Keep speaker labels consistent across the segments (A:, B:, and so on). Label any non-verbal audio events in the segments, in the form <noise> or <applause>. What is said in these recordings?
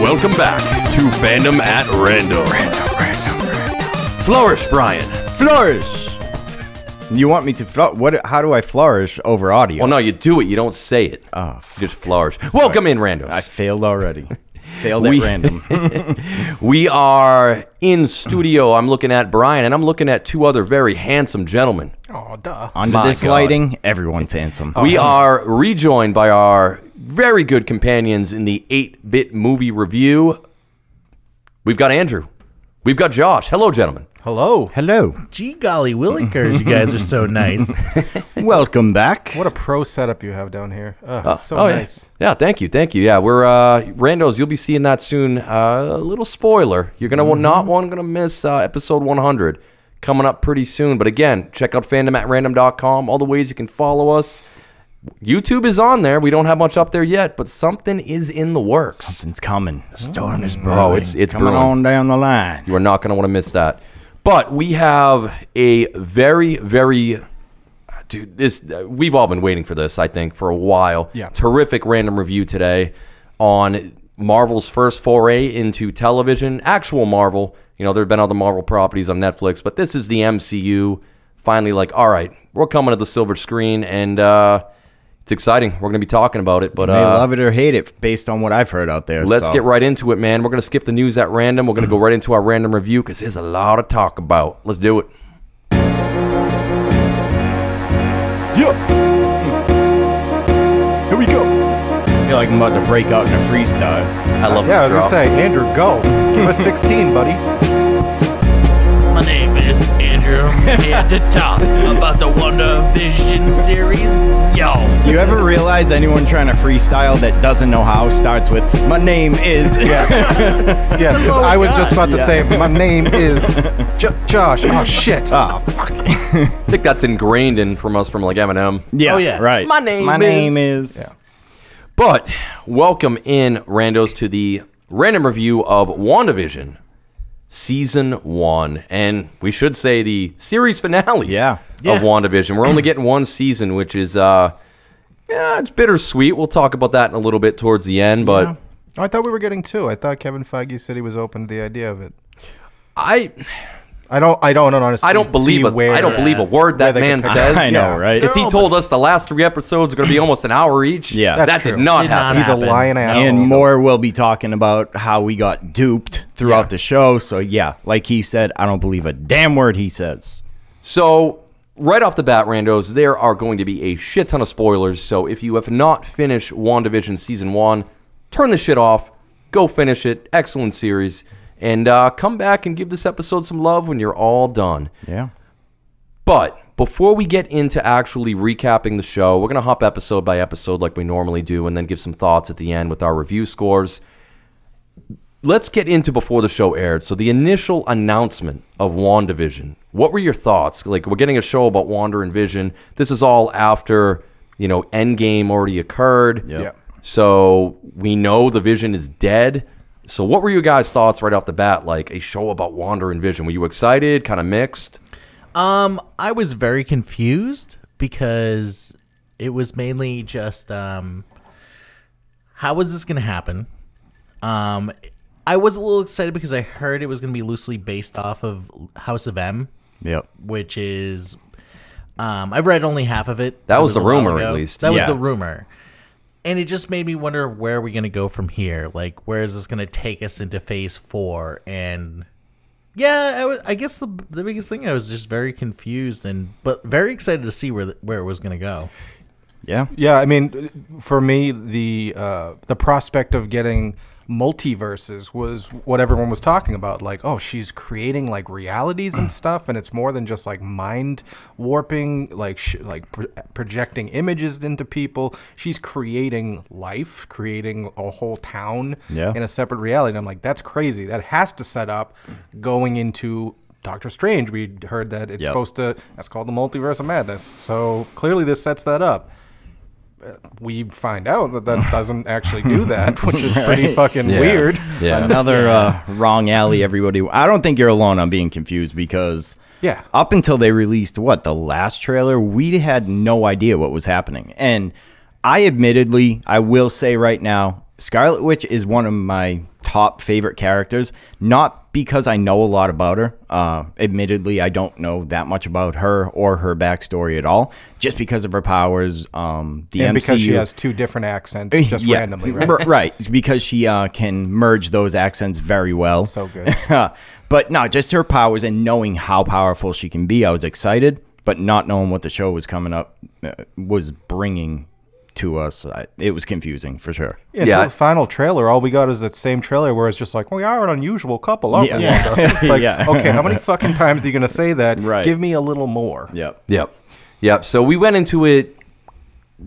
A: Welcome back to Fandom at Random. Flourish, Brian.
B: Flourish. You want me to flourish? What? How do I flourish over audio?
A: Well, no, you do it. You don't say it. Oh, you just flourish. Welcome in, Randos.
B: I
A: <laughs>
B: failed already. failed at
A: We- <laughs>
B: random.
A: We are in studio. I'm looking at Brian, and I'm looking at two other very handsome gentlemen.
C: Oh, duh.
B: Onto
A: My
B: this
A: God.
B: lighting, everyone's handsome. Oh,
A: We are rejoined by our very good companions in the 8 bit movie review. We've got Andrew. We've got Josh. Hello, gentlemen.
C: Hello.
B: Hello.
D: Gee golly willikers, you guys are so
A: <laughs>
D: nice.
B: Welcome back.
C: What a pro setup you have down here. Ugh, so
A: oh,
C: nice.
A: Yeah. yeah, thank you. Thank you. Yeah, we're, uh, Randos, you'll be seeing that soon. Uh, a little spoiler. You're going to not want going to miss uh, episode 100 coming up pretty soon. But again, check out fandom at random.com. All the ways you can follow us. YouTube is on there. We don't have much up there yet, but something is in the works.
B: Something's coming. Storm is brewing.
A: Oh, it's it's
B: coming
A: brewing.
B: on down the line.
A: You are not going to want to miss that. But we have a very, very dude. This we've all been waiting for this, I think, for a while.
C: Yeah.
A: Terrific random review today on Marvel's first foray into television, actual Marvel. You know, there have been other Marvel properties on Netflix, but this is the MCU. Finally, like, all right, we're coming to the silver screen, and uh, it's exciting. We're going to be talking about it, but
B: May
A: uh,
B: love it or hate it, based on what I've heard out there.
A: Let's
B: so.
A: get right into it, man. We're going to skip the news at random. We're going to go right into our random review because there's a lot of talk about. Let's do it.
C: Yeah. Here we go.
B: I feel like I'm about to break out in a
A: <laughs>
B: freestyle.
A: I love
C: Yeah, I
A: this drop.
C: was gonna say, Andrew, go. Give us 16, buddy.
D: My name is Andrew. I'm here to talk about the Wonder Vision series. Yo.
B: You ever realize anyone trying to freestyle that doesn't know how starts with "My name is"?
C: <laughs>
B: <laughs>
C: Yes, because I was just about to say,
A: <laughs>
C: my name is J- Josh. Oh, shit.
B: Ah, fuck.
A: I think that's ingrained in from us from like Eminem.
B: Yeah.
D: Oh, yeah.
B: Right.
A: My name
B: My
A: is-
B: name is.
A: But welcome in, randos, to the random review of WandaVision season one, and we should say the series finale.
B: Yeah.
D: Yeah.
A: of WandaVision. We're only getting one season, which is uh, yeah, it's bittersweet. We'll talk about that in a little bit towards the end, but.
C: I thought we were getting two. I thought Kevin Feige said he was open to the idea of it.
A: I
C: I don't. I don't honestly.
A: I don't believe
C: see
A: a,
C: where
A: I don't believe a word that
C: where they could
A: man
C: pick- <laughs>
A: says.
B: I know,
C: Yeah.
B: right?
A: Because he told us the last three episodes are
C: <clears throat>
A: going to be almost an hour each.
B: Yeah.
A: that
B: That's
A: did
C: true.
A: not
D: Did
A: happen.
D: not
C: He's a
D: happened.
C: lying asshole.
B: and more we'll be talking about how we got duped throughout the show so yeah like he said i don't believe a damn word he says
A: So right off the bat, randos, there are going to be a shit ton of spoilers. So if you have not finished WandaVision season one, turn the shit off, go finish it. Excellent series, and uh, come back and give this episode some love when you're all done.
B: yeah
A: But before we get into actually recapping the show, we're going to hop episode by episode like we normally do and then give some thoughts at the end with our review scores. Let's get into before the show aired. So, the initial announcement of WandaVision. What were your thoughts? Like, we're getting a show about Wanda and Vision. This is all after, you know, Endgame already occurred.
C: Yeah.
A: So, we know the Vision is dead. So, what were your guys' thoughts right off the bat? Like, a show about Wanda and Vision. Were you excited? Kind of mixed?
D: Um, I was very confused because it was mainly just um how is this gonna happen? Um I was a little excited because I heard it was gonna be loosely based off of House of M,
B: yep
D: which is um I've read only half of it.
A: That
D: It
A: was the
D: a while
A: rumor,
D: ago.
A: at least.
D: That
B: Yeah.
D: was the rumor. And it just made me wonder where are we gonna go from here? Like where is this gonna take us into phase four? And yeah, I, was, I guess the the biggest thing I was just very confused and but very excited to see where the, where it was gonna go.
B: yeah
C: Yeah, I mean, for me, the uh, the prospect of getting multiverses was what everyone was talking about. Like, oh, she's creating like realities
B: <clears throat>
C: and stuff, and it's more than just like mind warping, like sh- like pro- projecting images into people. She's creating life, creating a whole town
B: Yeah.
C: in a separate reality. And I'm like, that's crazy. That has to set up going into. Doctor Strange, we heard that it's
B: Yep.
C: supposed to. That's called the multiverse of madness. So clearly, this sets that up we find out that that doesn't actually do that, which is pretty fucking weird.
A: Yeah.
B: another Uh, wrong alley everybody i don't think you're alone on being confused because
C: Yeah.
B: up until they released what the last trailer we had no idea what was happening and i admittedly i will say right now Scarlet Witch is one of my top favorite characters, not because I know a lot about her. Uh, admittedly, I don't know that much about her or her backstory at all, just because of her powers. Um, the
C: and
B: MCU,
C: because she has two different accents just
B: Yeah.
C: randomly, right?
B: R- right, because she uh, can merge those accents very well.
C: So good.
B: <laughs> but no, just her powers and knowing how powerful she can be, I was excited. But not knowing what the show was coming up uh, was bringing to us, I, it was confusing for sure.
C: Yeah,
A: Yeah.
C: yeah. the final trailer, all we got is that same trailer where it's just like, we are an unusual couple, aren't we?
B: Yeah.
C: Wanda?" <laughs> It's like,
B: Yeah.
C: okay, how many fucking times are you going to say that?
B: Right.
C: Give me a little more.
B: Yep.
A: Yep. Yep. So we went into it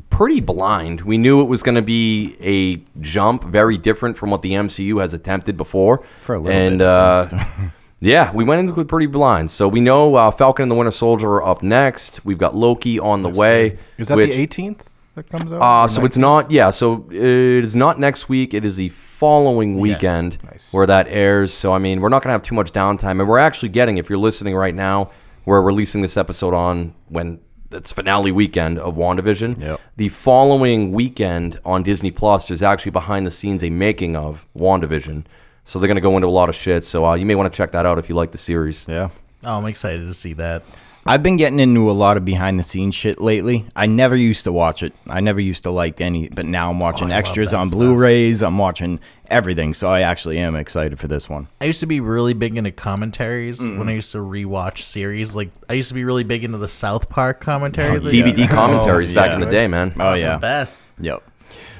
A: pretty blind. We knew it was going to be a jump very different from what the MCU has attempted before.
B: For a little
A: and,
B: bit,
A: uh, <laughs> yeah, we went into it pretty blind. So we know uh, Falcon and the Winter Soldier are up next. We've got Loki on the way.
C: Is that
A: which,
C: the 18th that comes out?
A: Uh,
C: Or
A: so
C: ninth?
A: it's not, yeah, so it is not next week. It is the following weekend where that airs. So, I mean, we're not going to have too much downtime. And we're actually getting, if you're listening right now, we're releasing this episode on when it's finale weekend of WandaVision.
B: Yep.
A: The following weekend on Disney Plus, there's actually behind the scenes a making of WandaVision. So they're going to go into a lot of shit. So uh, you may want to check that out if you like the series.
B: Yeah.
D: Oh, I'm excited to see that.
B: I've been getting into a lot of behind the scenes shit lately. I never used to watch it. I never used to like any, but now
C: Oh,
B: I'm watching extras on Blu rays. I'm watching everything. So I actually am excited for this one.
D: I used to be really big into commentaries when I used to rewatch series. Like I used to be really big into the South Park
A: Oh,
D: commentary. that-
A: DVD commentaries
B: <laughs> Oh,
A: back
B: yeah.
A: in the day, man.
B: Oh,
D: It's
B: yeah.
D: the best.
B: Yep.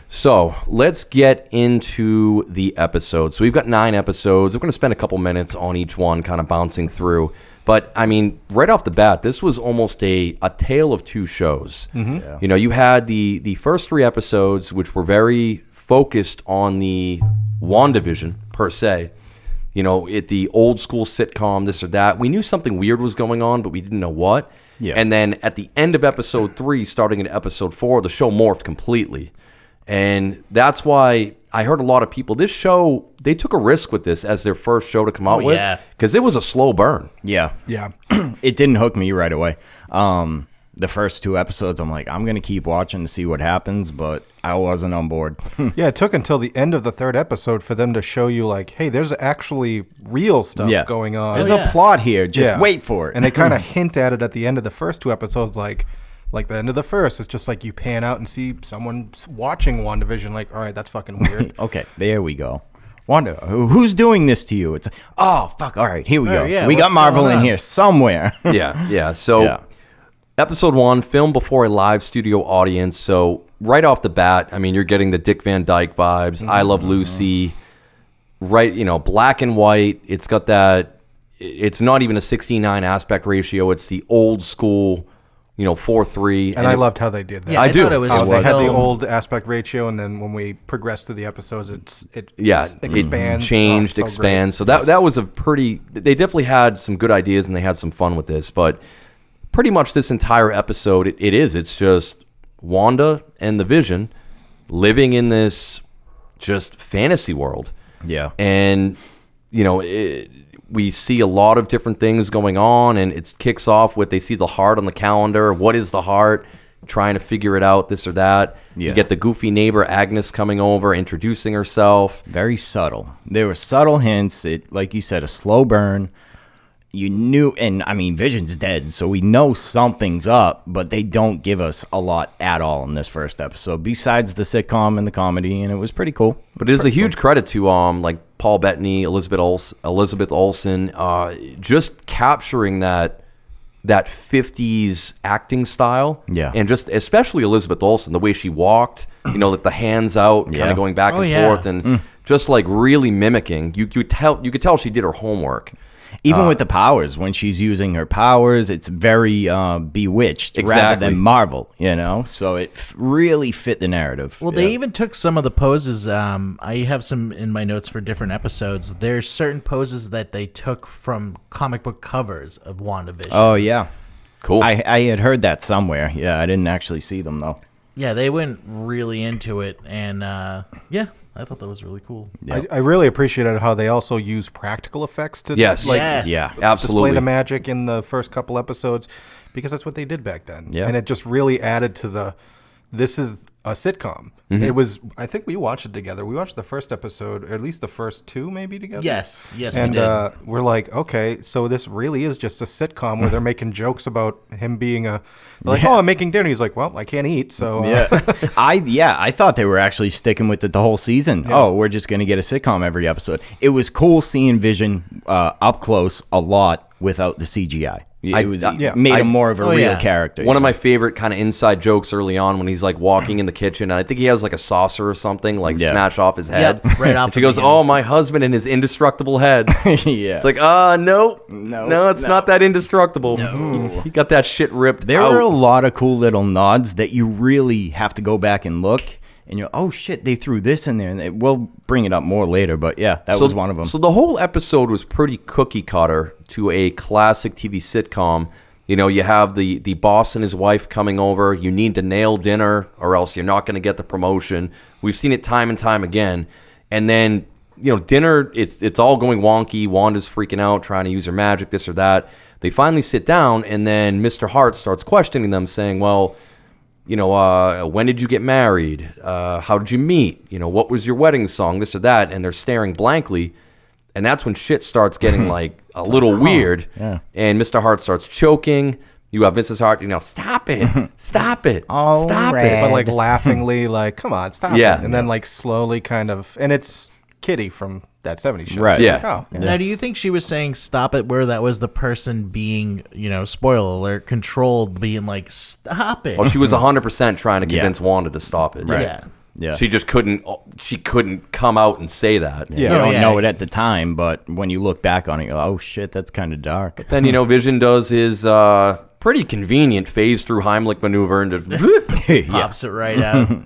A: So let's get into the episode. So we've got nine episodes. We're going to spend a couple minutes on each one, kind of bouncing through. But I mean, right off the bat, this was almost a, a tale of two shows. You know, you had the the first three episodes, which were very focused on the Wandavision per se. You know, it the old school sitcom, this or that. We knew something weird was going on, but we didn't know what.
B: Yeah.
A: And then at the end of episode three, starting in episode four, the show morphed completely. And that's why I heard a lot of people. This show, they took a risk with this as their first show to come out
D: Oh,
A: with
D: yeah.
A: because it was a slow burn.
B: Yeah.
C: Yeah. <clears throat>
B: it didn't hook me right away. Um, the first two episodes, I'm like, I'm gonna keep watching to see what happens, but I wasn't on board.
C: Yeah, it took until the end of the third episode for them to show you, like, hey, there's actually real stuff
B: Yeah.
C: going on.
B: There's a
D: Oh, yeah.
B: plot here. Just
C: Yeah.
B: wait for it. <laughs>
C: And they kind of hint at it at the end of the first two episodes, like like the end of the first. It's just like you pan out and see someone s- watching WandaVision, like, all right, that's fucking weird.
B: okay, there we go. Wanda, who, who's doing this to you? It's oh fuck. All right, here we go.
D: yeah,
B: we got
D: what's
B: Marvel
D: going
B: in
D: on?
B: here somewhere.
A: <laughs> yeah, yeah. So,
B: Yeah.
A: episode one, filmed before a live studio audience. So, right off the bat, I mean, you're getting the Dick Van Dyke vibes. I
C: Mm-hmm.
A: Love Lucy. Right, you know, black and white. It's got that. It's not even a 69 aspect ratio. It's the old school, you know, four three.
C: and I loved how they did that.
D: Yeah,
A: I do.
D: Thought it was
C: Oh, they had the
D: filmed-
C: old aspect ratio, and then when we progressed through the episodes, it's it
A: yeah,
C: s- expands,
A: it changed,
C: Oh, so great.
A: expands. So that that was a pretty. They definitely had some good ideas and they had some fun with this, but pretty much this entire episode, it, it is. It's just Wanda and the Vision living in this just fantasy world,
B: <laughs> yeah.
A: and you know. It, we see a lot of different things going on, and it kicks off with they see the heart on the calendar. What is the heart? Trying to figure it out, this or that.
B: Yeah.
A: You get the goofy neighbor Agnes coming over, introducing herself.
B: Very subtle. There were subtle hints. It, like you said, a slow burn. You knew, and I mean, Vision's dead, so we know something's up, but they don't give us a lot at all in this first episode, besides the sitcom and the comedy, and it was pretty cool.
A: But it is a huge credit to um like Paul Bettany, Elizabeth Olsen, Elizabeth Olsen, uh, just capturing that that '50s acting style,
B: Yeah.
A: and just especially Elizabeth Olsen, the way she walked, you know, like the hands out, kind
B: Yeah. Mm.
A: of going back
D: Oh,
A: and
D: yeah.
A: forth, and just like really mimicking. You could tell you could tell she did her homework.
B: Even with the powers, when she's using her powers, it's very uh, bewitched rather
A: Exactly.
B: than Marvel, you know? So it f- really fit the narrative.
D: Well,
B: Yeah.
D: they even took some of the poses. Um, I have some in my notes for different episodes. There's certain poses that they took from comic book covers of WandaVision.
B: Oh, yeah.
A: Cool.
B: I, I had heard that somewhere. Yeah, I didn't actually see them, though.
D: Yeah, they went really into it, and uh, yeah, I thought that was really cool.
B: Yep.
C: I, I really appreciated how they also use practical effects to
A: Yes.
C: like
D: yes.
B: yeah.
A: Absolutely.
C: display the magic in the first couple episodes because that's what they did back then.
B: Yeah.
C: And it just really added to the this is a sitcom.
A: Mm-hmm.
C: It was. I think we watched it together. We watched the first episode, or at least the first two, maybe together.
D: Yes, yes,
C: and
D: we did.
C: Uh, we're like, okay, so this really is just a
A: <laughs>
C: sitcom where they're making jokes about him being a, they're like, oh, I'm making dinner. He's like, well, I can't eat, so uh,
B: Yeah, I yeah, I thought they were actually sticking with it the whole season. Oh, we're just gonna get a sitcom every episode. It was cool seeing Vision uh, up close a lot without the CGI. It
A: I-
B: was
A: I-
B: it
A: yeah.
B: made
A: I-
B: him more of a
D: Oh,
B: real
D: yeah.
B: character.
A: One of
B: yeah.
A: my favorite kind of inside jokes early on when he's like walking in the kitchen, and I think he has like a saucer or something like
B: Yeah.
A: snatch off his head.
D: Yep, right off
A: He
D: the
A: goes,
D: beginning.
A: "Oh, my husband and his indestructible head."
B: <laughs> yeah.
A: It's like, uh, nope,
B: No,
A: no, it's
B: no.
A: not that indestructible. He got that shit ripped
B: there
A: out.
B: were a lot of cool little nods that you really have to go back and look. And you're, oh shit, they threw this in there, and they, we'll bring it up more later. But yeah, that was one of them.
A: So the whole episode was pretty cookie cutter to a classic TV sitcom. You know, you have the the boss and his wife coming over. You need to nail dinner, or else you're not going to get the promotion. We've seen it time and time again. And then you know, dinner it's it's all going wonky. Wanda's freaking out, trying to use her magic, this or that. They finally sit down, and then Mr. Hart starts questioning them, saying, "Well." you know, uh, when did you get married? Uh, how did you meet? You know, what was your wedding song? This or that, and they're staring blankly, and that's when shit starts getting like a little weird. Yeah. And Mr. Hart starts choking. You have Mrs. Hart. You know, stop it, stop it, stop it. <laughs>
C: but like laughingly, like, come on, stop.
A: Yeah.
C: it. and then like slowly, kind of, and it's Kitty from that '70s show.
B: Right.
C: So,
A: Yeah.
C: like, oh,
D: Now, do you think she was saying stop it where that was the person being, you know, spoiler alert, controlled, being like, stop it?
A: Well, Oh, she was 100% trying to convince Wanda to stop it.
D: Yeah.
B: yeah,
A: She just couldn't. oh, She couldn't come out and say that.
B: you
C: Yeah.
B: don't
D: Yeah.
B: know it at the time, but when you look back on it, you're, oh shit, that's kind of dark.
A: Then you know, Vision does his uh, pretty convenient phase through Heimlich maneuver and just
D: Pops it right out.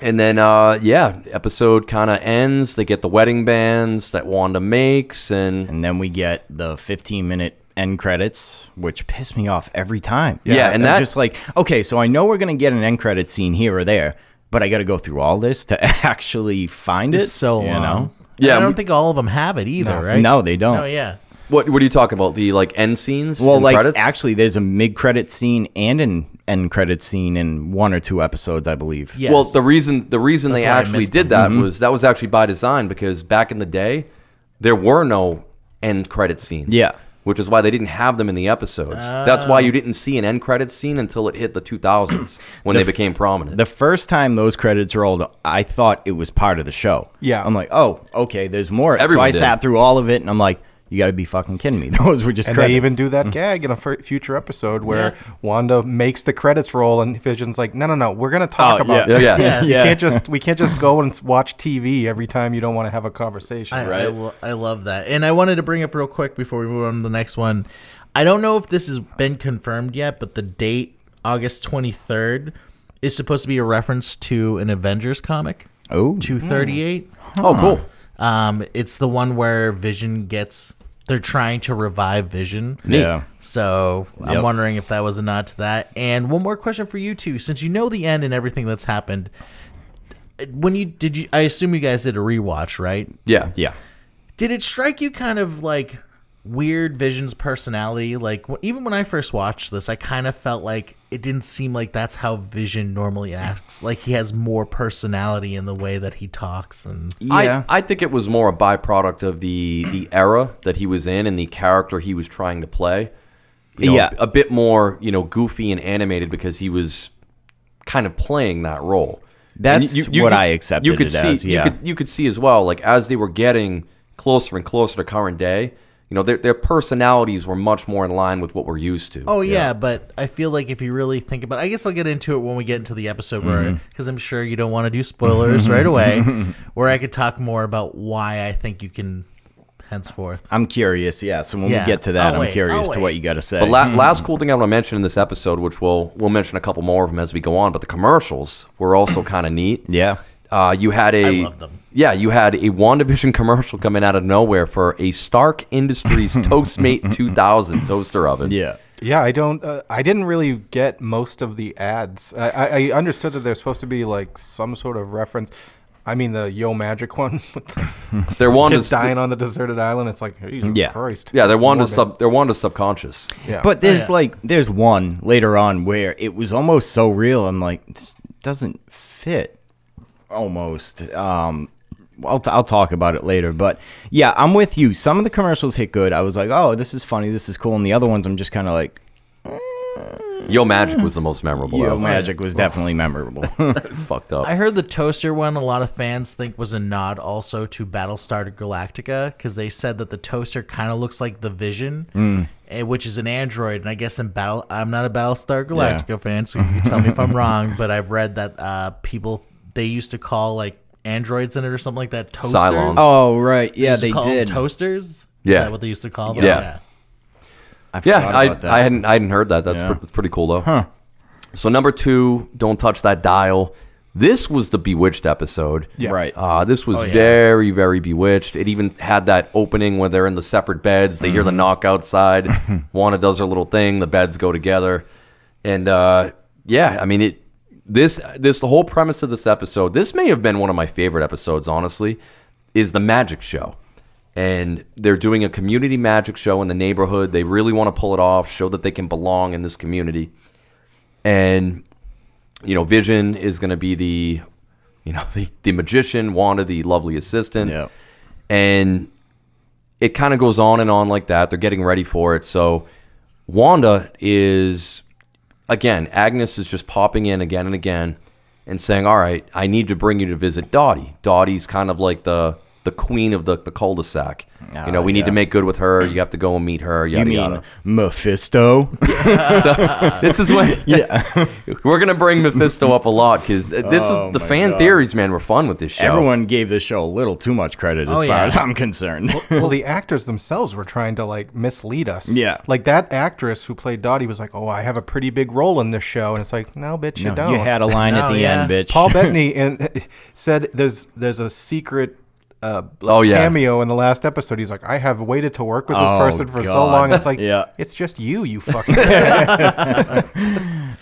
A: And then, uh, yeah, episode kind of ends. They get the wedding bands that Wanda makes, and
B: and then we get the 15 minute end credits which piss me off every time
A: Yeah, and
B: I'm
A: that-
B: just like okay so i know we're gonna get an end credit scene here or there but i gotta go through all this to <laughs> actually find it
D: it's so long.
B: you know
D: And
A: Yeah,
D: I
A: we-
D: don't think all of them have it either, right?
B: no they don't
D: No, yeah.
A: what what are you talking about? The like end scenes?
B: well
A: and
B: like
A: credits?
B: actually there's a mid-credit scene and an end credit scene in one or two episodes i believe
D: Yes.
A: Well, the reason the reason they
D: why I
A: actually
D: missed
A: did that
B: Mm-hmm.
A: was that was actually by design because back in the day there were no end credit scenes.
B: Yeah. Ah.
A: Which is why they didn't have them in the episodes. That's why you didn't see an end credit scene until it hit the 2000s when they became prominent.
B: The first time those credits rolled, I thought it was part of the show.
C: Yeah.
B: I'm like, oh, okay, there's more. so
A: Everyone
B: I
A: did.
B: sat through all of it and I'm like, you gotta be fucking kidding me. <laughs> Those were just
C: And
B: credits.
C: they even do that gag in a f- future episode where Wanda makes the credits roll, and Vision's like, "No, no, no, we're gonna talk
B: Oh,
A: yeah.
C: about this.
A: Yeah.
D: Yeah.
C: <laughs> You
B: Yeah.
C: can't just we can't just go and s- watch TV every time you don't want to have a conversation."
D: I, I, lo- I love that. And I wanted to bring up real quick before we move on to the next one. I don't know if this has been confirmed yet, but the date, August 23rd, is supposed to be a reference to an Avengers comic,
B: Oh,
D: 238.
A: oh, cool.
B: Ah.
D: Um, it's the one where Vision gets. They're trying to revive Vision.
B: yeah.
D: So I'm
B: Yep.
D: wondering if that was a nod to that. And one more question for you two, since you know the end and everything that's happened. When you did you, I assume you guys did a rewatch, right?
A: Yeah.
B: Yeah.
D: Did it strike you kind of like weird Vision's personality? Like wh- even when I first watched this, I kind of felt like it didn't seem like that's how Vision normally acts. Like he has more personality in the way that he talks and
B: Yeah.
A: I, I think it was more a byproduct of the the era that he was in and the character he was trying to play. You know,
B: Yeah.
A: a bit more you know goofy and animated because he was kind of playing that role. And
B: That's what I accepted
A: You could
B: it
A: see,
B: as, yeah.
A: you could you could see as well, like as they were getting closer and closer to current day. You know, their their personalities were much more in line with what we're used to.
D: Oh yeah. but I feel like if you really think about, I guess I'll get into it when we get into the episode where, because I'm sure you don't want to do spoilers right away, where I could talk more about why I think you can, henceforth.
B: I'm curious. Yeah. So when
D: Yeah.
B: we get to that, I'm
D: I'll wait,
B: curious
D: I'll
B: to what
D: wait.
B: you got to say.
A: But la- last cool thing I want to mention in this episode, which we'll we'll mention a couple more of them as we go on, but the commercials were also kind of neat.
B: yeah.
A: Uh, you had a
D: I love them.
A: yeah, you had a WandaVision commercial coming out of nowhere for a Stark
B: <laughs>
A: Industries Toastmate 2000 toaster oven.
B: Yeah.
C: Yeah, I don't. Uh, I didn't really get most of the ads. I, I, I understood that there's supposed to be like some sort of reference. I mean, the Yo Magic one <laughs> with the
A: Their
C: kids
A: Wanda's
C: dying on the deserted island. It's like, Jesus
B: Yeah.
C: Christ.
A: yeah, their
C: It's
A: Wanda's
C: morbid.
A: sub their Wanda's subconscious.
C: Yeah.
B: But there's
D: Oh, yeah.
B: like, there's one later on where it was almost so real. I'm like, this- doesn't fit almost. Um, I'll, I'll talk about it later, but yeah, I'm with you. Some of the commercials hit good. I was like, oh, this is funny, this is cool, and the other ones, I'm just kind of like,
A: Yo Magic was the most memorable.
B: Yo,
A: though.
B: Magic was definitely memorable.
A: It's fucked up.
D: I heard the toaster one a lot of fans think was a nod also to Battlestar Galactica because they said that the toaster kind of looks like the Vision,
A: Hmm.
D: eh, which is an android. And I guess in battle, I'm not a Battlestar Galactica fan, so you can tell me if I'm wrong. But I've read that uh, people they used to call like androids in it or something like that toasters.
A: Cylons.
B: oh right, yeah,
D: used to
B: they
D: call 'em
B: did.
D: toasters. Is
A: Yeah.
D: that what they used to call them?
A: Yeah.
B: I
A: yeah,
B: forgot about that.
A: I, I hadn't I hadn't heard that. That's,
B: Yeah.
A: pre- that's pretty cool though.
B: Huh.
A: So number two, don't touch that dial. This was the Bewitched episode.
C: Yeah.
B: Right.
A: Uh, this was
D: yeah.
A: very, very bewitched. It even had that opening where they're in the separate beds. They hear the knock outside. Juana does her little thing. The beds go together, and uh, yeah, I mean it. This this the whole premise of this episode. This may have been one of my favorite episodes, honestly. Is the magic show, and they're doing a community magic show in the neighborhood. They really want to pull it off, show that they can belong in this community, and you know, Vision is going to be the, you know, <laughs> the, the magician, Wanda, the lovely assistant.
B: Yeah.
A: And it kind of goes on and on like that. They're getting ready for it. So Wanda is, again, Agnes is just popping in again and again and saying, all right, I need to bring you to visit Dottie. Dottie's kind of like the, the queen of the, the cul-de-sac. you know,
B: Ah,
A: we need
B: yeah.
A: to make good with her. You have to go and meet her. Yada,
B: you mean
A: yada.
B: Mephisto?
A: So this is when
B: <laughs>
A: <laughs> we're gonna bring Mephisto up a lot because this
B: Oh
A: is the
B: my
A: fan
B: God.
A: theories, man, were fun with this show.
B: Everyone gave this show a little too much credit as
D: Oh,
B: far
D: yeah.
B: as I'm concerned.
C: well, the actors themselves were trying to like mislead us.
B: Yeah.
C: Like that actress who played Dottie was like, "Oh, I have a pretty big role in this show," and it's like, "No, bitch, you
B: No, <laughs>
C: don't."
B: you had a line at
D: No,
B: the
D: yeah.
B: end, bitch. <laughs>
C: <laughs> Paul Bettany and <laughs> said, "There's there's a secret." Uh, like
A: Oh, yeah.
C: cameo in the last episode. He's like, I have waited to work with this
B: Oh,
C: person for so
B: God.
C: long. It's like,
B: Yeah.
C: it's just
B: <laughs>
C: you, you fucking. dick.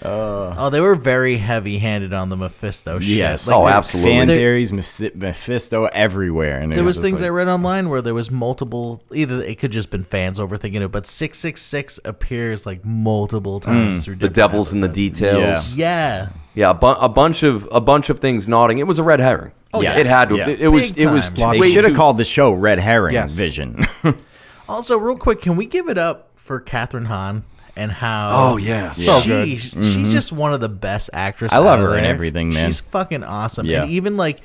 D: Oh, they were very heavy-handed on the Mephisto shit.
B: Yes.
A: Oh,
D: they-
A: absolutely.
B: Fan
D: There-
B: theories, Mephi- Mephisto everywhere. And it
D: There was
B: just
D: things I
B: like,
D: read online where there was multiple. Either it could just been fans overthinking it, but six six six appears like multiple times through
A: Mm, the
D: different
A: devil's in the
D: episodes.
A: details. Yeah,
D: Yeah,
A: a, bu- a bunch of a bunch of things nodding. It was a red herring.
D: Oh,
A: yeah,
D: yes.
A: it had to.
B: Yeah.
A: It, it was.
D: Big
A: It was.
D: time.
B: They
A: way
B: should have
A: too-
B: called the show Red Herring
C: Yes.
B: Vision. <laughs>
D: Also, real quick, can we give it up for Catherine Hahn and how?
A: Oh yeah.
C: So
D: she,
C: good.
D: She's just one of the best actresses.
B: Mm-hmm. I love
D: out of
B: her in
D: there.
B: everything, man.
D: She's fucking awesome.
B: Yeah.
D: And even like,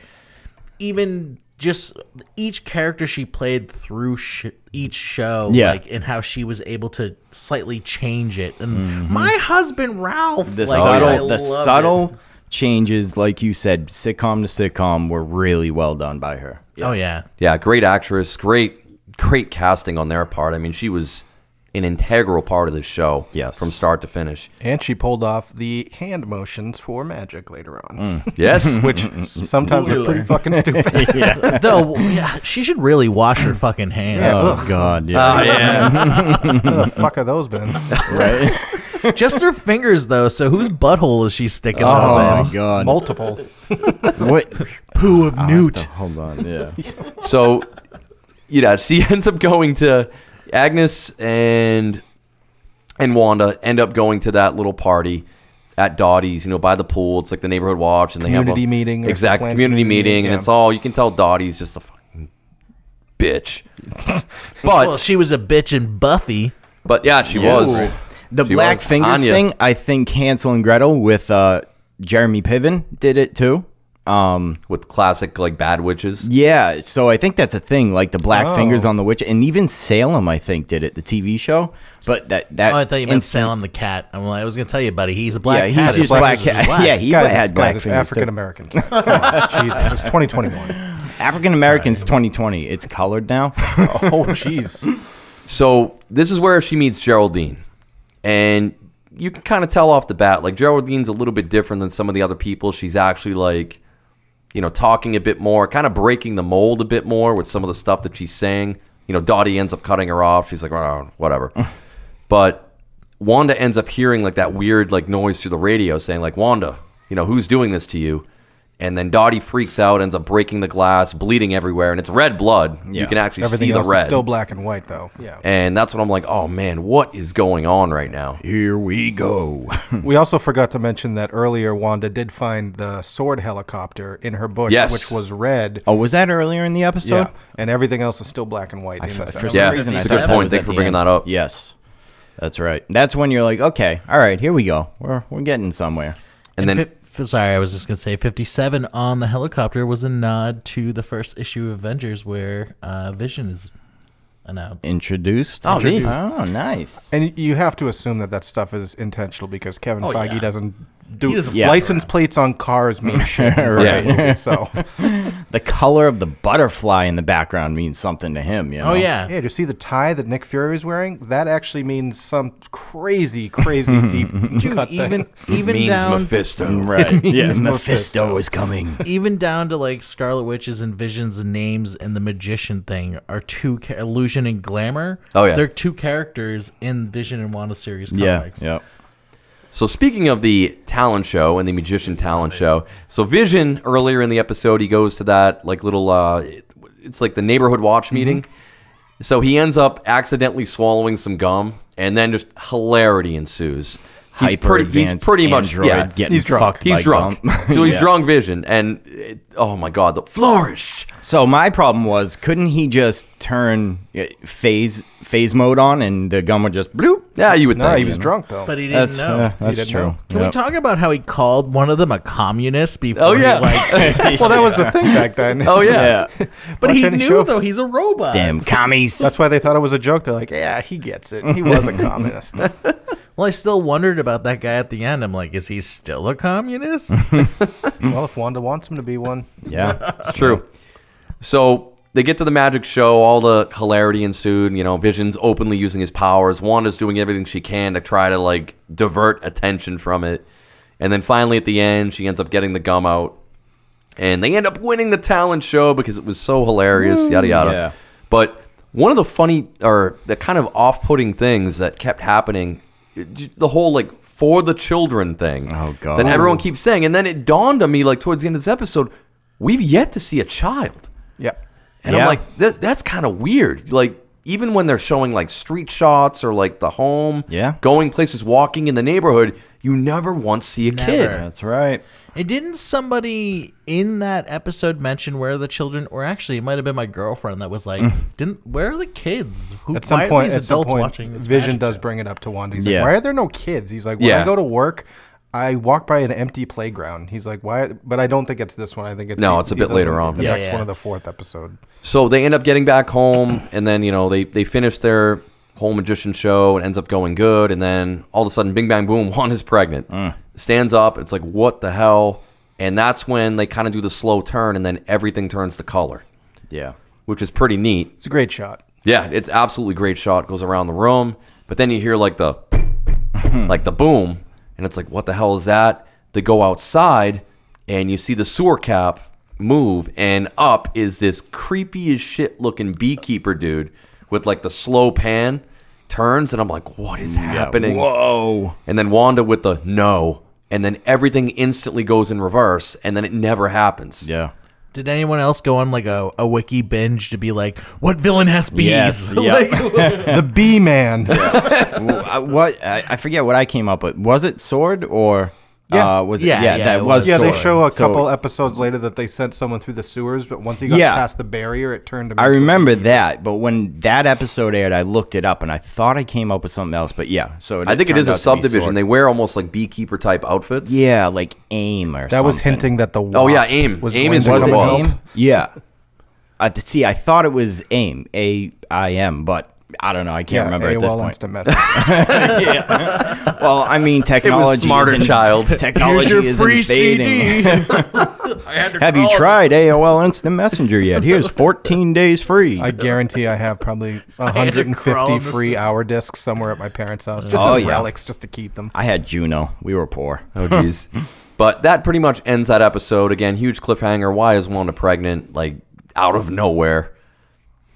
D: even just each character she played through sh- each show,
B: Yeah.
D: like, and how she was able to slightly change it. And my husband Ralph,
B: Mm-hmm. The
D: like, I
B: subtle, the
D: love it.
B: subtle changes, like you said, sitcom to sitcom, were really well done by her. <laughs>
D: Oh yeah,
A: Yeah, great actress, great great casting on their part. I mean, she was an integral part of this show.
B: Yes.
A: from start to finish.
C: and she pulled off the hand motions for magic later on.
B: Mm. <laughs>
A: Yes, which
C: <laughs> Sometimes they're pretty fucking stupid.
D: <laughs> though. Yeah, she should really wash her fucking hands.
C: Yeah.
B: Oh God, yeah.
C: Where the fuck have
B: <laughs>
C: those been?
D: Oh, Just her fingers though. So whose butthole is she sticking those in?
B: oh my God.
C: Multiple.
B: what?
D: <laughs> Poo of Newt.
B: Hold on. Yeah.
A: So, you know, she <laughs> ends up going to Agnes and and Wanda end up going to that little party at Dottie's, you know, by the pool. It's like the neighborhood watch and they
C: Community
A: have a
C: meeting or
A: exact
C: planned
A: community
C: community
A: meeting,
C: meeting,
A: and
C: yeah.
A: it's all you can tell. Dottie's just a fucking
D: <laughs>
A: bitch,
D: well,
A: but
D: she was a bitch in Buffy.
A: but yeah, she was.
B: The
A: She
B: Black
A: was.
B: Fingers
A: Anya.
B: thing, I think Hansel and Gretel with uh, Jeremy Piven did it too. Um,
A: With classic like bad witches,
B: yeah, so I think that's a thing, like the Black
C: Oh.
B: Fingers on the Witch, and even Salem, I think, did it, the TV show. But that that
D: Oh, I thought you meant
B: instant-
D: Salem the cat. I'm like, I was gonna tell you, buddy. He's a
B: Yeah,
D: black
B: he's
D: cat. His
B: just
D: black
B: black
D: fingers
B: cat. <laughs>
D: is black.
B: Yeah, he
C: guys,
B: had
C: it's-
B: black
C: guys, it's
B: fingers.
C: African American. <laughs> Jesus, it's 2021.
B: African Americans, 2020, it's
A: <laughs>
B: colored now.
C: Oh, jeez.
A: So this is where she meets Geraldine, and you can kind of tell off the bat like Geraldine's a little bit different than some of the other people. She's actually like, you know, talking a bit more, kind of breaking the mold a bit more with some of the stuff that she's saying. You know, Dottie ends up cutting her off. She's like, oh,
C: <laughs>
A: whatever. but Wanda ends up hearing like that weird like noise through the radio saying like, Wanda, you know, who's doing this to you? And then Dottie freaks out, ends up breaking the glass, bleeding everywhere, and it's red blood. You
B: Yeah.
A: can actually
C: Everything
A: see the
C: else
A: red.
C: is still black and white though. Yeah.
A: and that's when I'm like, oh man, what is going on right now?
B: Here we go.
C: We also forgot to mention that earlier Wanda did find the sword helicopter in her bush,
A: Yes.
C: which was red.
B: oh, was that earlier in the episode?
C: yeah. And everything else is still black and white. in this
B: For
C: episode.
A: Yeah,
B: some reason,
A: it's
B: I
A: a
B: thought
A: good
B: that
A: point.
B: was
A: Thank
B: at
A: you for
B: the
A: bringing that
B: end.
A: up.
B: Yes, that's right. That's when you're like, okay, all right, here we go. We're we're getting somewhere.
A: And then
D: Fif- f- sorry, I was just gonna say fifty-seven on the helicopter was a nod to the first issue of Avengers where uh, Vision is announced.
B: Introduced.
A: Oh,
B: Introduced.
A: nice.
B: Oh, nice.
C: And you have to assume that that stuff is intentional because Kevin
D: Oh,
C: Feige
D: yeah.
C: doesn't do
D: He doesn't
B: Yeah.
C: license plates on cars mean shit. in
A: Right.
C: fucking movies, So
B: The color of the butterfly in the background means something to him. You know?
D: Oh yeah,
C: yeah, do you see the tie that Nick Fury is wearing? That actually means some crazy, crazy deep
D: dude.
C: cut thing.
D: Even even
A: means
D: down
A: Mephisto.
B: Mm, Right. yeah. Mephisto is coming.
D: even down to like Scarlet Witch's and Vision's names and the magician thing are two ca- illusion and glamour.
A: Oh, yeah.
D: they're two characters in Vision and Wanda
B: <laughs>
D: series
B: Yeah.
D: comics.
B: Yep.
A: So speaking of the talent show and the magician talent show, so Vision earlier in the episode he goes to that like little uh it's like the neighborhood watch meeting. So he ends up accidentally swallowing some gum and then just hilarity ensues. He's pretty he's
B: Hyper-advanced
A: pretty much
B: android
A: yeah.
B: getting
C: He's drunk.
B: fucked by
A: He's drunk.
B: Gump.
A: <laughs> so he's
B: Yeah.
A: drunk Vision and it, oh my god, the flourish.
B: <laughs> So my problem was, couldn't he just turn uh, phase phase mode on and the gum would just bloop?
A: Yeah, you would
C: no,
A: think.
C: he was drunk though.
D: but he didn't
B: That's
D: know.
B: uh, that's
C: didn't
B: true.
C: know.
D: Can we talk about how he called one of them a communist before?
A: Oh
D: he,
A: yeah.
D: <laughs>
A: <laughs>
D: like-
C: well, that was the thing back
D: <laughs>
C: then.
A: oh yeah.
B: Yeah.
D: but
C: Watch
D: he
C: any
D: knew
C: show.
D: though he's a robot.
B: Damn commies.
C: That's why they thought it was a joke. They're like, yeah, he gets it. He
D: <laughs>
C: was a communist.
D: Well, I still wondered about that guy at the end. I'm like, is he still a
B: <laughs>
D: communist?
C: well, if Wanda wants him to be one,
B: yeah.
A: It's true. So they get to the magic show, all the hilarity ensued. You know, Vision's openly using his powers. Wanda's doing everything she can to try to like divert attention from it. And then finally at the end, she ends up getting the gum out. And they end up winning the talent show because it was so hilarious, yada yada.
B: Yeah.
A: But one of the funny or the kind of off putting things that kept happening, the whole like for the children thing.
B: Oh, God.
A: That everyone keeps saying. And then it dawned on me, like towards the end of this episode, we've yet to see a child.
C: yeah.
A: And I'm
B: Yeah.
A: like, that, that's kind of weird. Like, even when they're showing like street shots or like the home,
B: Yeah.
A: going places, walking in the neighborhood, you never once see a
D: Never.
A: kid.
B: That's right.
D: and didn't somebody in that episode mention where the children, or actually, it might have been my girlfriend that
B: <laughs>
D: was like, "Didn't where are the kids? Who,
C: At some
D: why
C: point,
D: are
C: at
D: these
C: some
D: adults
C: point,
D: watching this?"
C: Vision
D: magic
C: does
D: show?
C: bring it up to Wanda. He's
B: Yeah.
C: like, why are there no kids? He's like, when
A: Yeah.
C: I go to work, I walk by an empty playground. He's like, why? But I don't think it's this one. I think it's
A: No,
C: the-
A: it's a bit
C: the-
A: later on.
C: The
D: Yeah,
C: next
D: yeah.
C: one of the fourth episode.
A: So they end up getting back home, <clears throat> and then, you know, they, they finish their whole magician show and ends up going good. And then all of a sudden, bing, bang, boom, <laughs> Wanda's pregnant.
B: Mm.
A: Stands up. It's like, what the hell? And that's when they kind of do the slow turn, and then everything turns to color,
B: Yeah.
A: which is pretty neat.
C: It's a great shot.
A: Yeah, it's absolutely great shot. Goes around the room, but then you hear like
B: <laughs>
A: the like the boom, and it's like, what the hell is that? They go outside, and you see the sewer cap move, and up is this creepy as shit looking beekeeper dude with like the slow pan turns, and I'm like, what is happening?
B: Whoa.
A: And then Wanda with the no, and then everything instantly goes in reverse, and then it never happens.
B: Yeah.
D: Did anyone else go on like a, a wiki binge to be like, "What villain has bees?"
B: Yes.
D: <laughs> Like,
B: Yep.
D: <laughs>
C: The B Man.
B: Well, I- what I, I forget what I came up with. Was it sword or
C: Yeah.
B: uh, was it?
D: Yeah,
B: Yeah,
D: yeah,
B: that
D: it
B: was.
C: <laughs>
D: was
C: Yeah, they
B: sword.
C: show a
B: So
C: couple episodes later that they sent someone through the sewers, but once he got
B: Yeah.
C: past the barrier, it turned him.
B: I
C: into a
B: remember
C: beekeeper.
B: that, but when that episode aired, I looked it up and I thought I came up with something else. But yeah, so
A: I think it is
B: turned
A: a
B: out to be
A: subdivision.
B: sword.
A: They wear almost like beekeeper type outfits.
B: yeah, like aim or
C: That was
B: something.
C: hinting that the wasp
A: Oh, yeah, AIM.
C: was
A: AIM
C: going
A: is
C: to
A: what
B: Was
A: it
B: it
C: come out.
A: was.
B: aim? Yeah. I th- see. I thought it was aim. A I M, but I don't know. I
C: Yeah,
B: can't remember at this
C: AOL
B: point.
C: Instant Message.
B: yeah. Well,
A: <laughs>
B: I mean, technology. is
A: smarter,
B: in-
A: child. Here's
B: Technology
D: your
B: is
D: free
B: invading.
D: CD.
B: Have you tried AOL Instant Messenger yet? Here's 14 days free.
C: I guarantee I
A: <laughs>
C: have probably
D: had to crawl
C: 150
D: in the
C: free
D: sewer.
C: hour discs somewhere at my parents' house, just
B: Oh,
C: as
B: yeah.
C: relics, just to keep them.
B: I had Juno. We were poor.
A: Oh <laughs> jeez. but that pretty much ends that episode. Again, huge cliffhanger. Why is Wanda pregnant? Like out of nowhere.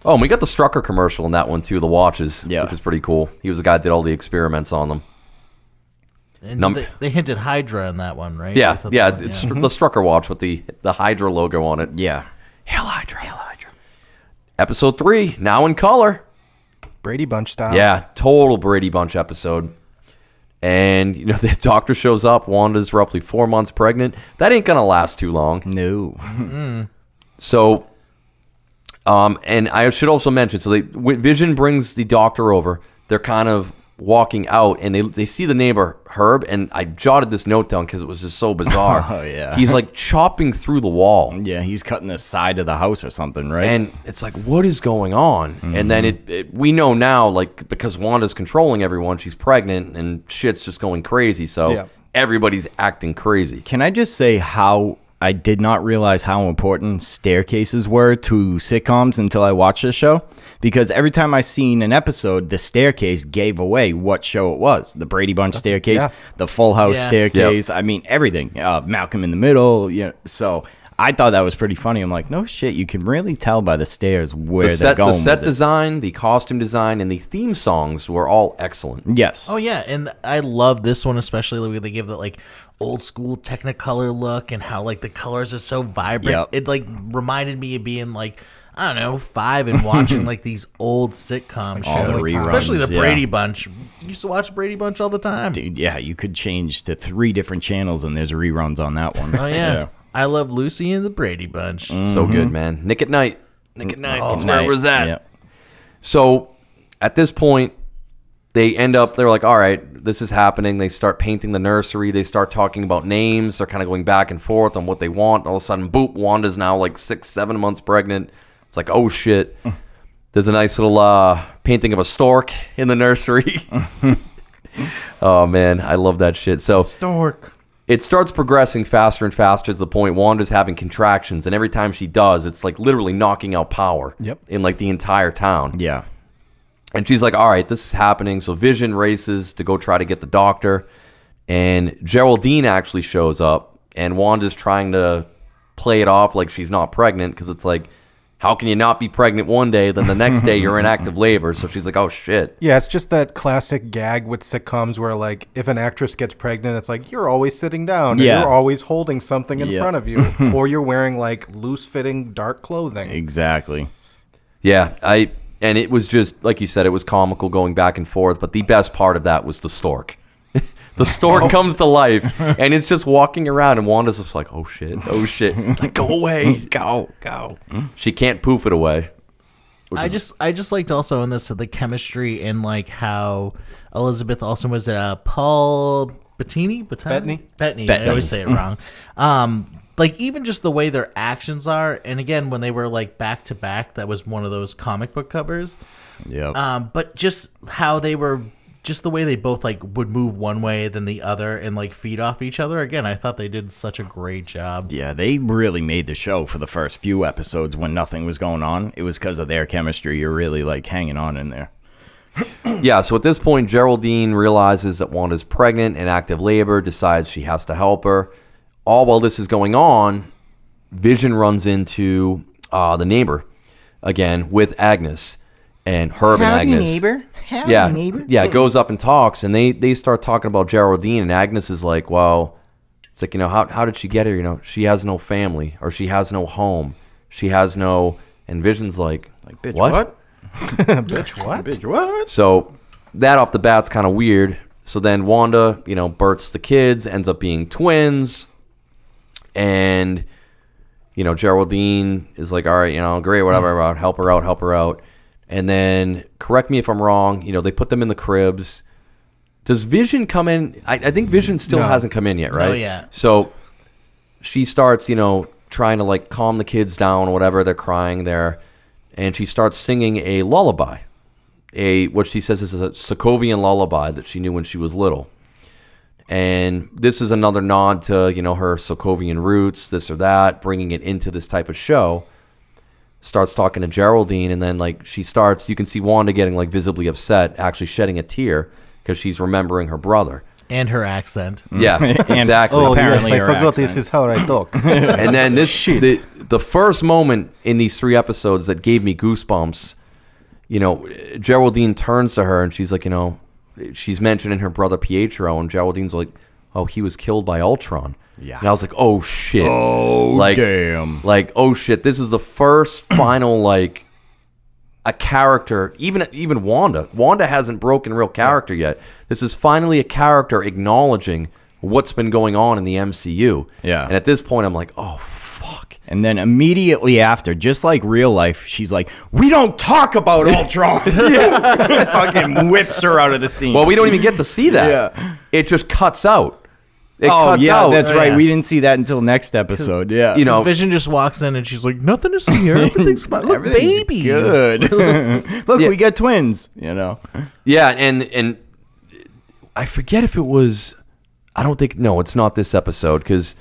A: Oh, and we got the Strucker commercial in that one too. The watches,
B: Yeah.
A: which is pretty cool. He was the guy that did all the experiments on them.
D: <laughs> And
A: Num-
D: they, they hinted Hydra in that one, right?
A: Yeah,
D: Is that the
A: yeah, Mm-hmm.
D: one?
A: it's, it's the Strucker watch with the the Hydra logo on it.
B: Yeah.
A: Hail Hydra, Hail Hydra. Episode three, now in color.
C: Brady Bunch style.
A: Yeah, total Brady Bunch episode. And you know <laughs> the doctor shows up. Wanda's roughly four months pregnant. That ain't gonna last too long.
B: No. <laughs>
A: So, um, and I should also mention, so they when Vision brings the doctor over. They're kind of walking out, and they they see the neighbor Herb, and I jotted this note down because it was
B: <laughs>
A: just so bizarre.
B: Oh, yeah.
A: he's like chopping through the wall,
B: yeah, he's cutting the side of the house or something, right?
A: and it's like, what is going on? And then
B: Mm-hmm.
A: it, it we know now, like because Wanda's controlling everyone, she's pregnant, and shit's just going crazy. So
C: Yeah.
A: everybody's acting crazy.
B: Can I just say how I did not realize how important staircases were to sitcoms until I watched this show? Because every time I seen an episode, the staircase gave away what show it was. The Brady Bunch staircase,
C: yeah.
B: the Full House
D: Yeah.
B: staircase. I mean, everything. Uh, Malcolm in the Middle. You know, so I thought that was pretty funny. I'm like, no shit, you can really tell by the stairs where
A: The set,
B: they're
A: the
B: going.
A: set
B: with it.
A: design, the costume design, and the theme songs were all excellent.
B: Yes.
D: Oh yeah, and I love this one especially where they give that like old school Technicolor look and how like the colors are so vibrant.
B: Yep.
D: It like reminded me of being like I don't know five and
B: <laughs>
D: watching like these old sitcom
B: All the
D: shows,
B: reruns,
D: especially the
B: yeah.
D: Brady Bunch. You used to watch Brady Bunch all the time.
B: Dude, yeah, you could change to three different channels and there's reruns on that one.
D: Oh yeah. I love Lucy and the Brady Bunch.
B: Mm.
A: So good, man. Nick at Night. Nick at Night. That's where
B: Night.
A: it was at.
B: Yep.
A: So at this point, they end up, they're like, all right, this is happening. They start painting the nursery. They start talking about names. They're kind of going back and forth on what they want. All of a sudden, boop, Wanda's now like six, seven months pregnant. It's like, oh shit. There's a nice little uh, painting of a stork in the nursery. oh man, I love that shit. So
D: Stork.
A: it starts progressing faster and faster to the point Wanda's having contractions, and every time she does, it's like literally knocking out power
C: Yep.
A: in like the entire town.
B: Yeah.
A: And she's like, "All right, this is happening." So Vision races to go try to get the doctor, and Geraldine actually shows up, and Wanda's trying to play it off like she's not pregnant because it's like, how can you not be pregnant one day, then the next day you're in active labor? So she's like, "Oh shit."
C: Yeah, it's just that classic gag with sitcoms where, like, if an actress gets pregnant, it's like you're always sitting down, or
B: Yeah.
C: you're always holding something in
B: Yeah.
C: front
A: <laughs>
C: of you, or you're wearing like loose-fitting dark clothing.
B: Exactly.
A: Yeah, I and it was just like you said, it was comical going back and forth. But the best part of that was the stork. <laughs> the stork comes to life, and it's just walking around, and Wanda's just like, "Oh shit, oh shit, like, go away."
B: <laughs> Go, go.
A: She can't poof it away.
D: I just I just liked also in this the chemistry and like how Elizabeth Olsen was uh, Paul Bettini Bettini Bettini. I always say it wrong. Um, like even just the way their actions are, and again when they were like back to back, that was one of those comic book covers.
B: Yep.
D: Um, but just how they were, just the way they both like would move one way then the other and like feed off each other. Again, I thought they did such a great job.
B: yeah, they really made the show for the first few episodes when nothing was going on. It was because of their chemistry. You're really like hanging on in there.
A: Yeah, so at this point, Geraldine realizes that Wanda's pregnant and active labor, decides she has to help her. All while this is going on, Vision runs into uh, the neighbor again with Agnes and Herb and Agnes. yeah, yeah, goes up and talks, and they they start talking about Geraldine, and Agnes is like, well, it's like you know how how did she get here? You know, she has no family, or she has no home, she has no. And Vision's like, like
B: bitch,
A: what?
C: <laughs> Bitch, what?
B: Bitch, what?
A: So that off the bat's kind of weird. So then Wanda, you know, births the kids, ends up being twins, and you know Geraldine is like, all right, you know, great, whatever, whatever, help her out, help her out. And then correct me if I'm wrong. You know, they put them in the cribs. Does Vision come in? I, I think Vision still hasn't come in yet, right?
D: yet.
A: So she starts, you know, trying to like calm the kids down, or whatever. They're crying there, and she starts singing a lullaby a what she says is a Sokovian lullaby that she knew when she was little. And this is another nod to, you know, her Sokovian roots, this or that, bringing it into this type of show. Starts talking to Geraldine, and then, like, she starts, you can see Wanda getting, like, visibly upset, actually shedding a tear because she's remembering her brother.
D: And her accent.
A: Yeah, exactly.
C: Oh, yes,
B: Apparently
C: I
B: her
C: forgot
B: accent.
C: this is how I talk.
A: <laughs> and then
B: <laughs>
A: this the the first moment in these three episodes that gave me goosebumps. You know, Geraldine turns to her and she's like, you know, she's mentioning her brother Pietro, and Geraldine's like, "Oh, he was killed by Ultron."
B: Yeah.
A: and I was like, "Oh shit!" Oh like,
B: damn.
A: Like, oh shit! This is the
B: <clears throat>
A: first final like a character. Even even Wanda, Wanda hasn't broken real character yet. This is finally a character acknowledging what's been going on in the MCU.
B: Yeah.
A: and at this point, I'm like, "Oh fuck."
B: And then immediately after, just like real life, she's like, "We don't talk <laughs> about Ultron." <laughs> Fucking whips her out of the scene.
A: Well, we don't even get to see that.
B: Yeah.
A: It just cuts out. It
B: oh
A: cuts
B: yeah,
A: out.
B: that's right.
D: yeah.
B: We didn't see that until next <laughs> episode. Yeah,
A: You know,
D: Vision just walks in and she's like, "Nothing to see here. Everything's fine. Look,
B: Everything's
D: babies.
B: Good. <laughs> Look,
A: Yeah.
B: we got twins. You know.
A: Yeah, and and I forget if it was. I don't think no, it's not this episode because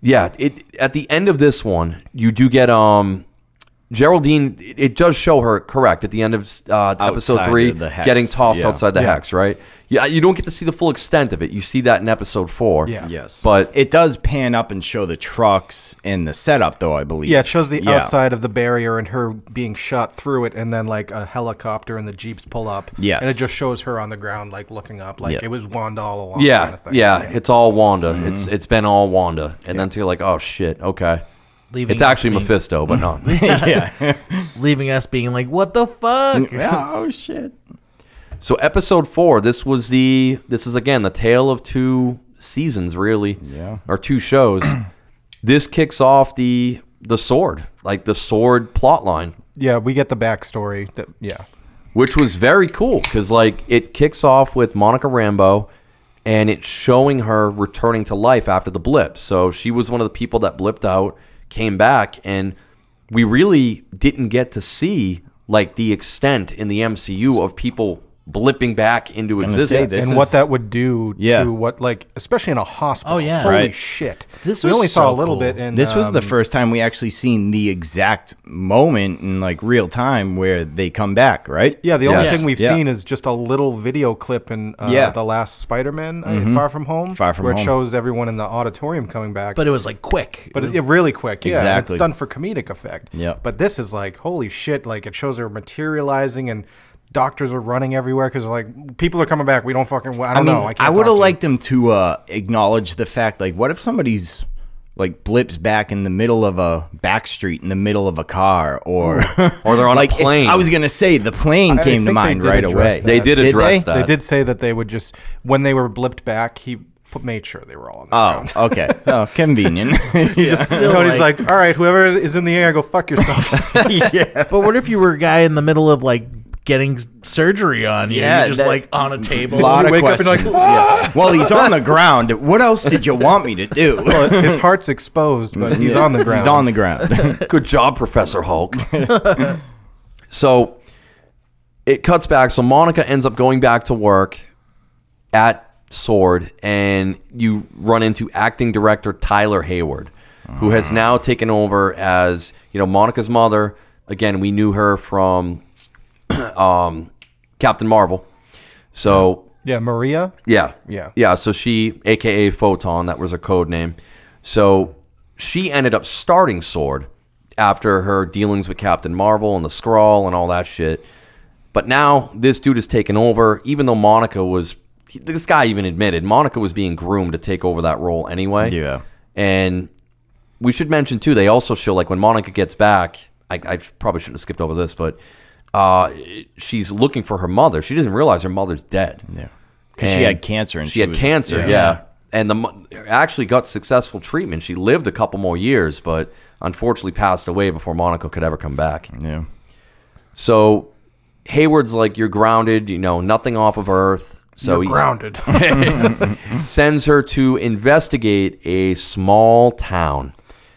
A: yeah, it at the end of this one you do get um Geraldine. It, it does show her correct at the end of uh, episode
B: Outside
A: three,
B: of the hex,
A: getting tossed
B: yeah.
A: outside the
C: Yeah.
A: hex, right? Yeah, you don't get to see the full extent of it. You see that in episode four.
C: Yeah.
B: Yes.
A: but
B: it does pan up and show the trucks and the setup, though I believe.
C: Yeah, it shows the
B: Yeah.
C: outside of the barrier and her being shot through it, and then like a helicopter and the jeeps pull up.
B: Yes.
C: and it just shows her on the ground, like looking up, like
B: Yeah.
C: it was Wanda all along.
A: yeah,
C: kind of thing.
A: yeah, it's all Wanda. It's it's been all Wanda, and then you're like, oh shit, okay.
D: Leaving
A: It's actually
D: us being-
A: Mephisto, but not.
D: leaving us being like, "What the
B: <laughs>
D: fuck?"
B: Yeah, oh shit.
A: So episode four, this was the this is again the tale of two seasons, really. Yeah. Or two shows. this kicks off the the sword, like the sword plot line,
C: yeah. We get the backstory. That yeah,
A: which was very cool because like it kicks off with Monica Rambo and it's showing her returning to life after the blip. So she was one of the people that blipped out, came back, and we really didn't get to see like the extent in the MCU of people blipping back into
B: gonna say
A: existence.
B: this
C: and
B: is-
C: what that would do
B: Yeah.
C: to what like, especially in a hospital.
D: Oh, yeah.
C: holy
B: Right.
C: shit.
D: This
C: we
D: was
C: only saw
D: so
C: a little
D: cool.
C: bit. In,
B: This was the
C: um,
B: first time we actually seen the exact moment in like real time where they come back, right?
C: Yeah, the only
A: Yes.
C: thing we've
B: Yeah.
C: seen is just a little video clip in uh,
B: Yeah. Mm-hmm.
C: the last Spider-Man, uh, Far From Home,
B: Far From
C: where it
B: Home.
C: shows everyone in the auditorium coming back.
D: But it was like quick.
C: But
D: it was,
C: it, it really quick, yeah. and
B: Exactly.
C: It's done for comedic effect.
B: Yep.
C: But this is like holy shit! Like it shows her materializing, and doctors are running everywhere because like people are coming back. We don't fucking. I
B: I
C: don't
B: mean,
C: know. I,
B: I
C: can't
B: would have
C: talk to
B: liked them to uh, acknowledge the fact, like, what if somebody's like blips back in the middle of a back street in the middle of a car,
C: <laughs>
B: or
A: Or they're on a
B: like, it-
A: plane.
B: I was gonna say the plane
C: I
B: came to
C: think they
B: mind
C: did
B: right
C: address
B: away.
C: that. They
A: did address
B: they?
C: you.
A: that.
C: They did say that they would just when they were blipped back, he put, made sure they were all. On the ground.
B: Oh,
C: <laughs>
B: okay. Oh, <laughs> convenient.
D: still
C: Tony's like, all right, whoever is in the air, go
B: <laughs>
C: fuck yourself.
B: yeah.
D: But what if you were a guy in the middle of like getting surgery on you?
B: Yeah,
D: you're just
B: that-
D: like on
B: <laughs>
D: a table.
B: Lot
C: You
B: of
C: wake up and you're like,
B: questions. Yeah. Well, he's on the ground. What else did you want me to do?
C: <laughs> well, his heart's exposed, but he's on the ground.
B: He's on the
C: <laughs>
B: ground. <laughs>
A: <laughs> Good job, Professor Hulk. <laughs> so it cuts back. So Monica ends up going back to work at Sword, and you run into acting director Tyler Hayward, who has now taken over as you know Monica's mother. Again, we knew her from <clears throat> um, Captain Marvel. So
C: Yeah, Maria.
A: yeah.
C: Yeah.
A: Yeah. So she, AKA Photon, that was her code name. So she ended up starting Sword after her dealings with Captain Marvel and the Skrull and all that shit. But now this dude has taken over, even though Monica was, this guy even admitted, Monica was being groomed to take over that role anyway.
B: Yeah.
A: And we should mention too, they also show like when Monica gets back. I, I probably shouldn't have skipped over this, but uh, she's looking for her mother. She doesn't realize her mother's dead. Yeah,
B: 'Cause she had cancer and
A: she,
B: she
A: had
B: was-
A: cancer. Yeah.
B: yeah.
A: and the mo- actually got successful treatment. She lived a couple more years, but unfortunately passed away before Monica could ever come back.
B: yeah.
A: So Hayward's like, "You're grounded. You know nothing off of Earth." So
C: You're
A: he's-
C: grounded.
A: <laughs> sends her to investigate a small town.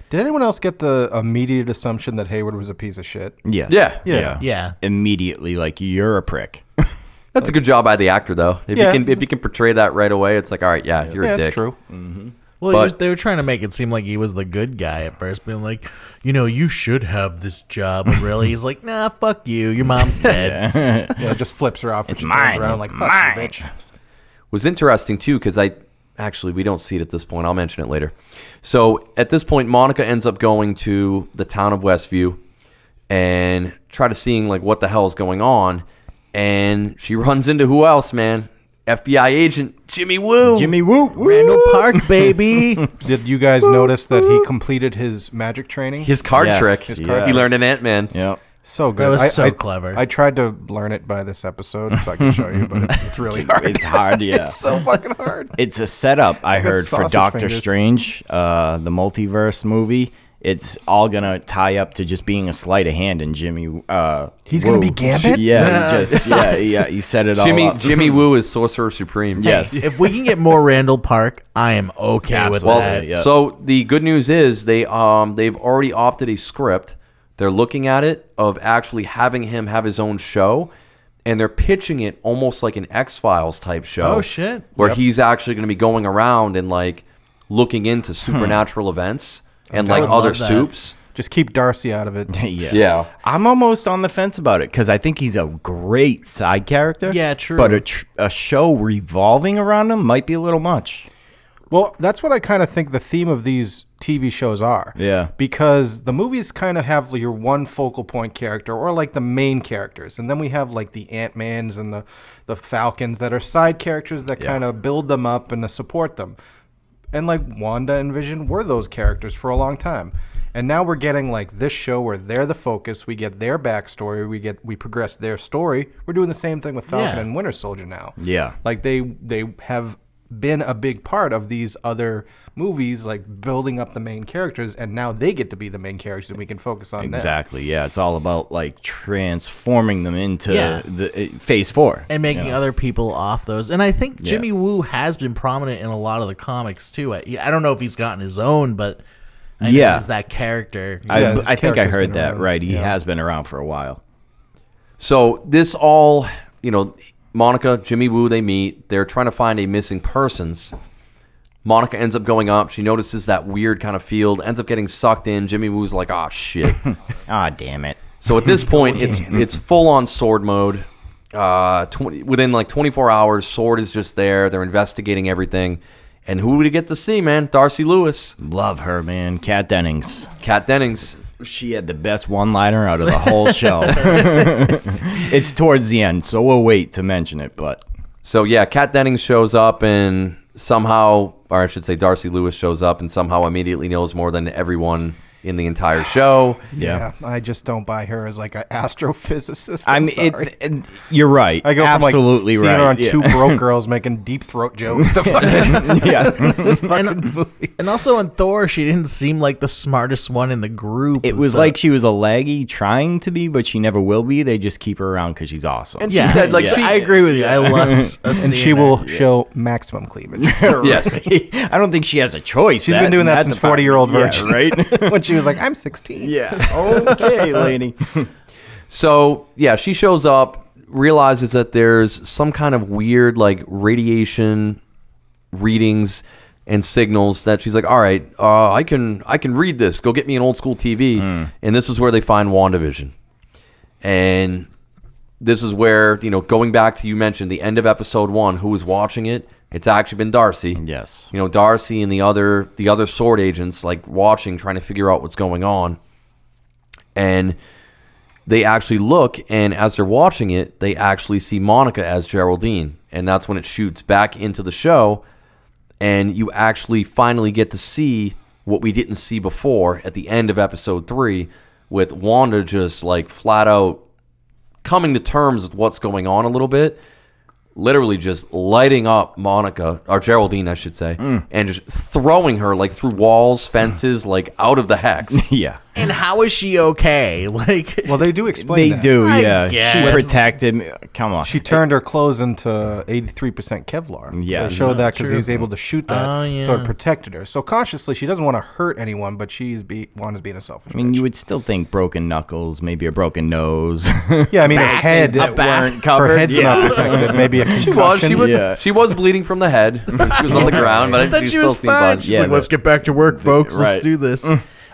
C: Did anyone else get the immediate assumption that Hayward was a piece of shit?
B: Yes.
A: Yeah.
C: Yeah.
D: yeah.
B: Immediately, like you're a
C: <laughs>
B: prick.
A: That's a good job by the actor, though. If
C: Yeah.
A: you can if you can portray that right away, it's like, all right, yeah, you're
C: Yeah,
A: a dick.
C: that's true.
A: But-
D: Well, he was- they were trying to make it seem like he was the good guy at first, being like, you know, you should have this job. And really, he's like, nah, fuck you. Your mom's dead.
C: Yeah, it just flips her off. It's
B: mine,
C: Around
B: it's
C: like, "Fuck you, bitch.
A: Was interesting too because I actually we don't see it at this point. I'll mention it later. So at this point, Monica ends up going to the town of Westview and try to seeing like what the hell is going on. and she <laughs> runs into who else, man? FBI agent Jimmy Woo.
B: Jimmy Woo, woo.
D: Randall Park, baby.
C: Did you guys notice that he completed his magic training?
A: his card
B: Yes,
A: trick.
B: his
C: card
A: He
C: trick.
A: learned an Ant Man.
B: Yep.
C: so good.
D: was
C: I-
D: so
C: I-
D: clever.
C: I tried to learn it by this episode so I can show you, but
D: <laughs>
C: it's, it's really hard.
B: It's hard, yeah. it's,
C: so fucking hard.
B: a setup I heard for
C: sausage
B: Doctor
C: fingers.
B: Strange, uh, the multiverse movie. It's all gonna tie up to just being a sleight of hand, and Jimmy. Uh,
C: He's gonna
B: Woo.
C: be Gambit?
B: Yeah, he just yeah, yeah. You set it all
A: Jimmy
B: up.
A: Jimmy Woo is Sorcerer Supreme.
B: Yes.
D: if we can get more Randall Park, I am okay with
A: Well,
D: that.
B: yeah.
A: so the good news is they um they've already opted a script. They're looking at it of actually having him have his own show, and they're pitching it almost like an X Files type show.
D: Oh, shit.
A: Where he's actually going to be going around and like looking into supernatural events and like
D: Hmm. would
A: other
D: love that.
A: soups.
C: Just keep Darcy out of it.
B: <laughs> yeah. I'm almost on the fence about it because I think he's a great side character.
D: Yeah, true.
B: But a, tr- a show revolving around him might be a little much.
C: Well, that's what I kind of think the theme of these TV shows are.
B: Yeah.
C: Because the movies kind of have your one focal point character or like the main characters. And then we have like the Ant-Mans and the, the Falcons that are side characters that kind of build them up and to support them. And like Wanda and Vision were those characters for a long time. And now we're getting like this show where they're the focus. We get their backstory. We get we progress their story. We're doing the same thing with Falcon
D: Yeah.
C: and Winter Soldier now.
B: Yeah.
C: Like they they have been a big part of these other movies, like building up the main characters, and now they get to be the main characters, and we can focus on them.
B: Exactly. Yeah. It's all about like transforming them into
D: Yeah.
B: the uh, phase four.
D: and making other people off those. And I think Jimmy Woo has been prominent in a lot of the comics too. I, I don't know if he's gotten his own, but I know
B: Yeah.
D: he's that character.
B: <laughs> I,
C: Yeah, his
B: I think I
C: character's
B: heard
C: been
B: that
C: around.
B: right. He
C: Yeah.
B: has been around for a while.
A: So this all, you know, Monica, Jimmy Woo, they meet. They're trying to find a missing persons. Monica ends up going up. She notices that weird kind of field, ends up getting sucked in. Jimmy Woo's like, "Ah, shit."
B: Ah, damn it.
A: so at this point, it's it's full on sword mode. Uh, 20, within like 24 hours, sword is just there. They're investigating everything. And who do we get to see, man? Darcy Lewis,
B: Love her, man. Kat Dennings.
A: Kat Dennings.
B: She had the best one liner out of the
C: <laughs>
B: whole show. <laughs> it's towards the end, so we'll wait to mention it, but
A: So yeah, Kat Dennings shows up and somehow, or I should say, Darcy Lewis shows up and somehow immediately knows more than everyone in the entire show.
B: yeah.
C: I just don't buy her as like an <laughs> astrophysicist.
B: I
C: I'm
B: mean, it,
C: sorry.
B: it- you're right.
C: I go
B: absolutely
C: from like
B: right. yeah.
C: seeing her on two broke girls making deep throat jokes to
B: <laughs>
C: fucking <laughs>
B: yeah.
D: and, and also in Thor, she didn't seem like the smartest one in the group.
B: It was
D: so-
B: like she was a laggy trying to be, but she never will be. They just keep her around because she's awesome.
A: And she said,
D: <laughs>
A: like, she-
D: I agree with you. I <laughs> love us
C: and
D: seeing
C: she <laughs>
D: her.
C: will show maximum <laughs> cleavage
A: Yes.
B: <laughs> I don't think she has a choice.
C: She's been doing that since 40-year-old virgin.
B: yeah,
C: <laughs>
B: right?
C: when she was like, "I'm 16."
B: yeah. Okay, lady.
A: So yeah, she shows up, realizes that there's some kind of weird like radiation readings and signals that she's like, all right, uh, I can I can read this. Go get me an old school TV. And this is where they find Wandavision, and this is where you know going back to you mentioned the end of episode one. Who was watching it? It's actually been Darcy.
B: Yes.
A: You know Darcy and the other the other sword agents like watching, trying to figure out what's going on, and they actually look and as they're watching it they actually see monica as geraldine and that's when it shoots back into the show and you actually finally get to see what we didn't see before at the end of episode three with wanda just like flat out coming to terms with what's going on a little bit literally just lighting up monica or geraldine i should say
D: Mm.
A: and just throwing her like through walls fences like out of the
D: <laughs>
A: hex
B: <laughs> Yeah.
D: And how is she okay? <laughs> Like,
C: Well, they do explain.
B: They
C: that.
B: do,
D: I
B: yeah.
D: guess.
B: She protected me. Come on.
C: She turned her clothes into 83% Kevlar.
B: Yes.
C: They showed that because he was able to shoot that.
D: Oh,
C: So
D: yeah.
C: it protected her. So consciously, she doesn't want to hurt anyone, but she's be, Wanda's being a selfish
B: I mean,
C: bitch.
B: you would still think broken knuckles, maybe a broken nose.
C: yeah, I mean, her head.
B: that weren't covered.
C: Her head's
B: yeah.
C: not protected. Maybe a
A: She was. She
C: concussion.
A: was,
B: Yeah.
A: she was bleeding from the
D: <laughs>
A: head. She was on the ground, but I
D: uh, thought
A: she,
D: she
A: still
D: was
A: seemed
D: fine.
A: fine.
D: She's
B: Yeah,
D: like,
B: but-
D: let's get back to work, folks. Let's
B: Right. Mm.
D: do this.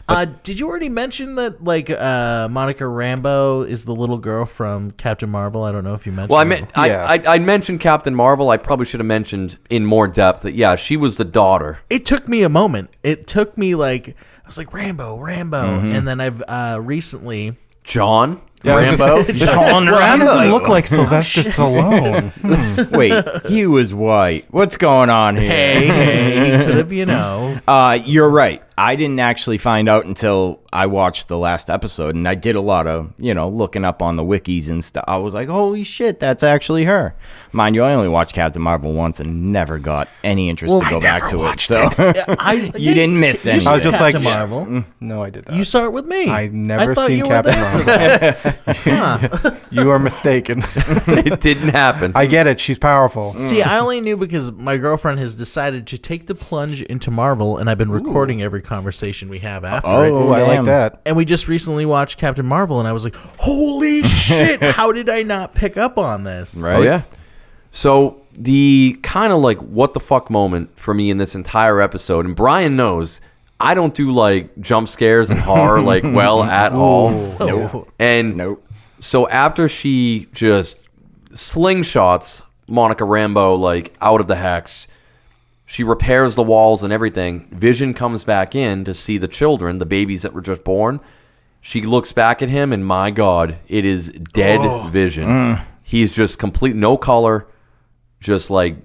D: Uh, did you already mention that like uh, Monica Rambo is the little girl from Captain Marvel? I don't know if you mentioned.
A: Well, I,
D: that.
A: meant, I,
C: Yeah.
A: I I mentioned Captain Marvel. I probably should have mentioned in more depth that yeah, she was the daughter.
D: it took me a moment. It
B: Mm-hmm.
D: <laughs> took me like I was like Rambo, Rambo, and then I've uh, recently
A: John <laughs>
C: Yeah, I was
A: Rambo.
B: <laughs> John
C: Well, he doesn't
B: Rambo.
D: <laughs>
C: look
D: Oh,
C: like Sylvester Stallone.
B: Wait, he was white. What's going on here?
D: Hey, hey, could have, you know.
B: Uh, you're right. I didn't actually find out until I watched the last episode, and I did a lot of, you know, looking up on the wikis and stuff. I was like, holy shit, that's actually her. Mind you, I only watched Captain Marvel once and never got any interest to go back to it. So <laughs>
D: I,
B: <laughs> you didn't miss
D: You
B: anything.
D: saw
C: I was just
D: Captain
C: like, yeah.
D: Marvel.
C: <laughs> no, I did not.
D: You saw it with me.
C: I've never
D: thought
C: seen
D: you were
C: Captain
D: there.
C: Marvel.
D: Huh.
C: you are mistaken.
A: it didn't happen.
C: I get it. She's powerful.
D: See, I only knew because my girlfriend has decided to take the plunge into Marvel, and I've been recording every conversation we have after it.
B: Uh-oh.
C: Ooh, Oh, I
B: Oh, damn.
C: like that.
D: And we just recently watched Captain Marvel, and I was like,
C: <laughs>
D: "Holy shit! How did I not pick up on this?"
B: right?
A: Oh yeah. So the kind of like what the fuck moment for me in this entire episode, and Brian knows I don't do like jump scares and horror like well at all.
D: Nope.
A: And
B: Nope.
A: So after she just slingshots Monica Rambo like out of the hex, she repairs the walls and everything. Vision comes back in to see the children, the babies that were just born. She looks back at him, and my God, it is dead vision. He's just complete, no color, just like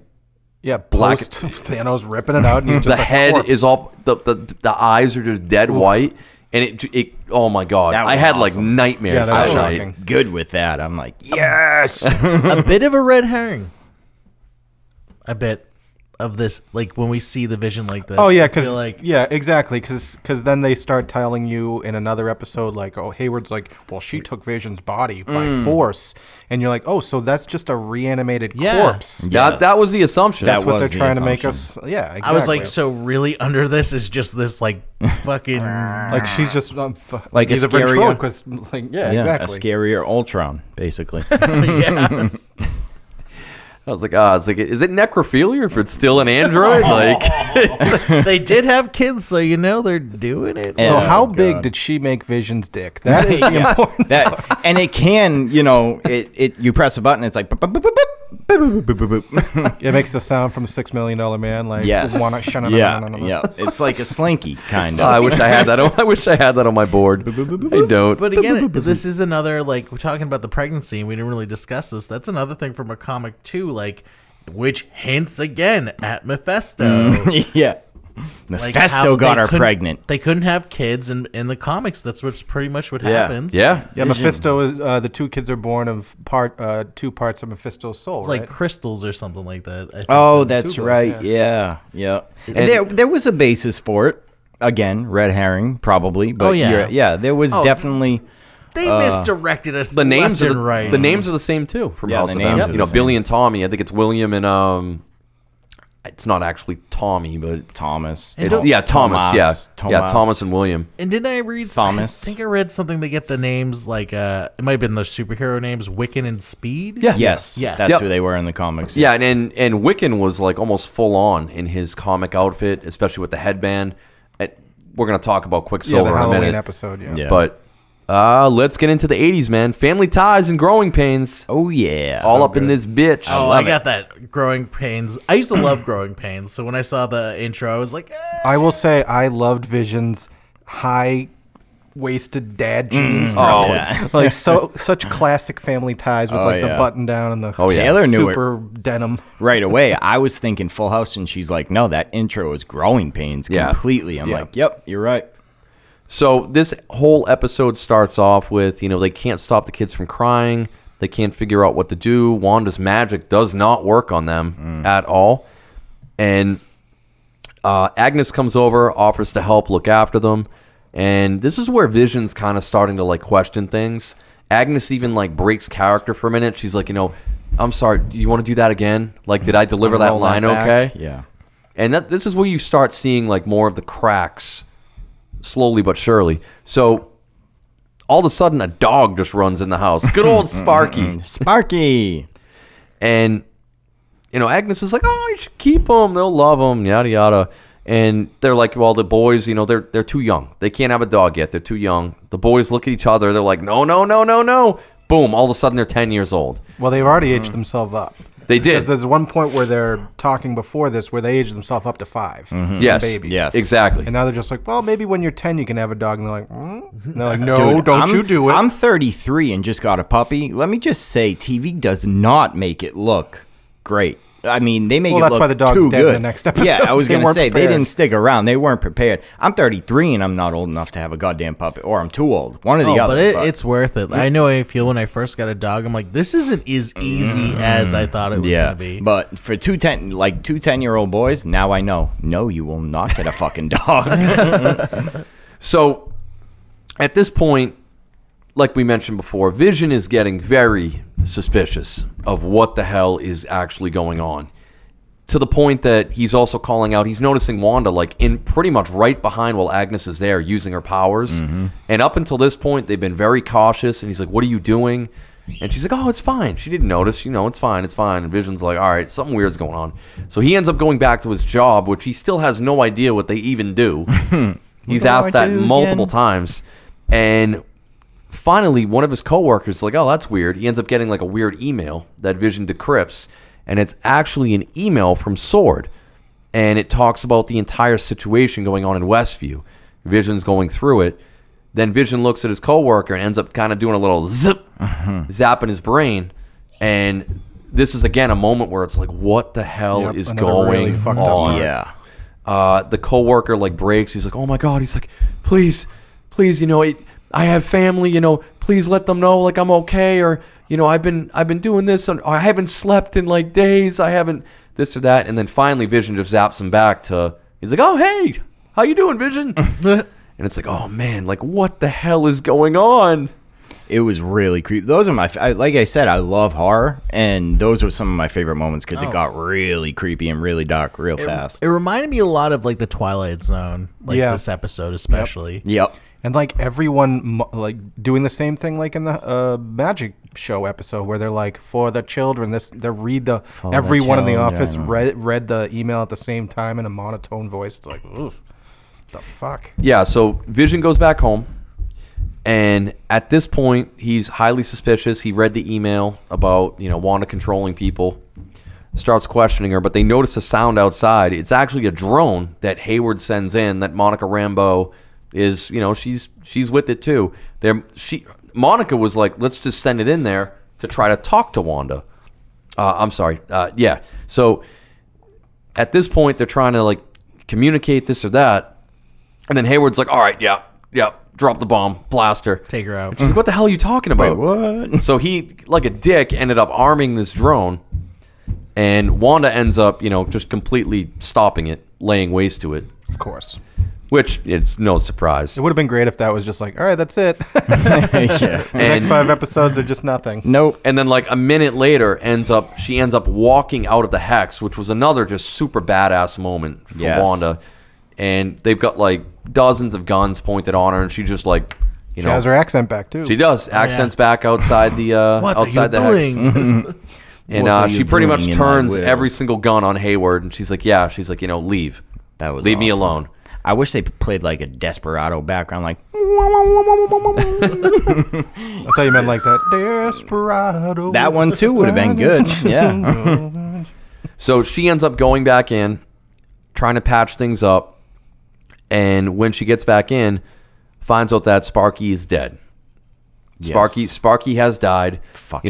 C: Yeah,
A: Black-
C: black <laughs> Thanos ripping it out. And he's just
A: the
C: a
A: head
C: corpse.
A: is all the, the the eyes are just dead white, and it j- it oh my God,
B: That
A: I
B: was
A: had like
B: awesome.
A: nightmares
C: Yeah, that was
A: that night.
C: shocking.
B: Good with that. I'm like, yes.
D: a bit of
C: <laughs>
D: a red herring. A bit of this, like when we see the vision like this.
C: Oh yeah,
D: I feel
C: because
D: like
C: yeah, exactly. Because then they start telling you in another episode, like, oh, Hayward's like, well, she took Vision's body by
D: Mm.
C: force, and you're like, oh, so that's just a reanimated
D: Yeah.
C: corpse.
A: That that was the assumption.
B: That
C: That's what
B: was
C: they're
B: the
C: trying to make us.
B: assumption.
C: Yeah, exactly.
D: I was like, so really under this is just this
C: <laughs>
D: like fucking <laughs>
C: like she's just um, f-
B: <laughs> Like a
C: he's
B: scarier-
C: ventriloquist. Like, yeah,
B: Yeah,
C: exactly.
B: a scarier Ultron,
A: <laughs>
B: basically. <laughs>
D: yes.
A: I was like, ah, it's like, is it necrophilia if it's still an android? Like,
D: they did have kids, so you know they're doing it.
C: so
B: Oh,
C: how big
B: God.
C: did she make Vision's dick? <laughs> That
B: <laughs>
C: is the
B: Yeah.
C: important.
B: that and it can, you know, it, it you press a button, it's like boop, boop, boop, boop, boop, boop, boop, boop, boop.
A: <laughs>
C: It makes the sound from Six Million Dollar Man.
B: <laughs>
C: Like
B: Yes.
C: wanna- shana-
B: yeah.
C: na- na- na- na-
B: Yeah. It's like
A: <laughs>
B: a slinky kind
A: I
B: of.
A: wish I had that. On, I wish I had that on my board. I don't.
D: But again, it-
B: <laughs>
D: this is another like we're talking about the pregnancy, and we didn't really discuss this. That's another thing from a comic too, like which hints again at Mephisto.
B: <laughs> yeah.
D: Like, how
B: Mm. <laughs> Mephisto got
D: they
B: her
D: couldn't-
B: pregnant.
D: They couldn't have kids, and in the comics, that's what's pretty much what
B: Yeah.
D: happens.
A: yeah,
C: Yeah, Mephisto is uh, the two kids are born of part uh, two parts of Mephisto's soul.
D: It's
C: right?
D: like crystals or something like that. I think.
B: Oh, that's
C: Tuba,
B: right. Yeah. Yeah.
A: And-
B: there there was a basis for it. Again, red herring probably, but
D: Oh, yeah.
B: you're- yeah, there was
D: Oh,
B: definitely
D: they
B: uh,
D: misdirected us.
A: the names
D: left
A: are the,
D: and right.
A: the names are the same too from
B: Yeah,
A: House
B: the
A: of
B: names
A: M. You
B: are the
A: know,
B: same.
A: Billy and Tommy. I think it's William and um, it's not actually Tommy, but
B: Thomas.
D: And
A: it's-
D: don't-
A: yeah, Thomas. yeah, yeah, Thomas and
B: Will.
A: William.
D: And didn't I read?
B: Thomas.
D: I think I read something. They get the names like uh, it might have been the superhero names, Wiccan and Speed.
A: Yeah.
B: Yes.
D: Yes.
B: That's
A: Yep.
B: who they were in the comics.
A: Yeah, and, and and Wiccan was like almost full on in his comic outfit, especially with the headband. At, we're gonna talk about
C: yeah,
A: Quicksilver
C: the
A: in a
C: Halloween
A: minute,
C: episode. Yeah.
B: Yeah.
A: but uh, let's get into the '80s, man. Family ties and growing pains,
B: Oh yeah.
A: all
B: So
A: up in
B: good.
A: this bitch.
D: Oh, I got that growing pains. I used to love growing pains. So when I saw the intro, I was like, eh.
C: I will say I loved Vision's high waisted dad jeans.
A: Oh,
C: <laughs>
A: <laughs>
C: Like so such classic family ties with
B: Oh,
C: like the
B: yeah.
C: button down and the
A: Oh, yeah.
B: Taylor knew it.
C: super denim.
B: <laughs> right away. I was thinking Full House, and she's like, "No, that intro is growing pains
A: Yeah.
B: completely." I'm
C: Yeah.
B: like, "Yep, you're right."
A: So this whole episode starts off with, you know, they can't stop the kids from crying. They can't figure out what to do. Wanda's magic does not work on
B: Mm.
A: them at all. And uh, Agnes comes over, offers to help look after them. And this is where Vision's kind of starting to like question things. Agnes even like breaks character for a minute. She's like, you know, I'm sorry, do you want to do that again? Like, did I deliver that
B: Roll
A: line
B: back.
A: okay?
B: Yeah.
A: And that this is where you start seeing like more of the cracks slowly but surely. So all of a sudden a dog just runs in the house. Good old Sparky.
B: Sparky.
A: and you know, Agnes is like, "Oh, you should keep them. They'll love them." Yada yada. And they're like, "Well, the boys, you know, they're they're too young. They can't have a dog yet. They're too young." The boys look at each other. They're like, "No, no, no, no, no." Boom, all of a sudden they're 10 years old.
C: Mm-hmm.
A: Mm-hmm.
C: Well, they've already aged themselves up.
A: They did.
C: Because there's one point where they're talking before this where they age themselves up to 5
A: yes.
C: babies.
B: Yes.
A: Exactly.
C: And now they're just like, well, maybe when you're 10, you can have a dog. And they're like, mm? and they're like no, don't
B: I'm-
C: you do it.
B: I'm 33 and just got a puppy. Let me just say, TV does not make it look great. I mean, they make
C: Well,
B: it
C: that's
B: look
C: why the dog's
B: too
C: dead in
B: good.
C: the next episode.
B: Yeah, I was
C: <laughs> They
B: gonna
C: weren't
B: say they
C: prepared.
B: didn't stick around. They weren't prepared. I'm 33 and I'm not old enough to have a goddamn puppy, or I'm too old. One or the
D: Oh,
B: other.
D: but, it, it's worth it. I know I feel when I first got a dog, I'm like, this isn't as easy as I thought it was
B: Mm-hmm. yeah,
D: gonna be.
B: but for two ten like two ten year old boys, now I know. No, you will not get a fucking
D: <laughs>
B: dog.
A: So at this point, like we mentioned before, Vision is getting very suspicious of what the hell is actually going on. To the point that he's also calling out, he's noticing Wanda like in pretty much right behind while Agnes is there using her powers. And up until this point, they've been very cautious. And he's like, What are you doing? And she's like, Oh, it's fine. She didn't notice. You know, it's fine. It's fine. And Vision's like, All right, something weird's going on. So he ends up going back to his job, which he still has no idea what they even do. he's
B: do I
A: asked that
B: do
A: multiple
B: again?
A: times. And finally, one of his coworkers is like, "Oh, that's weird." He ends up getting like a weird email that Vision decrypts, and it's actually an email from Sword, and it talks about the entire situation going on in Westview. Vision's going through it. Then Vision looks at his coworker and ends up kind of doing a little zip,
C: Mm-hmm.
A: zapping his brain, and this is again a moment where it's like, "What the hell
C: Yep,
A: is
C: another
A: going
C: really fucked up
A: on?"
C: part.
B: yeah,
A: uh, the coworker like breaks. He's like, "Oh my god!" He's like, "Please, please, you know, it, I have family. You know, please let them know like I'm okay, or you know, I've been I've been doing this, and or I haven't slept in like days. I haven't this or that." And then finally, Vision just zaps him back to. He's like, "Oh hey, how you doing, Vision?" and it's like, "Oh man, like what the hell is going on?"
B: it was really creepy. Those are my, f- I, like I said, I love horror, and those were some of my favorite moments because it got really creepy and really dark real fast.
D: Oh. it reminded me a lot of like the Twilight Zone, like
C: Yeah.
D: this episode especially.
B: yep.
C: and like everyone, mo- like doing the same thing, like in the uh, magic show episode where they're like, for the children, this, they read the,
B: the
C: everyone in the
B: children.
C: office read, read the email at the same time in a monotone voice. It's like, oof, the fuck.
A: Yeah, so Vision goes back home, and at this point, he's highly suspicious. He read the email about you know Wanda controlling people, starts questioning her, but they notice a sound outside. It's actually a drone that Hayward sends in. That Monica Rambo is you know she's she's with it too. There she Monica was like, let's just send it in there to try to talk to Wanda. Uh, I'm sorry. Uh, yeah. So at this point, they're trying to like communicate this or that. And then Hayward's like, all right, yeah, yeah, drop the bomb, blaster.
D: Take her out.
B: Mm-hmm.
A: She's like, what the hell are you talking about?
B: what?
A: So he, like a dick, ended up arming this drone. And Wanda ends up, you know, just completely stopping it, laying waste to it,
C: Of course.
A: which it's no surprise.
C: It would have been great if that was just like, all right, that's it.
B: <laughs>
C: <laughs>
B: yeah.
C: the next
A: And-
C: five episodes are just nothing.
B: Nope.
A: and then like a minute later ends up she ends up walking out of the hex which was another just super badass moment for
B: Yes.
A: wanda and they've got like dozens of guns pointed on her and she just like you
C: She
A: know
C: has her accent back too.
A: she does accents back outside the uh
D: What
A: outside
D: are
A: the
D: you
B: Mm-hmm.
A: hex
D: doing?
A: and
B: What
A: uh,
B: are
A: she
B: you
A: pretty much
B: doing in my
A: turns
B: will?
A: every single gun on hayward and she's like yeah she's like you know leave
B: That was
A: leave me
B: awesome.
A: alone
B: I wish they played like a desperado background, like
C: I thought you meant like that. Desperado.
B: that one too would have been
D: <laughs>
B: good. Yeah.
A: So she ends up going back in, trying to patch things up, and when she gets back in, finds out that Sparky is dead. Sparky
B: Yes.
A: Sparky has died.
B: Fucking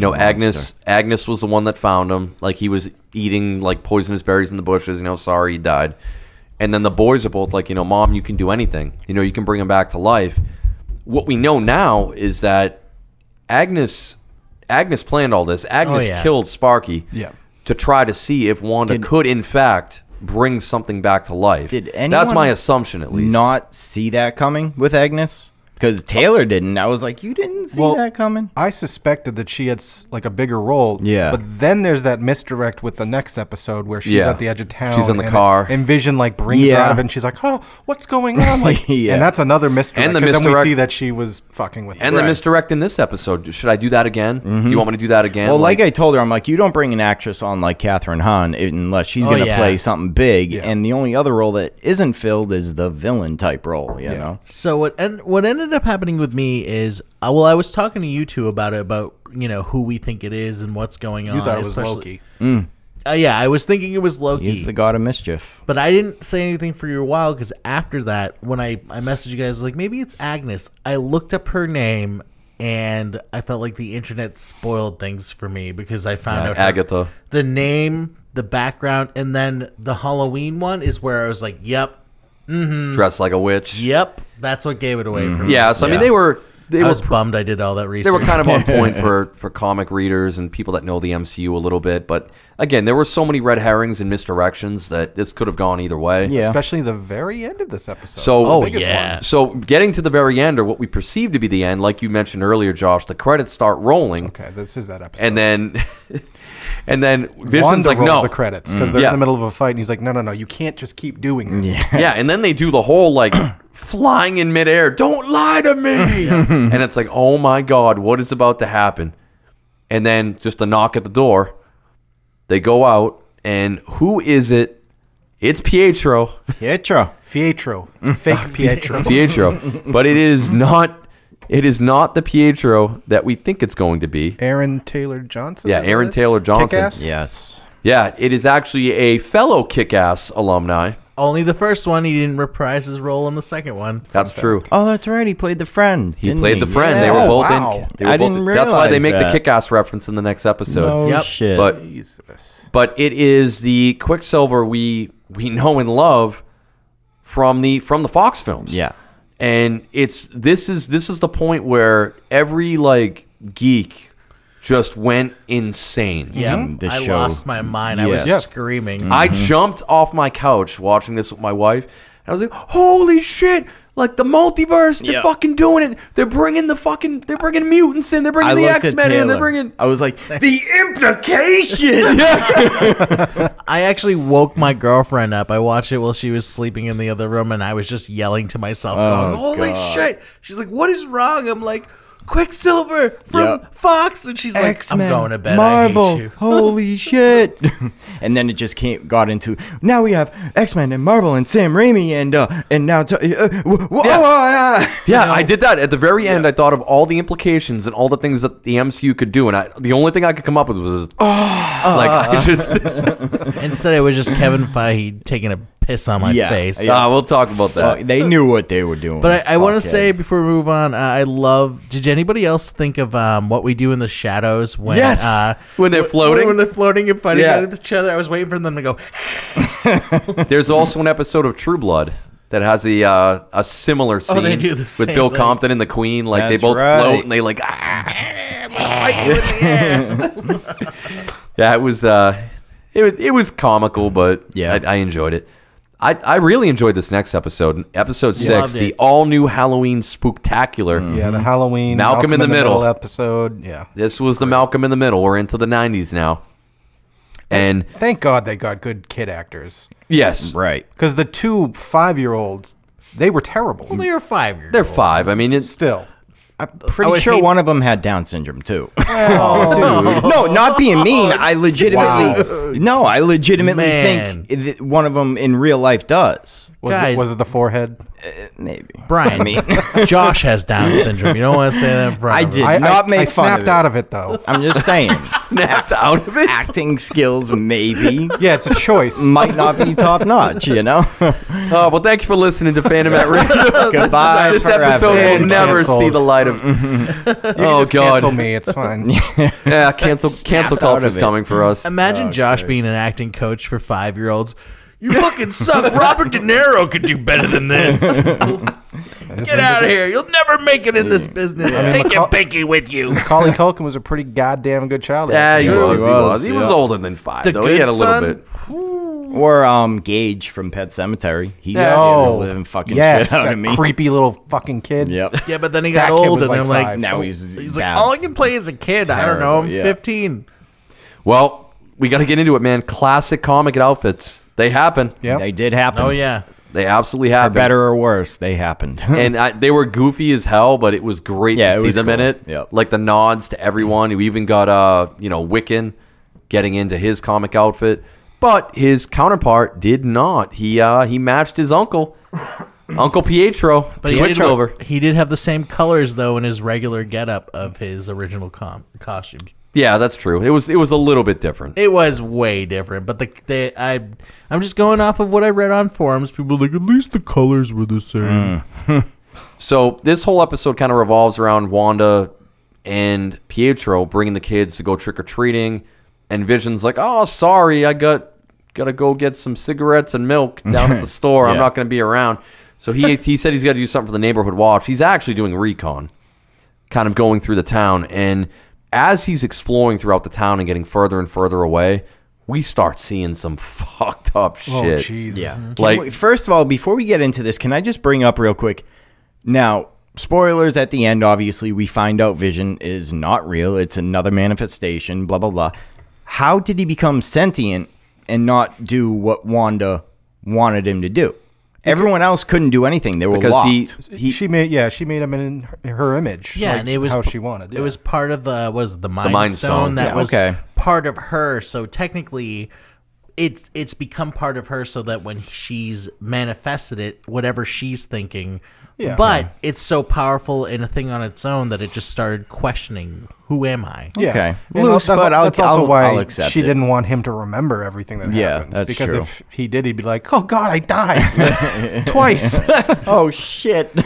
A: you know, Agnes
B: monster.
A: Agnes was the one that found him. Like he was eating like poisonous berries in the bushes, you know, sorry he died. And then the boys are both like, you know, mom, you can do anything. You know, you can bring him back to life. What we know now is that Agnes Agnes planned all
B: Oh,
A: this. Agnes
D: yeah.
A: killed Sparky
C: Yeah.
A: to try to see if Wanda could, in fact, bring something back to life.
B: Did
A: That's
B: anyone
A: my assumption, at least.
B: Not see that coming with Agnes because Taylor didn't. I was like, you didn't see
C: Well-
B: that coming.
C: I suspected that she had s- like a bigger role.
B: Yeah.
C: But then there's that misdirect with the next episode where she's
A: Yeah.
C: at the edge of town.
A: She's in the
C: and
A: car.
C: And Vision like brings her
B: Yeah.
C: out of it, and she's like, "Oh, what's going
A: <laughs>
C: on?" Like,
B: Yeah.
C: And that's another misdirect.
A: And the
C: 'cause Then
A: misdirect-
C: we see that she was fucking with.
A: and
C: him.
A: the misdirect in this episode. Should I do that again? Do you want me to do that again?
B: Mm-hmm. Well, like, I told her, I'm like, you don't bring an actress on like Catherine Hahn unless she's
D: Oh,
B: going to
D: yeah.
B: play something big.
C: Yeah.
B: And the only other role that isn't filled is the villain type role, you know?
D: So what and what ended up happening with me is uh, well I was talking to you two about it about you know who we think it is and what's going on.
C: you thought it was
D: especially-
C: Loki.
D: Uh, yeah, I was thinking it was Loki.
B: He's the god of mischief.
D: But I didn't say anything for a while because after that, when I, I messaged you guys, I was like, maybe it's Agnes. I looked up her name and I felt like the internet spoiled things for me because I found out her-
A: Agatha.
D: the name, the background, and then the Halloween one is where I was like, yep,
A: dressed like a witch. Yeah,
D: yep. That's what gave it away for me.
A: Mm-hmm. so I mean they were they
D: I
A: were
D: was bummed I did all that research.
A: they were kind of on point for for comic readers and people that know the MCU a little bit, but again, there were so many red herrings and misdirections that this could have gone either way.
B: Yeah.
C: especially the very end of this episode.
A: So
D: Oh, yeah.
A: So getting to the very end or what we perceive to be the end, like you mentioned earlier, Josh, the credits start rolling
C: okay, this is that episode.
A: and then <laughs> and then Vision's
C: Wanda
A: like
C: rolls
A: no Mm.
C: the credits because they're
A: Yeah.
C: in the middle of a fight, and he's like, "No, no, no, you can't just keep doing this."
A: yeah, and then they do the whole
C: <clears throat>
A: like flying in midair. Don't lie to
C: <laughs>
A: me. and it's like, oh my god, what is about to happen? And then just a knock at the door. They go out, and who is it? It's Pietro. <laughs>
B: Pietro.
C: <laughs> Pietro, fake Pietro.
A: Pietro. but it is not. It is not the Pietro that we think it's going to be.
C: Aaron Taylor Johnson.
A: Yeah,
C: is
A: Aaron
C: it?
A: Taylor Johnson.
C: Kick-Ass?
B: Yes.
A: Yeah, it is actually a fellow kick-ass alumni.
D: Only the first one. He didn't reprise his role in the second one.
A: That's true.
B: Oh, that's right. He played the friend.
A: He played the friend. They
C: Yeah.
A: were both
C: Wow.
A: in. They were
B: I
A: both
B: didn't
A: in- That's why they
B: realize
A: make
B: that.
A: the kick-ass reference in the next episode.
B: Oh
D: Yep.
B: shit.
A: But
C: Jesus.
A: but it is the Quicksilver we we <laughs> know and love from the from the Fox films.
B: Yeah.
A: And it's this is this is the point where every like geek just went insane.
D: Yep.
B: the
D: I
B: show.
D: lost my mind. I was
A: Yeah.
D: screaming.
A: I
B: Mm-hmm.
A: jumped off my couch watching this with my wife. And I was like, "Holy shit! Like the multiverse, they're
B: Yeah.
A: fucking doing it. They're bringing the fucking, they're bringing mutants in. They're bringing
B: I
A: the
B: looked
A: X
B: at
A: Men in. They're
B: Taylor.
A: bringing
B: I was like, the implication.
D: I actually woke my girlfriend up. I watched it while she was sleeping in the other room, and I was just yelling to myself, going, "Holy shit!" She's like, "What is wrong?" I'm like, "Quicksilver from
B: Yeah.
D: Fox," and she's like, "I'm going to bed.
B: Marvel.
D: I hate you."
B: Holy shit! <laughs> and then it just came, got into. Now we have X Men and Marvel and Sam Raimi and uh, and now. T- uh, w- w- oh, <laughs> uh,
A: Yeah, I did that at the very end. I thought of all the implications and all the things that the MCU could do, and I, the only thing I could come up with
D: <sighs>
A: was <sighs> like I
D: <laughs>
A: just.
D: Instead, it was just Kevin Feige taking a piss on my
B: Yeah.
D: face.
B: Yeah.
A: Ah, we'll talk about
B: uh,
A: that.
B: they knew what they were doing.
D: But I, I want to
B: Fuckheads.
D: say before we move on, uh, I love. Did anybody else think of um, what we do in the shadows when
A: Yes!
D: uh,
A: When they're
D: wh-
A: floating?
D: when they're floating and fighting
A: Yeah.
D: at each other? I was waiting for them to go.
A: There's also an episode of True Blood that has a uh, a similar scene
D: Oh, they do the
A: with
D: same
A: Bill
D: thing.
A: Compton and the Queen. Like
B: That's
A: they both
B: right.
A: float and they like. "Ah." yeah, it was uh, it was- it was comical, but
B: Yeah.
A: I, I enjoyed it. I, I really enjoyed this next episode, episode six,
D: Loved
A: the
D: it.
A: all new Halloween spooktacular.
C: Yeah, the Halloween
A: Malcolm in the Middle.
C: episode. Yeah.
A: This was the Malcolm in the Middle. We're into the 90s now. And
C: Thank God they got good kid actors
A: yes,
B: right.
C: because the two five-year-olds they were terrible.
D: Well, they're five years.
A: they're five. I mean, it's
C: Still,
B: I'm pretty
D: would
B: sure
D: hate-
B: one of them had Down syndrome too. <laughs> no, not being mean. I legitimately no, I legitimately
D: Man.
B: think that one of them in real life does.
C: was,
D: Guys.
C: it, was it the forehead?
B: Maybe.
D: Brian,
B: I mean, <laughs>
D: <laughs> Josh has Down syndrome. You don't want to say that in front
B: I
D: of
B: did
D: him.
C: I,
B: not
C: I,
B: make
C: I
B: fun
C: snapped
B: of it.
C: out of it though.
B: I'm just saying.
A: snapped out of it.
B: acting skills maybe
C: yeah, it's a choice.
B: might not be top notch, you know.
A: Oh, well, thank you for listening to Phantom at Radio.
B: Goodbye
A: this
B: forever.
A: episode will
C: And
A: never
C: canceled.
A: see the light of. <laughs> oh,
C: Just Cancel
A: God.
C: me. It's fine.
A: Yeah, cancel, cancel
B: Snapped out
A: culture is
B: of it.
A: coming for us.
D: Imagine Josh being an acting coach for five year olds. You fucking suck. Robert De Niro could do better than this. Get out of here. You'll never make it in this business. Take your pinky
B: <laughs>
D: with you.
C: Macaulay Culkin was a pretty goddamn good child.
A: Yeah, he
C: actor.
A: was.
B: Sure
A: He
B: he
A: was.
B: was,
A: He was
B: yeah.
A: older than five,
D: The
A: though. He
D: good
A: had a little
D: son?
A: bit.
B: Or um Gage from Pet Cemetery. He's
C: Yeah.
B: scared the
C: Oh,
B: living fucking
C: yes,
B: shit out
C: that
B: of me.
C: creepy little fucking kid. <laughs>
B: Yep.
D: Yeah, but then he
C: That
D: got
C: kid
D: old,
C: was
D: and
C: like
D: I'm like,
C: five.
B: Now he's
D: he's
B: down.
D: like, all I can play is a kid. I don't know. I'm
B: Terrible, yeah.
D: 15.
A: Well, we got to get into it, man. Classic comic outfits. They happen.
C: Yep.
B: They did happen.
D: Oh, yeah.
A: They absolutely
B: For
A: happen.
B: better or worse, they <laughs> happened.
A: and I, they were goofy as hell, but it was great
B: Yeah,
A: to
B: it
A: see
B: was
A: them in
B: cool.
A: it.
B: Yep.
A: Like the nods to everyone. You even got uh, you know, Wiccan getting into his comic outfit, but his counterpart did not. He uh, he matched his uncle, <coughs> Uncle Pietro.
D: But he did,
A: Quicksilver.
D: he did have the same colors, though, in his regular getup of his original com- costume.
A: Yeah, that's true. It was it was a little bit different.
D: It was way different, but the they I I'm just going off of what I read on forums. People were like at least the colors were the same.
C: Hmm.
A: So this whole episode kind of revolves around Wanda and Pietro bringing the kids to go trick or treating, and Vision's like, "Oh, sorry, I got gotta go get some cigarettes and milk down at the store. I'm
B: Yeah.
A: not gonna be around." So he he said he's got to do something for the neighborhood watch. He's actually doing recon, kind of going through the town, and as he's exploring throughout the town and getting further and further away, we start seeing some <laughs> fucked up shit.
C: Oh, jeez.
B: Yeah.
A: Like-
B: first of all, before we get into this, can I just bring up real quick? Now, spoilers at the end. Obviously, we find out Vision is not real. It's another manifestation. Blah blah blah. How did he become sentient and not do what Wanda wanted him to do? Everyone else couldn't do anything. They were
A: Because
B: locked.
A: he, he
C: she made yeah she made him in her, her image.
D: Yeah,
C: like
D: and it was
C: how
D: p-
C: she wanted.
D: It was part of the was it, the mind,
A: Mind
D: stone,
A: Stone.
D: that
B: Yeah,
D: was
B: okay.
D: part of her. So technically, it's it's become part of her, so that when she's manifested it, whatever she's thinking.
C: Yeah.
D: But it's so powerful and a thing on its own that it just started questioning, "Who am I?"
C: Yeah.
B: Okay.
C: And
B: Loose,
C: that's,
B: but I'll-
C: that's also
B: I'll-
C: why
B: I'll accept
C: she
B: it.
C: didn't want him to remember everything that
B: Yeah,
C: happened.
B: that's
C: because
B: true.
C: if he did, he'd be like, "Oh God,
B: <laughs>
C: I died <laughs> twice."
B: <laughs> oh shit.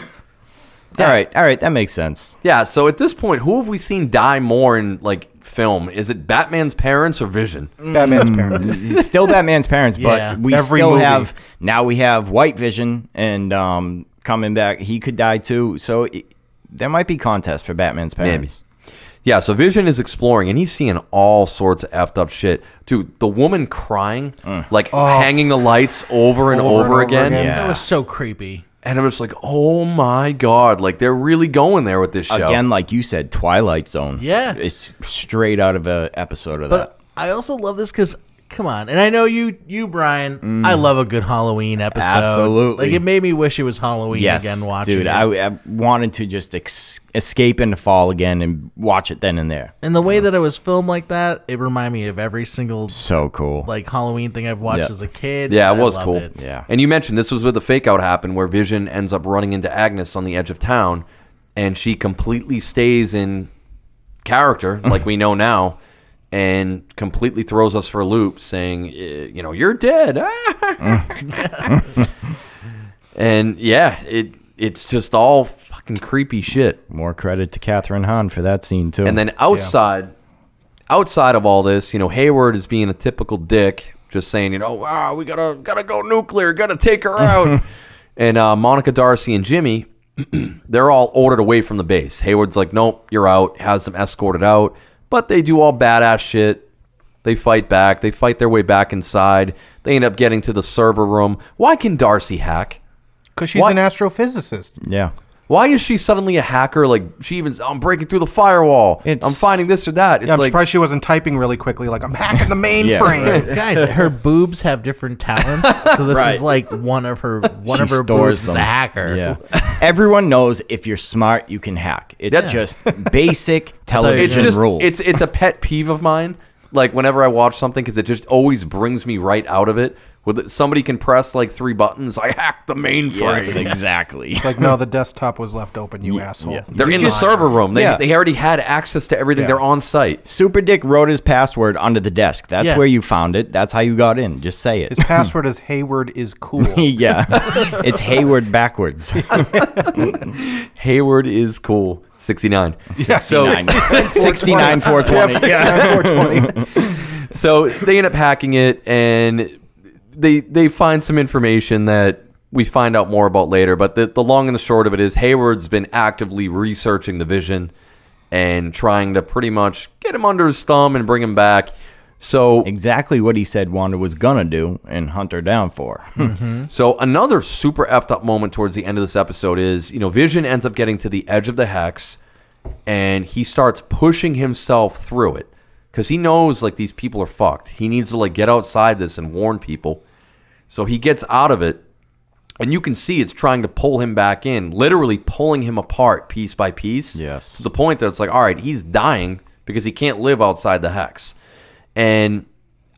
B: All right, all right, that makes sense.
A: Yeah, so at this point, who have we seen die more in like film? Is it Batman's parents or Vision?
C: Batman's
B: <laughs>
C: parents.
B: Mm. Still Batman's parents, but
D: Yeah.
B: we
C: Every
B: still
C: movie.
B: have now we have White Vision and um, coming back. He could die too, so it, there might be contest for Batman's parents.
A: Yeah, so Vision is exploring and he's seeing all sorts of effed up shit. Dude, the woman crying, like hanging the lights over and Oh. over,
C: Over and over
A: again.
C: again.
D: That
B: Mm. Yeah.
D: was so creepy.
A: And I'm just like, oh my God. Like, they're really going there with this show.
B: Again, like you said, Twilight Zone.
D: Yeah.
B: it's straight out of a episode of
D: But I also love this because come on, and I know you, you Brian. I love a good Halloween episode.
B: Mm. Absolutely.
D: like it made me wish it was
B: that.
D: Halloween
B: Yes,
D: again. Watching
B: dude,
D: it.
B: I, I wanted to just ex- escape into fall again and watch it then and there.
D: and the way that it was filmed like that, it reminded me of every single
B: So cool.
D: like Halloween thing I've watched
B: Yeah.
D: as a kid.
A: Yeah, it
D: and I
A: was
D: love
A: cool.
D: it.
B: Yeah.
A: And you mentioned this was where the fake out happened, where Vision ends up running into Agnes on the edge of town, and she completely stays in
D: <laughs>
A: character, like we know now, and completely throws us for a loop, saying, eh, you know, you're
D: <laughs>
A: dead. <laughs> and yeah, it it's just all fucking creepy shit.
B: More credit to Catherine Hahn for that scene too.
A: And then outside, outside of all this, you know, Hayward is being a typical dick, just saying, you know, ah, we gotta gotta go nuclear, gotta take her
C: <laughs>
A: out. and uh, Monica, Darcy, and Jimmy, <clears throat> they're all ordered away from the base. Hayward's like, nope, you're out. Has them escorted out, but they do all badass shit. They fight back. They fight their way back inside. They end up getting to the server room. Why can Darcy hack?
C: Because she's
A: What?
C: an astrophysicist.
B: yeah,
A: Why is she suddenly a hacker? Like she even, I'm breaking through the firewall.
B: It's-
A: I'm finding this or that. It's
C: Yeah, I'm
A: like,
C: surprised she wasn't typing really quickly. Like I'm hacking the
B: <laughs> Yeah,
C: mainframe.
B: <laughs>
D: Guys, her boobs have different talents, so this is like one of her one
B: She
D: of her
B: stores
D: boobs is a
B: them.
D: hacker.
B: Yeah. Everyone knows if you're smart, you can hack. It's
D: <laughs>
B: just basic
A: it's
B: television
A: just
B: rules.
A: it's it's a pet peeve of mine. Like whenever I watch something, because it just always brings me right out of it. With somebody can press like three buttons, I hacked the mainframe.
B: Yes,
D: <laughs>
B: exactly.
C: like no, the desktop was left open. You asshole.
A: <laughs> They're in the server room. They,
B: Yeah.
A: they already had access to everything.
C: Yeah.
A: They're on site.
B: Super Dick wrote his password under the desk. That's
D: Yeah.
B: where you found it. That's how you got in. Just say it. <laughs>
C: His password is Hayward is cool.
D: <laughs>
B: yeah. it's Hayward backwards.
A: Hayward is cool. Sixty
B: <laughs>
A: nine.
C: Yeah,
A: So
B: 69
D: <laughs>
B: 420. Yeah.
A: so they end up hacking it, and they they find some information that we find out more about later. But the the long and the short of it is Hayward's been actively researching the vision and trying to pretty much get him under his thumb and bring him back. So
B: Exactly what he said Wanda was going to do and hunt her down
D: <laughs>
B: for.
A: So another super effed up moment towards the end of this episode is, you know, Vision ends up getting to the edge of the hex and he starts pushing himself through it cuz he knows like these people are fucked. He needs to like get outside this and warn people. So he gets out of it and you can see it's trying to pull him back in, literally pulling him apart piece by piece.
B: Yes.
A: To the point that it's like, all right, he's dying because he can't live outside the hex. And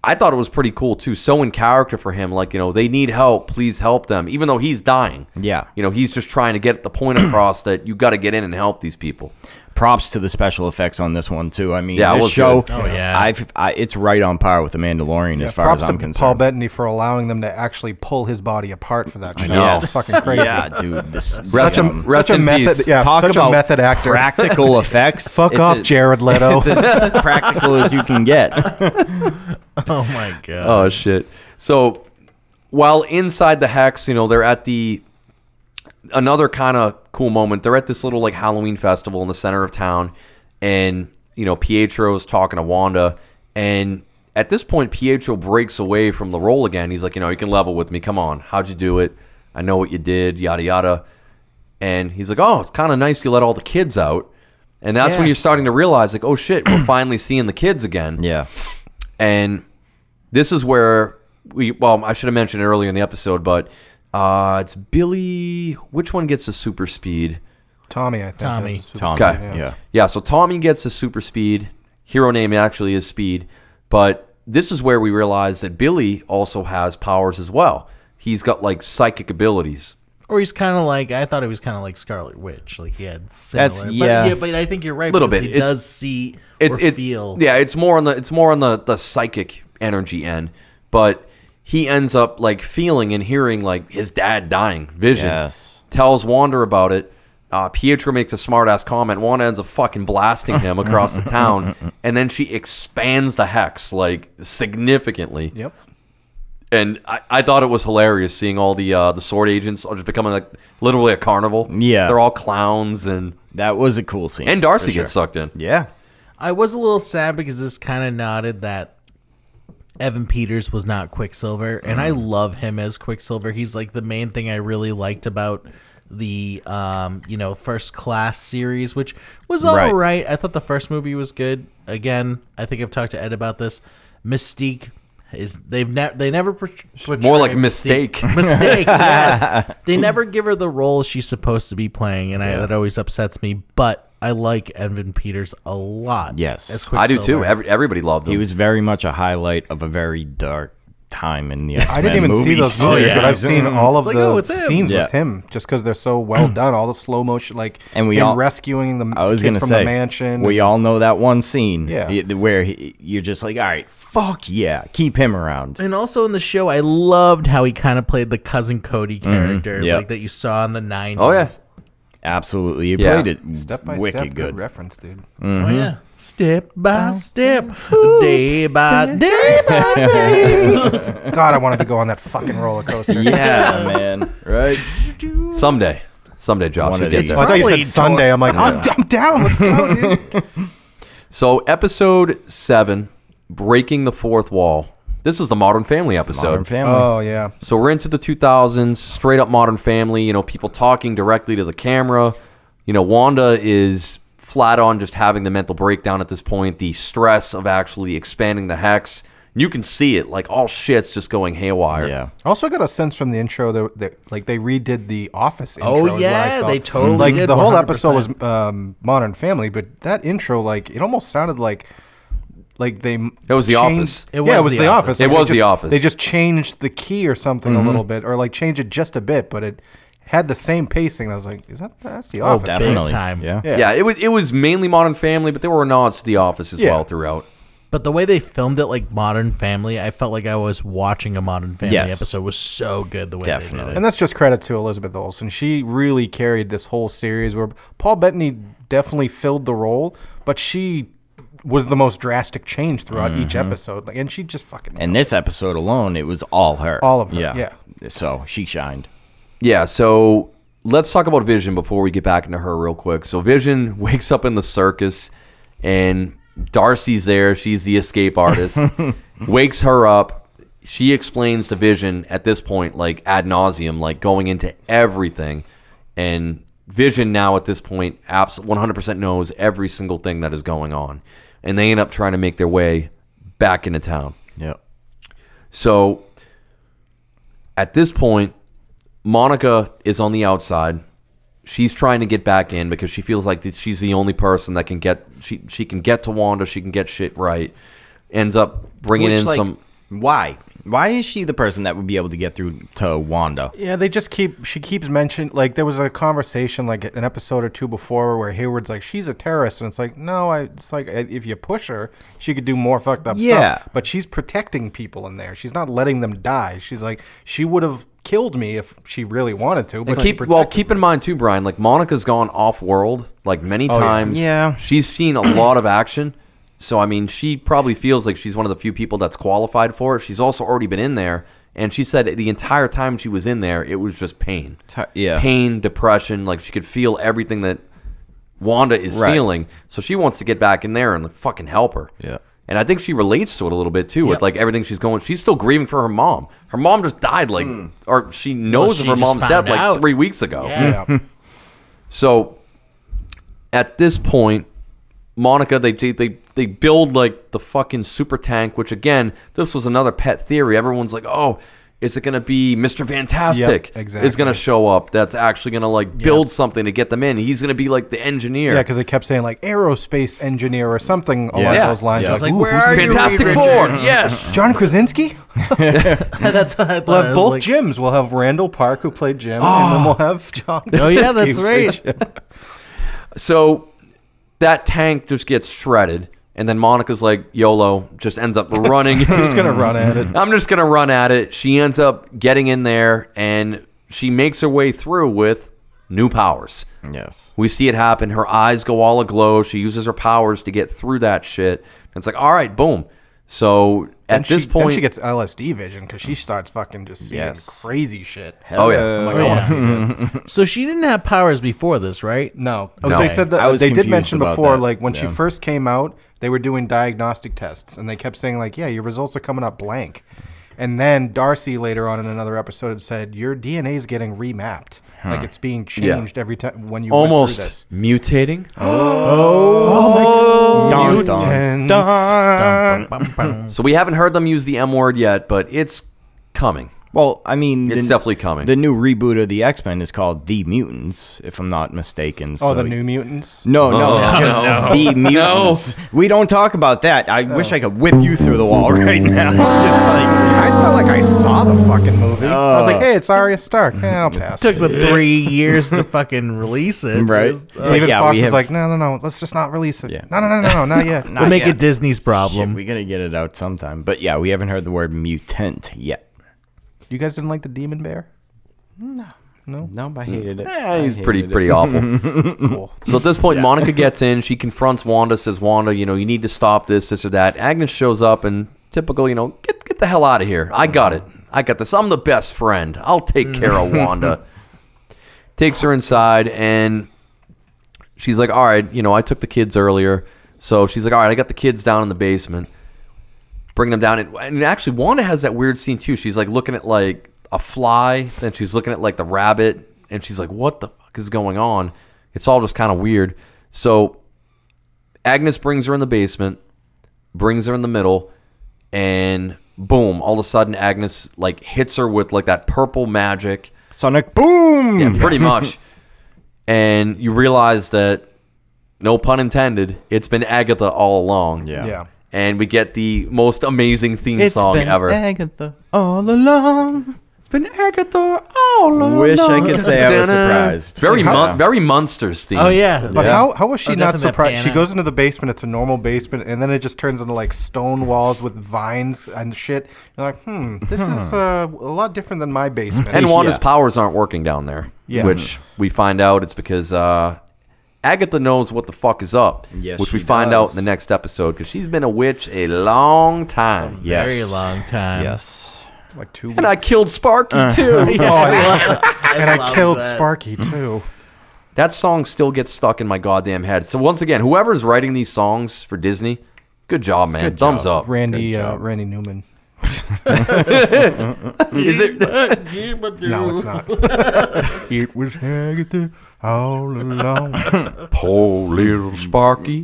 A: I thought it was pretty cool too. So in character for him, like you know, they need help. Please help them, even though he's dying.
B: Yeah.
A: you know, he's just trying to get the point <clears throat> across that you got to get in and help these people.
B: props to the special effects on this one too. I mean,
A: Yeah, it
B: this
A: was
B: show,
A: good.
D: Oh, yeah.
B: I've I, it's right on par with the Mandalorian as far as
C: Props
B: I'm
C: to Paul
B: concerned.
C: Bettany for allowing them to actually pull his body apart for that show.
A: know.
C: It's fucking crazy.
B: <laughs> Yeah, dude. This
A: Rest
B: um,
A: in, rest
C: such a
A: in
C: method-
A: peace.
C: yeah,
B: talk
C: such a
B: about
C: method actor. <laughs>
B: Practical effects.
C: Fuck
B: It's
C: off,
B: a-
C: Jared Leto.
B: <laughs> Practical as you can
C: <laughs>
B: get.
D: <laughs> Oh my god.
A: Oh shit. So while inside the hex, you know, they're at the another kind of cool moment. They're at this little like Halloween festival in the center of town and you know, Pietro's talking to Wanda and at this point Pietro breaks away from the role again. He's like, you know, you can level with me. Come on. How'd you do it? I know what you did, yada yada. And he's like, "Oh, it's kind of nice you let all the kids out." And that's when
C: Yeah.
A: you're starting to realize like, "Oh shit, we're <clears throat> finally seeing the kids again."
B: Yeah.
A: And this is where we, well, I should have mentioned it earlier in the episode, but uh, it's Billy. Which one gets the super speed?
C: Tommy, I think.
D: Tommy.
C: is his-
B: Tommy.
A: Okay.
B: Yeah.
A: Yeah, so Tommy gets the super speed. Hero name actually is Speed, but this is where we realize that Billy also has powers as well. He's got like psychic abilities.
D: Or he's kind of like I thought he was kind of like Scarlet Witch, like he had similar.
B: That's-
D: but,
B: yeah.
D: But I think you're right.
A: Little
D: because
A: bit.
D: He
A: It's-
D: does see
A: It's
D: or
A: it,
D: feel.
A: Yeah, it's more on the it's more on the the psychic energy end, but he ends up like feeling and hearing like his dad dying vision.
B: Yes.
A: tells Wander about it. Uh, Pietro makes a smart ass comment. Wanda ends up fucking blasting him across the
B: <laughs>
A: town, and then she expands the hex like significantly.
C: Yep.
A: And I, I thought it was hilarious seeing all the uh, the sword agents are just becoming like literally a carnival.
B: Yeah.
A: they're all clowns, and
B: That was a cool scene.
A: and Darcy
B: for sure.
A: gets sucked in.
B: Yeah.
D: I was a little sad because this kind of nodded that Evan Peters was not Quicksilver, and
A: Mm.
D: I love him as Quicksilver. He's like the main thing I really liked about the um, you know first class series, which was all
A: Right.
D: right. I thought the first movie was good. Again, I think I've talked to Ed about this. Mystique is they've never they never portray-
A: More like
D: portray
A: mistake.
B: <laughs>
D: Mystique- <laughs>
A: <laughs>
D: mistake. yes, they never give her the role she's supposed to be playing, and I, that always upsets me. But I like Evan Peters a lot.
B: Yes.
A: I do too.
D: Quicksilver.
A: Every, everybody loved him.
B: He was very much a highlight of a very dark time in the X-Men
C: I didn't even
B: <laughs>
C: see those movies, but I've seen all of
D: like,
C: the
D: oh, it's him.
C: scenes
B: Oh, Yeah. Mm.
C: with him just because they're so well done. All the slow motion, like
B: And we
C: him
B: all-
C: rescuing the
B: I was
C: kids
B: gonna
C: from
B: say
C: the mansion.
B: We all know that one scene,
C: Yeah.
B: i- where he, you're just like, all right, fuck yeah, keep him around.
D: And also in the show, I loved how he kind of played the cousin Cody character,
B: yeah.
D: like that you saw in the '90s.
A: Mm-hmm. oh yeah,
B: Absolutely, he
A: Yeah.
B: played it
C: step by
B: wicked
C: step,
B: good.
C: good. reference, dude.
D: oh yeah.
A: Mm-hmm.
D: Step by step, day by Oh. day by day.
C: God, I wanted to go on that
B: <laughs>
C: fucking roller coaster. <laughs>
B: Yeah, man, right?
A: someday, someday, Josh.
B: One
A: you
B: of
A: get
B: these.
A: there.
C: I thought you
D: Probably
C: said Sunday. I'm like, I'm, I'm down. Let's go, dude.
A: So, episode seven, breaking the fourth wall. This is the Modern Family episode.
B: Modern <laughs> Family.
C: oh yeah.
A: So we're into the 2000s, straight up Modern Family. You know, people talking directly to the camera. You know, Wanda is flat on just having the mental breakdown at this point. The stress of actually expanding the hex. You can see it. Like all shit's just going haywire.
B: yeah,
C: Also got a sense from the intro that, that like they redid the Office. Intro
D: Oh,
C: is what I
D: yeah,
C: felt.
D: they totally
C: like
D: did,
C: the whole
D: 100%.
C: episode was um, Modern Family, but that intro like it almost sounded like like they that
A: was The Office.
D: It
C: yeah, it
D: was
C: was
D: The
C: the Office.
A: Office. It
C: Like, they
A: was The
C: just-
A: Office.
C: They just changed the key or something a little bit, or like changed it just a bit, but it had the same pacing. I was like, is that that's the Office?
B: definitely.
D: time.
B: Yeah.
A: Yeah. it was it was mainly Modern Family, but there were nods to The Office as
C: Yeah.
A: well throughout.
D: <laughs> But the way they filmed it, like Modern Family, I felt like I was watching a Modern Family
B: Yes.
D: episode. It was so good the way
B: Definitely.
D: they did it.
C: And that's just credit to Elizabeth Olsen. She really carried this whole series where Paul Bettany definitely filled the role, but she was the most drastic change throughout each episode. Like, and she just fucking
B: And this episode alone, it was all her.
C: All of her,
B: So she shined.
A: Yeah, so let's talk about Vision before we get back into her real quick. So Vision <laughs> wakes up in the circus and Darcy's there, she's the escape artist. wakes her up. She explains to Vision at this point, like ad nauseum, like going into everything. And Vision now at this point, abs- 100% knows every single thing that is going on. And they end up trying to make their way back into town.
B: Yep.
A: So at this point, Monica is on the outside. She's trying to get back in because she feels like that she's the only person that can get she she can get to Wanda. She can get shit right. Ends up bringing
B: Which,
A: in
B: like,
A: some
B: Why? Why is she the person that would be able to get through to Wanda?
C: Yeah, they just keep. She keeps mentioning like there was a conversation like an episode or two before where Hayward's like she's a terrorist, and it's like no, I. It's like I- if you push her, she could do more fucked up
B: Yeah.
C: stuff. But she's protecting people in there. She's not letting them die. She's like she would have killed me if she really wanted to. But
A: And
C: she
A: keep well,
C: protected
A: keep in mind too, Brian. Like Monica's gone off world like many times.
B: Yeah.
A: she's seen a lot of action. So I mean, she probably feels like she's one of the few people that's qualified for it. She's also already been in there, and she said the entire time she was in there, it was just pain.
B: Ti- yeah.
A: pain, depression. Like she could feel everything that Wanda is
B: Right.
A: feeling. So she wants to get back in there and like, fucking help her.
B: Yeah.
A: And I think she relates to it a little bit too, with
D: Yep.
A: like everything she's going. She's still grieving for her mom. Her mom just died, like, or she knows
D: Well,
A: of
D: she
A: her
D: just
A: mom's
D: found
A: death like
D: out.
A: three weeks ago.
D: Yeah.
C: Yeah.
A: <laughs> So at this point, Monica, they, they they they build like the fucking super tank, which again, this was another pet theory. Everyone's like, oh. Is it gonna be Mr. Fantastic? Is
C: exactly.
A: gonna show up? That's actually gonna like build something to get them in. He's gonna be like the engineer.
C: Yeah, because they kept saying like aerospace engineer or something along
A: Yeah.
C: those lines.
B: Yeah.
D: It's like,
C: "Ooh,
D: where
C: who's
D: are you,
A: Fantastic
D: Reed
A: Four. <laughs>
D: Richards?"
A: Yes.
C: John Krasinski?
D: <laughs> that's what I thought.
C: We'll
D: I
C: have
D: was
C: both
D: like,
C: Jims. We'll have Randall Park, who played Jim, and then we'll have John.
D: Oh,
C: Krasinski,
D: yeah, that's
C: who played <laughs>
D: right.
C: Jim.
A: So that tank just gets shredded, and then Monica's like, YOLO, just ends up running.
C: I'm just gonna run at it.
A: I'm just gonna run at it. She ends up getting in there, and she makes her way through with new powers.
B: Yes.
A: We see it happen. Her eyes go all aglow. She uses her powers to get through that shit. And it's like, all right, boom. So at
C: And
A: this
C: she,
A: point,
C: then she gets LSD vision because she starts fucking just seeing
B: Yes.
C: crazy shit.
A: oh
B: Uh,
A: yeah,
C: I'm like,
D: Oh,
C: I wanna
D: yeah.
C: see that.
D: <laughs> So she didn't have powers before this, right?
C: No,
A: No.
C: Oh, they said that
B: I was
C: they did
B: confused
C: mention
B: about
C: before,
B: that.
C: like when she
B: Yeah.
C: first came out, they were doing diagnostic tests, and they kept saying like, "Yeah, your results are coming up blank." And then Darcy later on in another episode said, "Your DNA is getting remapped, like it's being changed every time when you
A: almost
C: went through this. Oh.
A: mutating.
B: Dun, dun,
C: Mutants.
B: dun.
D: <laughs>
A: So we haven't heard them use the M word yet, but it's coming.
B: Well, I mean,
A: It's definitely coming.
B: The new reboot of the X Men is called The Mutants, if I'm not mistaken.
C: Oh,
B: so-
C: the New Mutants.
B: No, no,
A: No,
B: just
A: no.
B: the mutants. We don't talk about that. I wish I could whip you through the wall <laughs> right now. just
C: I felt like I saw the fucking movie. I was
B: Uh.
C: like, "Hey, it's Arya Stark." Yeah,
B: <laughs>
C: I'll pass.
D: took them three years to fucking release <laughs> it.
B: Right.
D: Just, uh,
B: But
C: Even
B: yeah,
C: Fox
B: we
C: is
B: have-
C: like, no, no, no, let's just not release it.
B: Yeah.
C: No, no, no,
B: <laughs>
C: no, no, not yet.
B: like,
D: we'll make
B: yet.
D: it Disney's
B: <laughs>
D: problem.
B: Shit, we're gonna get it out sometime. But yeah, we haven't heard the word mutant yet.
C: you guys didn't like the Demon Bear?
B: No, I hated it.
A: Yeah, he's pretty pretty awful.
B: <laughs>
A: So at this point, Monica gets in. She confronts Wanda. Says, "Wanda, you know, you need to stop this, this or that." Agnes shows up and typical, you know, get get the hell out of here. I got it. I got this. I'm the best friend. I'll take care of
B: <laughs>
A: Wanda. Takes her inside and she's like, "All right, you know, I took the kids earlier." So she's like, "All right, I got the kids down in the basement." bringing them down. And, and actually, Wanda has that weird scene too. She's like looking at like a fly, then she's looking at like the rabbit, and she's like, "What the fuck is going on?" It's all just kind of weird. So Agnes brings her in the basement, brings her in the middle, and boom! All of a sudden, Agnes like hits her with like that purple magic.
B: Sonic boom.
A: Yeah, pretty much. and you realize that, no pun intended, it's been Agatha all along.
B: Yeah.
C: Yeah.
A: And we get the most amazing theme
B: It's
A: song
B: been
A: ever.
B: Agatha all along.
A: it's been Agatha all along.
B: Wish I could say I was surprised.
A: Very,
B: Yeah.
A: mon- very Munsters theme.
D: oh yeah.
C: But
B: Yeah.
C: how, how was she
D: Oh,
C: not
D: definitely
C: surprised? She
D: Panna.
C: goes into the basement. It's a normal basement, and then it just turns into like stone walls with vines and shit. You're like, hmm, this is uh, a lot different than my basement.
A: And Wanda's
B: Yeah.
A: powers aren't working down there,
C: Yeah.
A: which we find out it's because uh, Agatha knows what the fuck is up,
B: Yes,
A: which we
B: she
A: find out in
B: does.
A: the next episode because she's been a witch a long time.
B: Yes.
D: Very long time.
B: Yes.
C: like two.
A: And I killed Sparky <laughs> too.
C: oh, I- and I
D: love
C: killed <laughs>
D: that.
C: Sparky too.
A: That song still gets stuck in my goddamn head. So once again, whoever's writing these songs for Disney, good job, man. Thumbs up.
C: Randy uh, Randy Newman.
A: Is
D: <laughs>
A: it?
C: No, it's not. it was Agatha all along.
A: Poor little Sparky,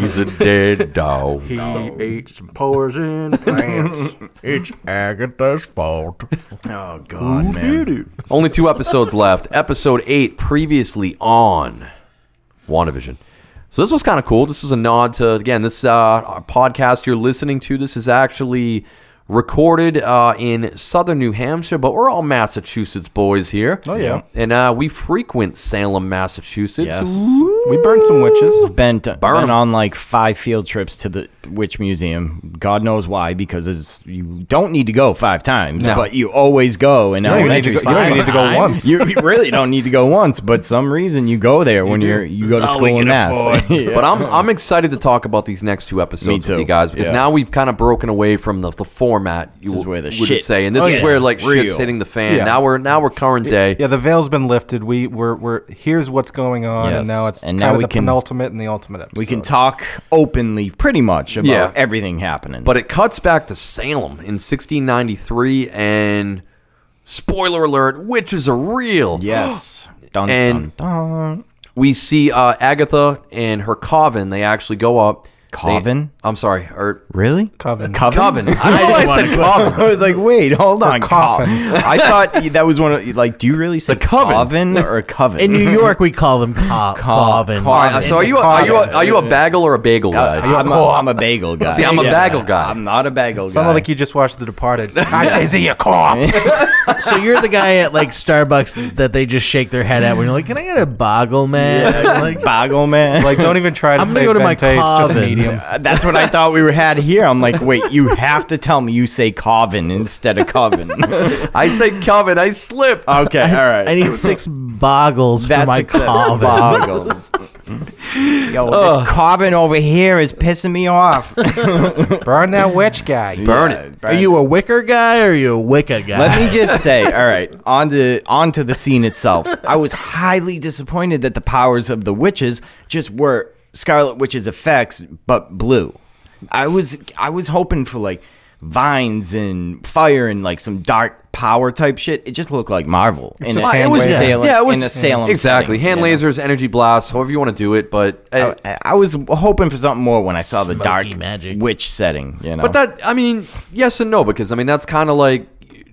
A: he's a dead dog.
C: He ate some poison plants.
D: It's Agatha's fault.
B: Oh God, man.
A: Only two episodes left. Episode eight, previously on WandaVision. So this was kind of cool. This was a nod to again this uh, our podcast you're listening to. This is actually recorded uh, in southern New Hampshire, but we're all Massachusetts boys here.
C: Oh, yeah.
A: And uh, we frequent Salem, Massachusetts.
B: Yes.
C: We burned some witches.
B: Been, to,
A: Burn 'em.
B: been on like five field trips to the witch museum. God knows why, because it's, you don't need to go five times,
A: No.
B: but you always go. And
C: No, you, need to go, you don't even need to go
B: <laughs>
C: once.
B: you really don't need to go once, but some reason you go there when you're you go to
D: It's all we
B: school in
D: can
B: Mass. <laughs> Yeah.
A: But I'm I'm excited to talk about these next two episodes
B: Me
A: with you
B: too.
A: guys because
B: Yeah.
A: now we've kind of broken away from the, the format. You
B: This is where the
A: would
B: shit-
A: say, and this
B: Oh,
A: is
B: yeah.
A: where like shit's
B: Real.
A: hitting the fan.
C: Yeah.
A: Now we're now we're current day.
C: Yeah, the veil's been lifted. We we're, we're here's what's going on,
B: Yes.
C: and now it's
B: And now
C: kind of
B: we
C: the
B: can-
C: penultimate and the ultimate. Episode.
B: we can talk openly, pretty much about
A: Yeah.
B: everything happening.
A: But it cuts back to Salem in 1693, and spoiler alert, witches are real.
C: <gasps>
B: yes, dun,
A: And-
B: dun, dun.
A: We see uh, Agatha and her coven. They actually go up. They-
B: Coven?
A: I'm sorry, or
B: really
C: Coven.
B: coven. Oh,
A: coven.
B: <laughs>
A: I know I said coven.
B: I was like, wait, hold on,
C: coffin.
B: coffin. I thought you- that was one of like, do you really say
A: coven.
B: coven or coven? Uh,
A: <laughs>
D: In <laughs> New York, we call them co- coven.
A: All right, so are you a, are you a, are you a bagel or a bagel guy?
B: I'm, a, I'm a bagel guy.
A: See, I'm a bagel guy.
B: I'm not a bagel guy.
C: Sounded like you just watched The Departed. I see your corpse.
D: so you're the guy at like Starbucks that they just shake their head at when you're like, "Can I get a boggle, man?" Like,
B: <laughs> bagel man.
C: Like, don't even try to
D: I'm
C: say
D: gonna go to my
C: venti, it's just
D: coven.
C: medium.
B: Uh, That's what I thought we were had here. I'm like, wait, you have to tell me you say coven instead of
A: <laughs>
B: coven. okay,
A: I said coven. I slipped.
B: all <laughs> right.
D: I
C: <laughs>
D: need six boggles for my
B: acceptable.
D: coven.
B: Boggles. <laughs> Yo, this coven over here is pissing me off.
C: Burn that witch guy.
A: Burn
B: Yeah,
A: it.
D: Are you a wicker guy or are you a Wicca guy?
B: Let
A: <laughs>
B: me just say, all right, on to, on to the scene itself. I was highly disappointed that the powers of the witches just were Scarlet Witch's effects, but blue. I was I was hoping for like vines and fire and like some dark power type shit. It just looked like Marvel in a,
C: just hand
B: in a
C: waving.
B: Uh, Salem,
A: yeah, it was
B: in a Salem
A: exactly.
B: setting,
A: Hand
B: you know? Oh.
A: lasers, energy blasts, however you want to do it. But uh,
B: I, I was hoping for something more when I saw the
D: Smoky
B: dark
D: magic.
B: witch setting. You know,
A: but that I mean, yes and no because I mean that's kind of like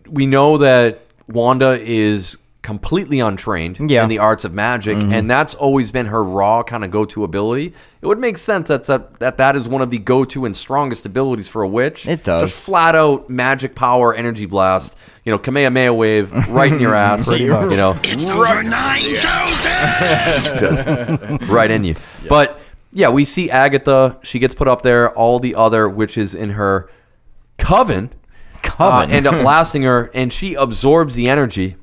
A: we know that Wanda is completely untrained
B: Yeah. Mm-hmm.
A: in the arts of magic, and that's always been her raw kind of go-to ability. It would make sense that's a, that that is one of the go-to and strongest abilities for a witch.
B: It does.
A: just flat out magic power, energy blast. You know, Kamehameha wave right in
B: <laughs>
A: your ass. you
C: much.
A: know,
E: It's over 9,000!
A: <laughs> just right in you. But yeah, we see Agatha. She gets put up there. All the other witches in her coven, uh,
B: Coven.
A: end up blasting her, and she absorbs the energy.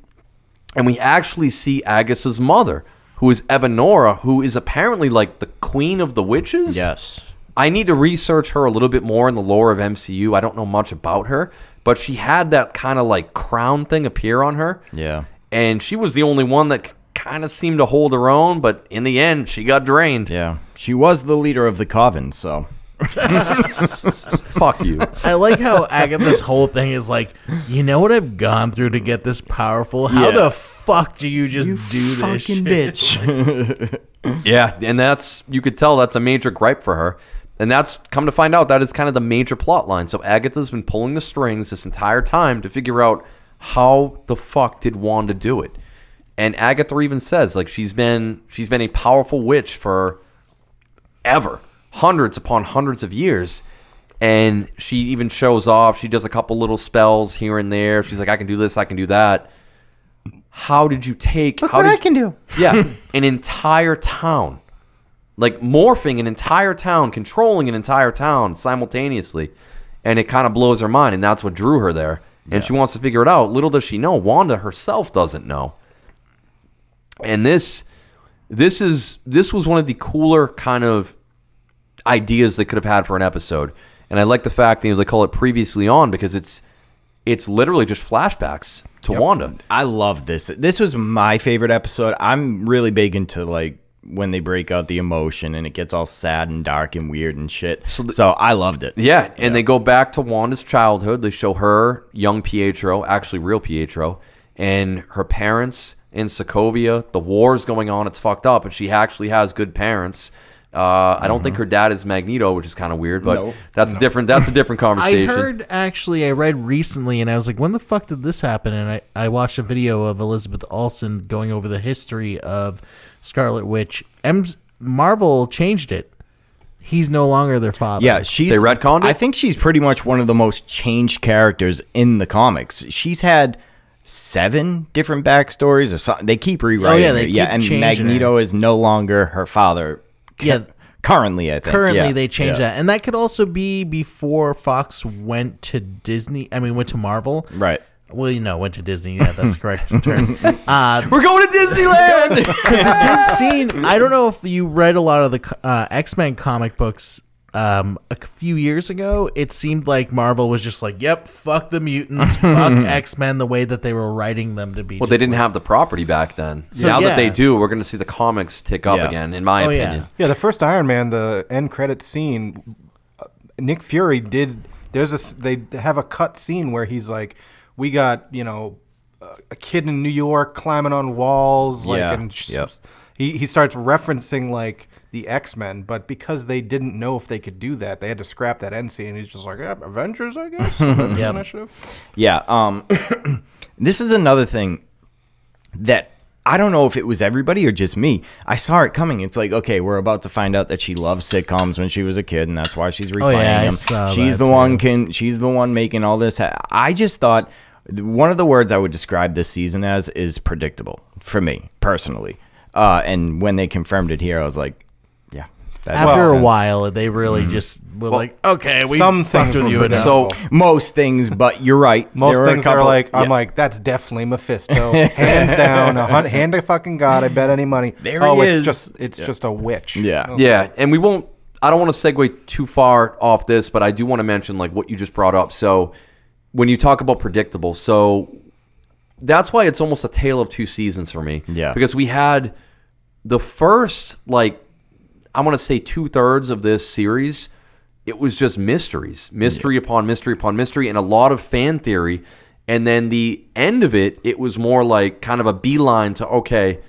A: And we actually see Agatha's mother, who is Evanora, who is apparently like the queen of the witches.
B: yes,
A: I need to research her a little bit more in the lore of MCU. I don't know much about her, but she had that kind of like crown thing appear on her.
B: Yeah.
A: And she was the only one that kind of seemed to hold her own, but in the end, she got drained.
B: yeah, she was the leader of the coven, so.
A: Fuck
B: <laughs>
A: you.
D: <laughs> I like how Agatha's whole thing is like, you know what I've gone through to get this powerful? How
B: Yeah.
D: the fuck do you just do this shit?
B: fucking bitch.
A: yeah. And that's, you could tell that's a major gripe for her. And that's, come to find out, that is kind of the major plot line. So Agatha's been pulling the strings this entire time to figure out how the fuck did Wanda do it. And Agatha even says, like, she's been, she's been a powerful witch for ever, hundreds upon hundreds of years. And she even shows off. She does a couple little spells here and there. She's like, I can do this, I can do that. How did you take? how
B: what
A: did
B: I can do.
A: Yeah, <laughs> an entire town, like morphing an entire town, controlling an entire town simultaneously, and it kind of blows her mind. And that's what drew her there. And she wants to figure it out. Little does she know, Wanda herself doesn't know. And this, this is this was one of the cooler kind of ideas they could have had for an episode. And I like the fact that you know, they call it previously on because it's it's literally just flashbacks to Wanda.
B: I love this. This was my favorite episode. I'm really big into like when they break out the emotion and it gets all sad and dark and weird and shit. So, I loved it.
A: Yeah, and they go back to Wanda's childhood. They show her young Pietro, actually real Pietro, and her parents in Sokovia. The war's going on; it's fucked up, and she actually has good parents. Uh, I don't
D: Mm-hmm.
A: think her dad is Magneto, which is kind of weird, but
B: No.
A: that's a different. That's a different
D: <laughs> I
A: conversation.
D: heard actually, I read recently, and I was like, when the fuck did this happen? And I, I watched a video of Elizabeth Olsen going over the history of Scarlet Witch. M- Marvel changed it. he's no longer their father.
B: Yeah, she's
A: They retconned it?
B: I think she's pretty much one of the most changed characters in the comics. She's had seven different backstories or something. They keep rewriting.
D: Oh, yeah, they
B: her. yeah,
D: keep
B: and
D: changing
B: Magneto is no longer her father. cu-
D: Yeah.
B: currently I think.
D: Currently,
B: Yeah,
D: they changed
B: yeah.
D: that, and that could also be before Fox went to Disney. I mean, went to Marvel.
B: Right.
D: Well, you know, went to Disney. Yeah, that's the correct term. Uh,
A: We're going to
D: <laughs>
A: Disneyland.
D: because it did seem i don't know if you read a lot of the co- uh, x-men comic books um, a c- few years ago it seemed like marvel was just like yep fuck the mutants fuck x-men the way that they were writing them to be
A: well, they
D: just
A: didn't
D: like-
A: have the property back then.
D: So,
A: now that they
D: yeah.
A: do, we're going to see the comics tick up
B: Yeah.
A: again, in my
D: Oh, yeah.
A: opinion.
C: Yeah, the first Iron Man, the end credit scene, uh, Nick Fury did. There's a s- they have a cut scene where he's like, "We got you know a a kid in New York climbing on walls." Like,
B: Yeah,
C: and s-
B: yep.
C: he he starts referencing like the X Men, but because they didn't know if they could do that, they had to scrap that end scene. He's just like, "Yeah, "Avengers, I guess." Avengers
D: Yep.
C: Initiative.
B: Yeah. Um, <coughs> this is another thing that I don't know if it was everybody or just me. I saw it coming. It's like, okay, we're about to find out that she loved sitcoms when she was a kid, and that's why she's replaying
D: Oh, yeah, I
B: them.
D: saw
B: She's
D: that
B: the
D: too.
B: one can. She's the one making all this. ha- I just thought one of the words I would describe this season as is predictable for me personally. Uh, and when they confirmed it here, I was like, yeah. That makes
D: after a
B: sense.
D: while they really just were like okay we
C: some
D: fucked
C: things
D: with
C: were
D: you enough.
C: predictable.
A: So,
B: most things, but you're right.
C: Most
B: There were a
C: things are
B: couple-
C: like, I'm
B: yeah.
C: like, that's
B: <laughs>
C: definitely Mephisto, hands down, a hun- hand to fucking god. I bet any money.
B: There
C: oh,
B: he
C: it's
B: is.
C: just it's just a witch. Oh,
B: yeah.
A: yeah, and we won't. I don't want to segue too far off this, but I do want to mention like what you just brought up. So, when you talk about predictable, so that's why it's almost a tale of two seasons for me.
B: Yeah.
A: because we had the first like I want to say two thirds of this series, it was just mysteries, mystery upon mystery upon mystery, and a lot of fan theory. And then the end of it, it was more like kind of a beeline to okay,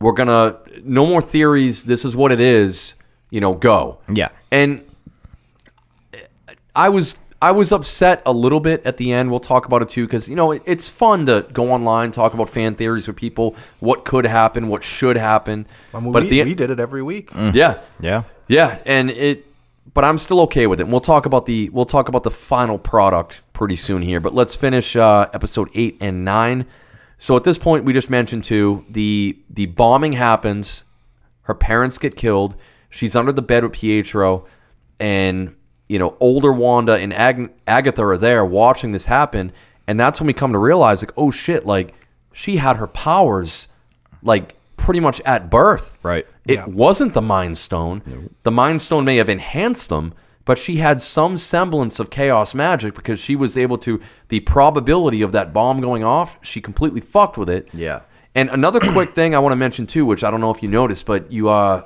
A: we're gonna no more theories. This is what it is. You know, go.
B: Yeah.
A: And I was I was upset a little bit at the end. We'll talk about it too because you know it, it's fun to go online talk about fan theories with people. What could happen? What should happen?
C: I mean,
A: but
C: we,
A: at the
C: we
A: end,
C: did it every week.
B: Mm.
A: yeah,
B: Yeah.
A: yeah, and it. But I'm still okay with it. And we'll talk about the we'll talk about the final product pretty soon here. But let's finish uh, episode eight and nine. So at this point, we just mentioned too the the bombing happens. Her parents get killed. She's under the bed with Pietro, and you know older Wanda and Ag- Agatha are there watching this happen. And that's when we come to realize like, oh shit, like she had her powers like pretty much at birth.
B: Right.
A: It wasn't the Mind Stone. The Mind Stone may have enhanced them, but she had some semblance of chaos magic because she was able to. The probability of that bomb going off, she completely fucked with it.
B: Yeah.
A: And another quick thing I want to mention too, which I don't know if you noticed, but you uh,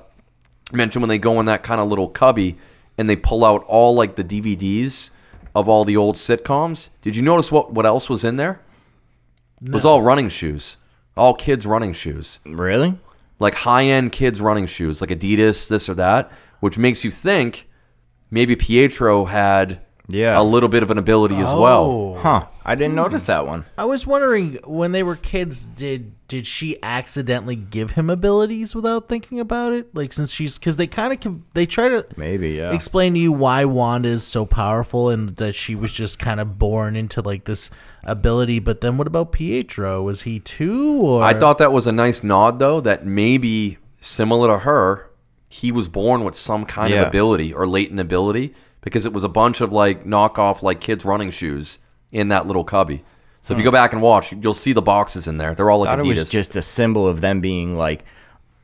A: mentioned when they go in that kind of little cubby and they pull out all like the DVDs of all the old sitcoms. Did you notice what what else was in there? It was all running shoes, all kids running shoes
B: Really?
A: like high end kids running shoes, like Adidas, this or that, which makes you think maybe Pietro had
B: Yeah. Oh.
A: a little bit of an ability as well.
B: Huh. I didn't
A: Hmm.
B: notice that one.
D: i was wondering when they were kids did did she accidentally give him abilities without thinking about it like since she's because they kind of they try to
B: Maybe, yeah.
D: explain to you why Wanda is so powerful and that she was just kind of born into like this ability. But then what about Pietro? Was he too? Or
A: I
B: <laughs>
A: thought that was a nice nod though, that maybe similar to her, he was born with some kind
B: Yeah.
A: of ability or latent ability because it was a bunch of like knockoff like kids running shoes in that little cubby. So if you go back and watch, you'll see the boxes in there. They're all
B: I
A: like
B: thought it
A: Adidas.
B: was just a symbol of them being like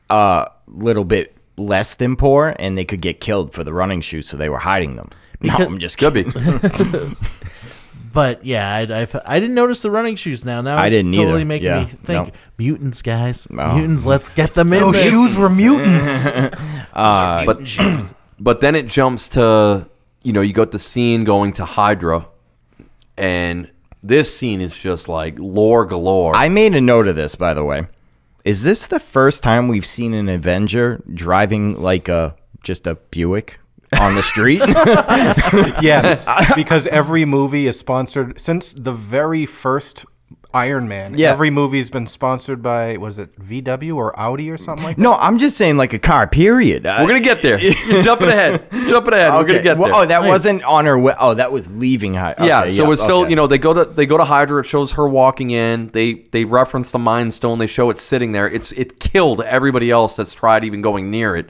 B: a little bit less than poor and they could get killed for the running shoes, so they were hiding them. no, I'm just
A: could
B: kidding. <laughs>
A: be.
D: <laughs> But yeah, I, I, I didn't notice the running shoes. Now, now
B: I
D: it's
B: didn't either.
D: totally making
B: Yeah.
D: me think
B: No.
D: mutants, guys,
B: No.
D: mutants. Let's get them
B: Oh,
D: in.
C: Those
D: there.
C: shoes were mutants.
A: but <clears throat> but then it jumps to you know you got the scene going to Hydra, and this scene is just like lore galore.
B: I made a note of this, by the way. Is this the first time we've seen an Avenger driving like a just a Buick on
A: <laughs>
B: the street? <laughs>
C: yes, because every movie is sponsored since the very first Iron Man.
B: Yeah.
C: Every movie's been sponsored by was it VW or Audi or something like that?
B: No, I'm just saying like a car. Period. I-
A: We're gonna get
B: <laughs>
A: there. You're jumping ahead. Jumping ahead. We're gonna
B: Okay.
A: get there.
B: Well, oh, that wasn't on her way. Oh, that was leaving high.
A: yeah,
B: okay,
A: so it's still
B: okay.
A: you know they go to they go to Hydra. It shows her walking in. They they reference the Mind Stone. They show it sitting there. It's it killed everybody else that's tried even going near it.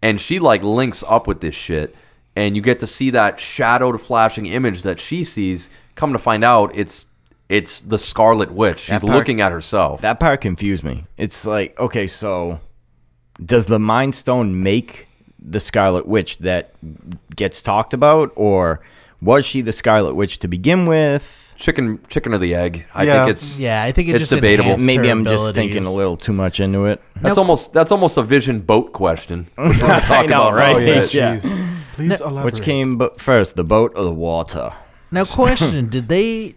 A: And she like links up with this shit, and you get to see that shadowed flashing image that she sees. Come to find out, it's it's the Scarlet Witch. She's
B: That part-
A: looking at herself.
B: that part confused me. It's like okay, so does the Mind Stone make the Scarlet Witch that gets talked about, or was she the Scarlet Witch to begin with?
A: chicken chicken or the egg. I
C: Yeah.
A: think it's
D: Yeah, I think it
A: It's
D: just
A: debatable.
D: enhanced
B: Maybe
D: her
B: I'm just thinking a
D: abilities.
B: little too much into it.
A: that's almost that's almost a vision boat question.
B: <laughs>
A: Which we're gonna talk
B: I know,
A: about in a
B: right?
A: little bit.
B: Yeah.
C: Jeez. Oh, Please elaborate.
B: Which came but first, the boat or the water?
D: Now, question: Did they?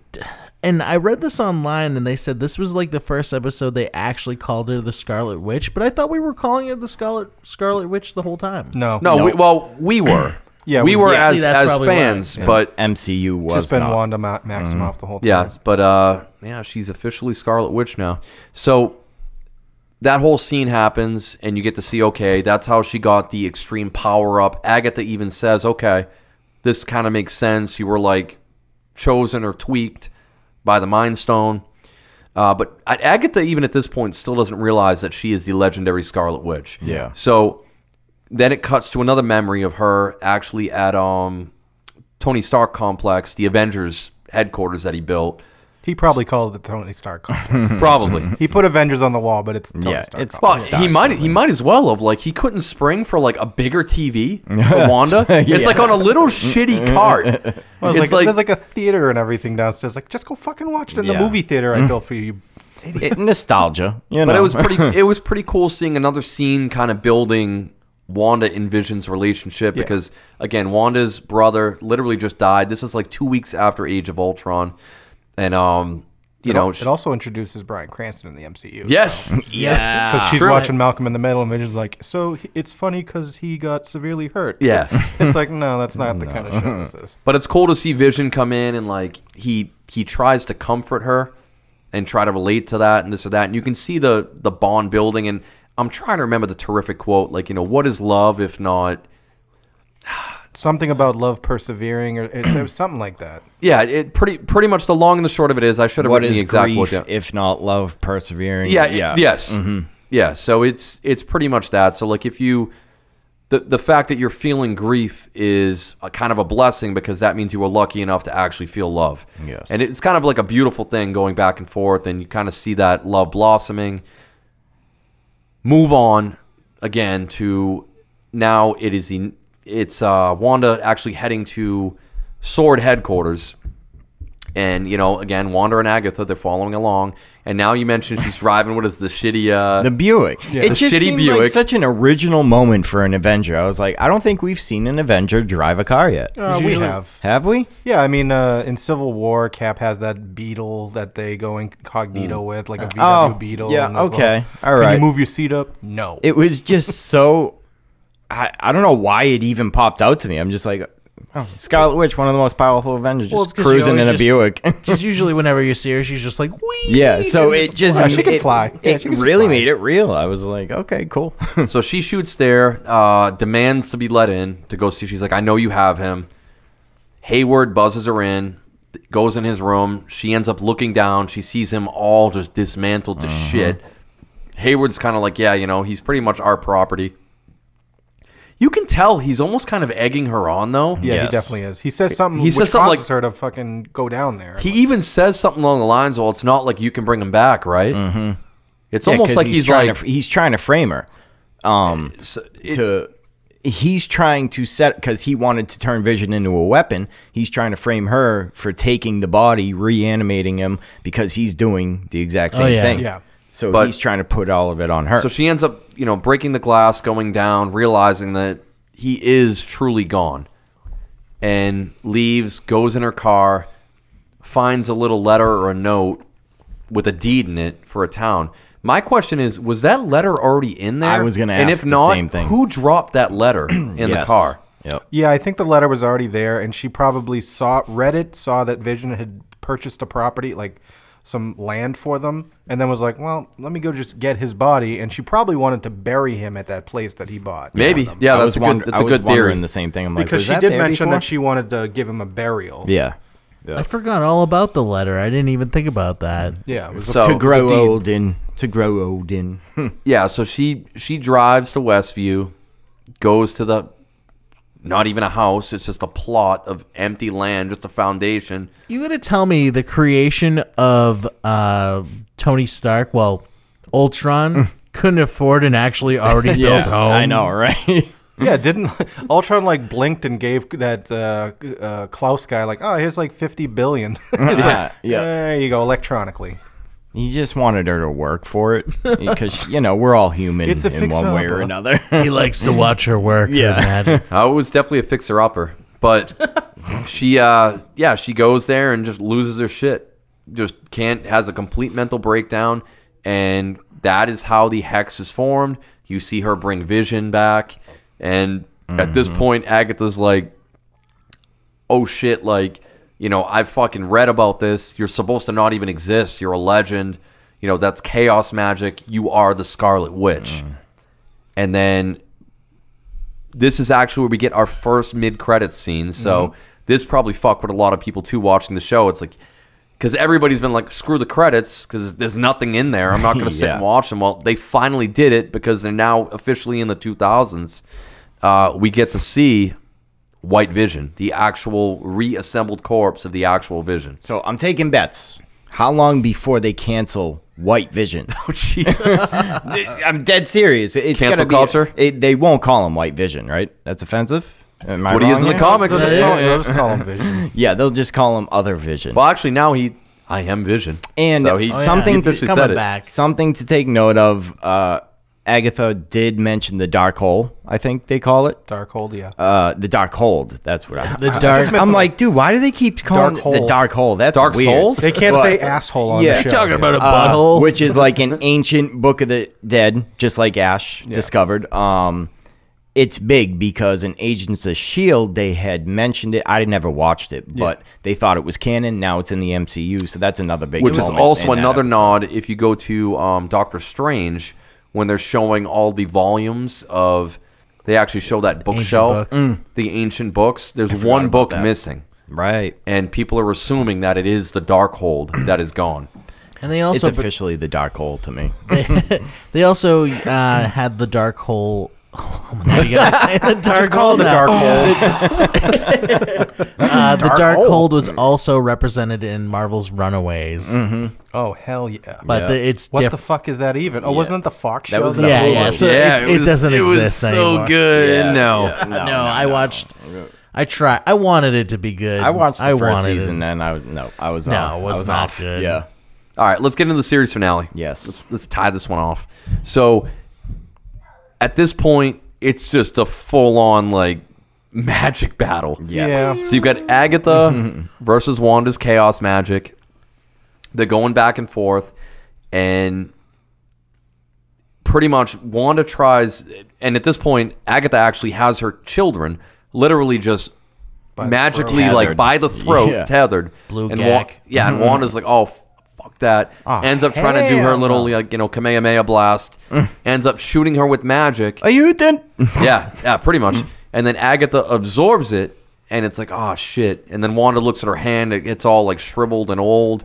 D: And I read this online, and they said this was like the first episode they actually called her the Scarlet Witch. But I thought we were calling her the Scarlet Scarlet Witch the whole time.
C: No.
A: No, we, well, we <clears throat> were.
C: Yeah,
A: we
C: we-
A: were
D: Yeah,
A: as,
D: that's
A: as
D: probably why.
A: fans, but
B: MCU was
C: Just been
B: not. Mm.
C: Wanda Ma- Maximoff the whole time.
A: yeah, but uh, yeah, she's officially Scarlet Witch now. So that whole scene happens, and you get to see okay, that's how she got the extreme power up. Agatha even says, okay, this kind of makes sense. You were like chosen or tweaked by the Mind Stone. Uh, but A- Agatha, even at this point, still doesn't realize that she is the legendary Scarlet Witch.
B: Yeah.
A: So then it cuts to another memory of her actually at um, Tony Stark complex, the Avengers headquarters that he built.
C: He probably called it the Tony Stark complex.
A: Probably.
C: he put Avengers on the wall, but it's the Tony
B: Yeah,
C: Mm-hmm. Stark
B: it's-
A: Well,
C: complex.
A: he might he might as well have like he couldn't spring for like a bigger TV
C: <laughs>
A: for Wanda. It's like on a little shitty cart.
C: Well,
A: it's
C: it's
A: like,
C: like, there's like a theater and everything downstairs. Like, just go fucking watch it in
B: Yeah.
C: the movie theater I built for you. you
B: It- nostalgia, you know.
A: but it
B: <laughs>
A: was pretty it was pretty cool seeing another scene kind of building Wanda and Vision's relationship because again Wanda's brother literally just died. This is like 2 weeks after Age of Ultron and um you know
C: it also introduces Brian Cranston in the MCU.
A: yes
B: <laughs> yeah.
C: Because she's
A: True.
C: watching Malcolm in the Middle, and Vision's like, so he- it's funny because he got severely hurt.
A: yeah
C: it's like, no, that's not the kind of show this is.
A: But it's cool to see Vision come in and like he he tries to comfort her and try to relate to that and this or that. And you can see the the bond building. And I'm trying to remember the terrific quote, like you know, what is love if not?
C: Something about love persevering, or it's, it was something like that.
A: Yeah, it pretty pretty much the long and the short of it is I should have
B: what
A: written
B: is
A: the exact quote
B: grief
A: down.
B: if not love persevering?
A: Yeah, yeah. yes, yeah. So it's it's pretty much that. So like if you the, the fact that you're feeling grief is a kind of a blessing because that means you were lucky enough to actually feel love.
B: Yes.
A: And it's kind of like a beautiful thing going back and forth, and you kind of see that love blossoming. Move on again to now it is the it's uh, Wanda actually heading to Sword headquarters. And you know, again, Wanda and Agatha, they're following along. And now you mentioned she's driving what is the shitty uh
B: The Buick. It
A: The
B: just
A: shitty
B: seemed
A: Buick.
B: like such an original moment for an Avenger. I was like, I don't think we've seen an Avenger drive a car yet.
C: Uh, we
D: usually-
C: have.
B: Have we?
C: Yeah, I mean, uh, in Civil War, Cap has that beetle that they go incognito with, like a VW
B: Oh,
C: beetle.
B: yeah,
C: and those
B: okay,
C: little-
B: all
C: Can
B: right.
C: you move your seat up? No.
B: It was just <laughs> so. I, I don't know why it even popped out to me. I'm just like, oh, Scarlet Witch, one of the most powerful Avengers, just
D: 'cause you
B: cruising in a
D: always
B: Buick. <laughs>
D: just- Just usually whenever you see her, she's just like, "Wee."
B: yeah, so
D: and
B: it just
C: fly. <laughs> She can
B: it-
C: fly. Yeah,
B: It
C: she can just
B: really
C: fly.
B: made it real. I was like, okay, cool.
A: So she shoots there, uh, demands to be let in to go see. She's like, I know you have him. Hayward buzzes her in, goes in his room. She ends up looking down. She sees him all just dismantled to
B: Mm-hmm.
A: shit. Hayward's kind of like, yeah, you know, he's pretty much our property. You can tell he's almost kind of egging her on, though.
C: yeah,
B: Yes.
C: he definitely is. He says something.
A: He
C: He
A: says
C: says
A: something like-
C: her to fucking go down there.
A: He even says something along the lines, well, it's not like you can bring him back, right? Mm-hmm. It's
B: Yeah,
A: almost
B: 'cause
A: like he's,
B: trying
A: like, Uh,
B: to, he's trying to frame her. Um, to he's trying to set because he wanted to turn Vision into a weapon. He's trying to frame her for taking the body, reanimating him because he's doing the exact same
D: yeah.
B: thing.
C: Oh, Yeah.
B: So
A: But-
B: he's trying to put all of it on her.
A: So she ends up, you know, breaking the glass, going down, realizing that he is truly gone, and leaves, goes in her car, finds a little letter or a note with a deed in it for a town. My question is, was that letter already in there?
B: I was gonna
A: and
B: ask
A: if
B: the
A: not,
B: same thing.
A: who dropped that
B: <clears throat>
A: letter in the
B: Yes.
A: car?
B: Yep.
C: Yeah, I think the letter was already there, and she probably saw read it, saw that Vision had purchased a property, like some land for them, and then was like, "Well, let me go just get his body." And she probably wanted to bury him at that place that he bought.
A: Maybe. Yeah,
B: I
A: that's
B: was
A: a
B: wonder-
A: good. That's
B: I
A: a
B: was
A: good theory.
B: wondering the same thing. I'm like,
C: because
B: was
C: she
B: that
C: did
B: there
C: mention
B: before?
C: that she wanted to give him a burial.
B: Yeah.
D: I forgot all about the letter. I didn't even think about that.
C: yeah. It was
A: So-
C: a,
B: to grow
C: deed.
B: old in. To grow old in.
A: <laughs> yeah, so she she drives to Westview, goes to the not even a house, it's just a plot of empty land, just a foundation.
D: You gonna tell me the creation of uh, Tony Stark? Well, Ultron couldn't afford an actually
B: <laughs>
D: already built home.
B: Mm. I know,
A: <laughs>
B: right?
C: <laughs> yeah, didn't <laughs> Ultron like blinked and gave that uh, uh, Klaus guy like, "Oh, here's like
A: <laughs>
C: fifty billion. <laughs>
B: yeah. <laughs> yeah.
C: There you go, electronically.
B: He just wanted her to work for
C: <laughs>
B: it because you know we're all human
C: It's a
B: in one way or
C: fixer-upper.
B: another. <laughs>
D: He likes to watch her work.
B: Yeah.
D: Yeah.
B: <laughs>
A: Uh, it was definitely a fixer upper. But she uh yeah, she goes there and just loses her shit. Just can't has a complete mental breakdown and that is how the hex is formed. You see her bring vision back and at this point Agatha's like oh shit, like, you know, I've fucking read about this. You're supposed to not even exist. You're a legend. You know, that's chaos magic. You are the Scarlet Witch. And then this is actually where we get our first mid credits scene. So
B: Mm-hmm.
A: this probably fucked with a lot of people too watching the show. It's like, because everybody's been like, screw the credits, because there's nothing in there. I'm not
B: <laughs>
A: going to sit and
B: Yeah.
A: watch them. Well, they finally did it because they're now officially in the 2000s. Uh, we get to see White Vision, the actual reassembled corpse of the actual
B: <laughs>
A: Vision.
B: So I'm taking bets. How long before they cancel White
C: <laughs>
B: Vision?
A: Oh, Jesus.
B: I'm dead serious. It's
A: Cancel
B: gotta be-
A: culture?
B: it- they won't call him White Vision, right? That's offensive. Am I
A: what he is
B: wrong
A: in the
B: here?
A: comics.
C: They'll just
D: Yeah.
C: call- they'll just call him Vision.
B: Yeah, they'll just call him Other Vision.
A: Well, actually, now he, I am Vision.
B: And
A: so he,
B: Oh, yeah. Something
A: he
B: to-
A: officially
D: coming
A: said it.
D: back.
B: Something to take note of. Uh, Agatha did mention the dark hole. I think they call it
C: Darkhold, yeah.
B: uh, the dark hold. That's what I.
D: The
B: <laughs>
D: dark.
B: I'm like, dude, why do they keep calling
C: Dark
B: it the
C: hole.
B: dark hole? That's
A: Dark
B: weird.
A: Souls?
C: They can't
B: But-
C: say asshole on
B: yeah.
C: the show.
D: talking about a
B: uh,
D: butthole,
B: which is
A: <laughs>
B: like an ancient book of the dead, just like Ash discovered. Um, it's big because in Agents of Shield E they had mentioned it. I never watched it, but they thought it was canon. Now it's in the MCU, so that's another big.
A: which is
B: moment
A: also
B: in that
A: another
B: episode.
A: nod if you go to um, Doctor Strange when they're showing all the volumes of they actually show that bookshelf
D: books.
A: the ancient books there's one book missing
B: right?
A: and people are assuming that it is the dark hold that is gone
D: and they
B: It's
D: also
B: officially the dark hole
A: <laughs>
B: to me.
D: they also uh, had the dark hole. <laughs> Oh I'm not even gonna say the dark
C: Just call
D: hole.
C: it the
D: now.
C: Darkhold.
D: <laughs> Uh, the
C: Dark
D: dark
C: hole.
D: hold was also represented in Marvel's Runaways,
C: oh hell yeah!
D: but the, it's
C: what
D: different.
C: the fuck is that even? Oh, wasn't that the Fox show?
B: That was the
D: yeah,
B: hole.
D: yeah. So it, it, doesn't exist anymore.
A: good
B: Yeah,
A: no
B: yeah,
D: No, I watched. I tried. I wanted it to be good.
B: I watched the
D: I
B: first
D: wanted
B: season,
D: It.
B: and I was no, I was
D: No,
B: off.
D: it was
B: I was
D: not
B: off.
D: good.
B: Yeah,
A: all right let's get into the series finale
B: Yes.
A: let's, let's tie this one off so at this point it's just a full-on like <laughs> magic battle
B: yeah.
C: yeah.
A: So you've got Agatha versus Wanda's chaos magic. They're going back and forth, and pretty much Wanda tries. And at this point, Agatha actually has her children literally just magically,
B: throat.
A: like
B: Tethered.
A: by the throat,
B: Yeah.
A: tethered.
D: Blue
A: and
D: gag.
A: yeah, and Wanda's like, oh. f- Fuck that! ends up trying to do her
C: hell
A: little, like you know, Kamehameha blast. ends up shooting her with magic,
B: Are you then?
A: yeah, yeah, pretty much. And then Agatha absorbs it, and it's like, oh shit. And then Wanda looks at her hand; it gets all like shriveled and old.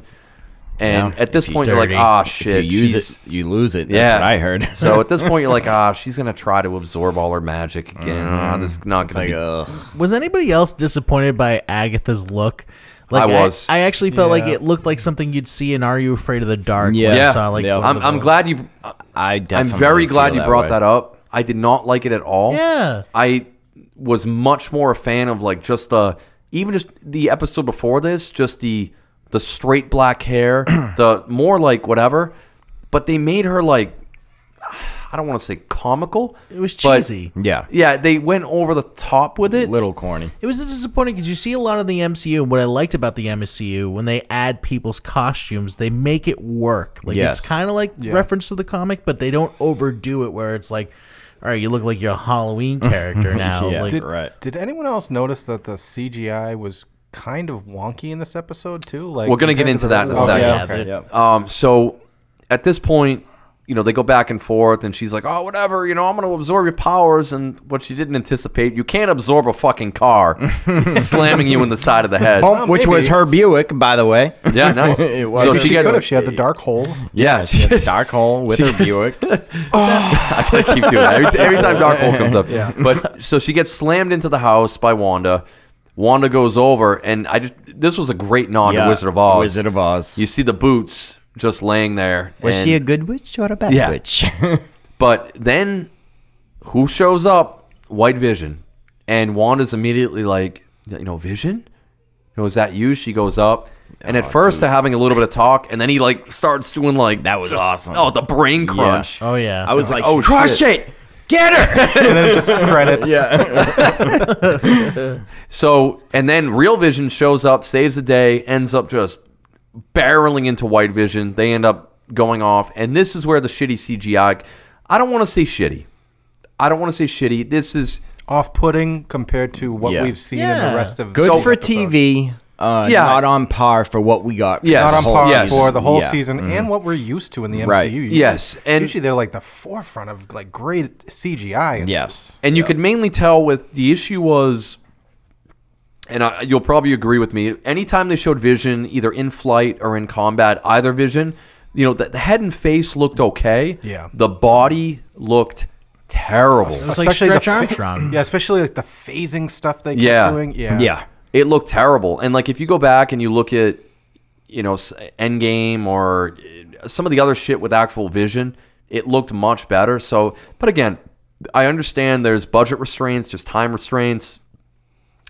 A: And
B: Yeah.
A: at this
B: If you
A: point, you're like,
D: dirty-
A: ah,
B: If
A: shit.
B: you use
A: she's-
B: <laughs> it, you lose it. That's
A: yeah,
B: what I heard. <laughs>
A: so at this point, you're like, ah, she's gonna try to absorb all her magic again. Ah, this is not gonna
B: Mm-hmm. like,
A: <laughs> be.
B: ugh.
D: Was anybody else disappointed by Agatha's look? Like,
A: I was.
D: I, actually felt like
C: Yeah.
D: it looked like something you'd see in Are You Afraid of the Dark?
B: Yeah.
D: where you
A: yeah,
D: saw, like,
B: Yeah.
D: one of
A: I'm,
D: the
A: I'm
D: bullets.
A: glad you.
B: I
A: I'm
B: definitely.
A: very glad
B: feel
A: you
B: that
A: brought
B: way.
A: that up. I did not like it at all.
D: Yeah.
A: I was much more a fan of like just the even just the episode before this, just the the straight black
D: <clears throat>
A: hair, the more like whatever. But they made her like I don't want to say comical.
D: It was
A: but-
D: cheesy.
B: Yeah.
A: yeah, they went over the top with it.
B: Little corny.
D: It was disappointing because you see a lot of the MCU, and what I liked about the MCU when they add people's costumes, they make it work. Like
B: Yes.
D: it's kind of like reference to the comic, but they don't overdo it. Where it's like, all right, you look like you're a Halloween character now.
B: Yeah.
D: Like,
B: Oh, Right.
C: Did anyone else notice that the CGI was kind of wonky in this episode too. Like
A: We're gonna get
C: compared to
A: into
C: the
A: that in a
C: rest of-
A: second.
D: yeah,
B: okay,
D: they're-
B: yeah.
A: Um, so at this point, you know, they go back and forth, and she's like, "Oh, whatever, you know, I'm gonna absorb your powers." And what she didn't anticipate, you can't absorb a fucking
D: <laughs>
A: car slamming you in the side of the head.
D: Oh
B: Bump, Um, which was
C: maybe.
B: her Buick, by the way.
A: <laughs> Yeah, nice.
B: It was.
A: So
C: Oh, She,
A: she,
C: could
A: got,
C: have. She had the dark hole.
A: yeah, she,
B: She had a dark hole with <laughs> her Buick.
A: I gotta keep doing that every, every time Dark Hole comes up. But so she gets slammed into the house by Wanda. Wanda goes over, and I just this was a great nod
B: Yeah,
A: to Wizard of Oz.
B: Wizard of Oz.
A: You see the boots just laying there.
B: Was
A: and-
B: she a good witch or a bad
A: Yeah.
B: witch?
A: But then who shows up? White Vision. And Wanda's immediately like, you know, Vision? You know, is that you? She goes up. And at first they're having a little bit of talk, and then he like starts doing like
B: That was awesome.
A: Oh, the brain crunch.
D: Oh yeah.
B: <laughs> I was like,
A: Oh,
B: oh, crush
A: shit.
B: it, get her.
C: And then it just credits.
A: So and then Real Vision shows up, saves the day, ends up just barreling into White Vision. They end up going off, and this is where the shitty CGI. I don't want to say shitty. I don't want to say shitty. This is
C: Off-putting compared to what
B: Yeah.
C: we've seen in
D: Yeah.
C: the rest of
B: Good
A: So-
B: for
C: episode.
B: TV. Uh,
A: Yeah.
B: not on par for what we got. for
A: Yes.
B: this
C: Not on
B: whole
C: par
A: Yes.
C: for the whole
B: Yeah. Mm-hmm.
C: season and what we're used to in the MCU.
B: Right.
C: Usually-
A: Yes, and-
C: usually they're like the forefront of like great CGI. And
B: Yes,
A: and you could mainly tell with the issue was and I, you'll probably agree with me anytime they showed vision either in flight or in combat either vision you know the, the head and face looked okay
C: Yeah.
A: the body looked terrible
D: It was like
C: especially the
D: Stretch
C: fa- <laughs>
D: Armstrong.
C: Yeah, especially like the phasing stuff they kept
A: Yeah.
C: doing. Yeah.
B: yeah.
A: it looked terrible and like if you go back and you look at you know s- endgame or uh, some of the other shit with actual vision it looked much better so but again i understand there's budget restraints there's time restraints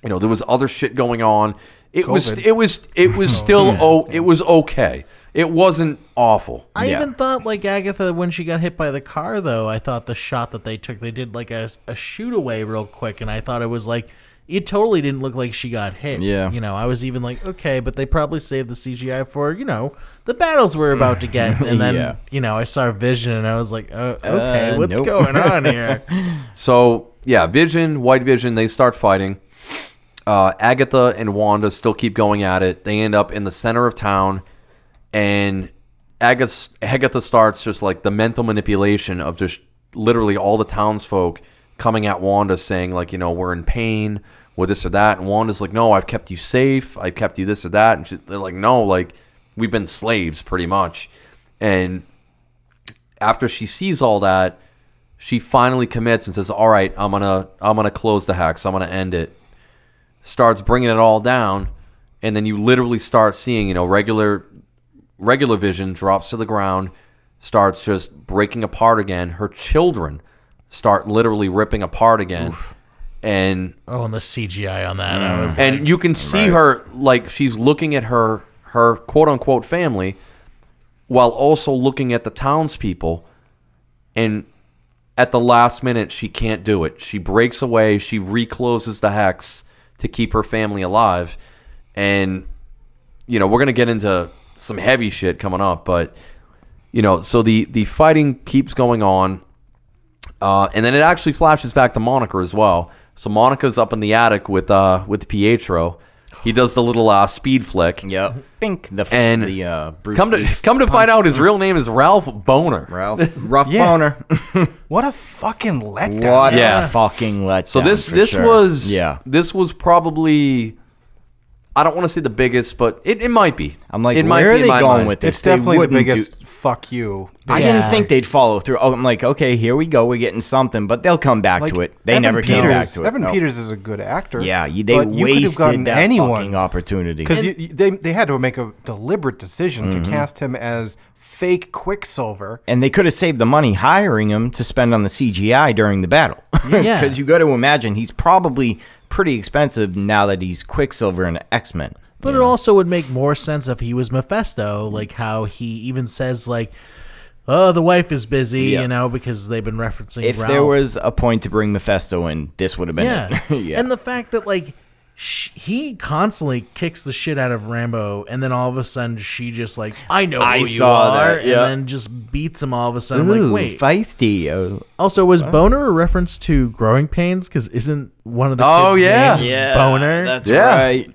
A: you know there was other shit going on it was
C: COVID.
A: it was it was still oh it was okay it wasn't awful
D: I
B: Yeah.
D: even thought like Agatha when she got hit by the car though. I thought the shot that they took, they did like a, a shoot away real quick, and I thought it was like it totally didn't look like she got hit.
B: Yeah.
D: you know, I was even like, okay, but they probably saved the CGI for you know the battles we're about to
B: <laughs>
D: get, and then
B: Yeah.
D: you know I saw Vision and I was like, oh, okay,
B: Uh,
D: what's
B: nope. <laughs>
D: going on here?
A: So yeah, Vision, White Vision, they start fighting. Uh, Agatha and Wanda still keep going at it. They end up in the center of town, and Agatha, Agatha starts just like the mental manipulation of just literally all the townsfolk coming at Wanda, saying like, you know, we're in pain, we're this or that, and Wanda's like, no, I've kept you safe, I've kept you this or that, and she, they're like, no, like we've been slaves pretty much, and after she sees all that, she finally commits and says, "All right, I'm gonna I'm gonna close the hex. I'm gonna end it." Starts bringing it all down, and then you literally start seeing you know regular regular vision drops to the ground, starts just breaking apart again. Her children start literally ripping apart again, and
D: Oh, and the CGI on that,
B: Mm,
D: I was
A: and you can see her like she's looking at her her quote unquote family while also looking at the townspeople and at the last minute she can't do it she breaks away she recloses the hex to keep her family alive and you know we're gonna get into some heavy shit coming up but you know so the the fighting keeps going on uh, and then it actually flashes back to Monica as well. So Monica's up in the attic with uh, with Pietro. He does the little uh, speed flick.
B: Yep. Think the
A: And
B: the uh, Bruce
A: come to
B: Lee
A: <laughs> come to find out, his real name is Ralph Boner.
B: Ralph rough
C: Yeah.
B: boner.
C: What a fucking letdown.
B: What
A: Yeah.
B: a fucking letdown.
A: So this
B: for
A: this
B: sure.
A: was
B: yeah.
A: this was probably I don't want to say the biggest, but it, it might be.
B: I'm like,
A: it
B: where are
A: in
B: they
A: my
B: going
A: mind.
B: with this?
C: It's definitely
B: they
C: the
B: wouldn't
C: biggest
B: do-
C: fuck you.
B: I
D: Yeah.
B: didn't think they'd follow through. Oh, I'm like, okay, here we go. We're getting something, but they'll come back
C: Like,
B: to it. They
C: Evan
B: never came back
C: Peters-
B: to it.
C: Evan
B: No.
C: Peters is a good actor.
B: Yeah, you, they
C: but you could have gotten
B: wasted that
C: anyone.
B: fucking opportunity.
C: because they they had to make a deliberate decision
B: Mm-hmm.
C: to cast him as fake Quicksilver.
B: and they could have saved the money hiring him to spend on the CGI during the battle.
D: Yeah.
B: Because you got to imagine he's probably pretty expensive now that he's Quicksilver and X Men.
D: But it also would make more sense if he was Mephisto, like how he even says like, "Oh, the wife is busy,"
B: Yeah.
D: you know, because they've been referencing.
B: If
D: Ralph.
B: there was a point to bring Mephisto in, this would have been
D: yeah.
B: it. <laughs> yeah.
D: and the fact that like sh- he constantly kicks the shit out of Rambo, and then all of a sudden she just like, "I know who
B: I
D: you
B: saw
D: are,"
B: that, yeah.
D: and then just beats him all of a sudden. I'm
B: Ooh,
D: like, wait.
B: feisty. Oh,
D: also, was Boner a reference to Growing Pains? Because isn't one of the
A: Oh,
D: kids'
A: yeah.
D: names Boner?
B: That's
A: Yeah.
B: right.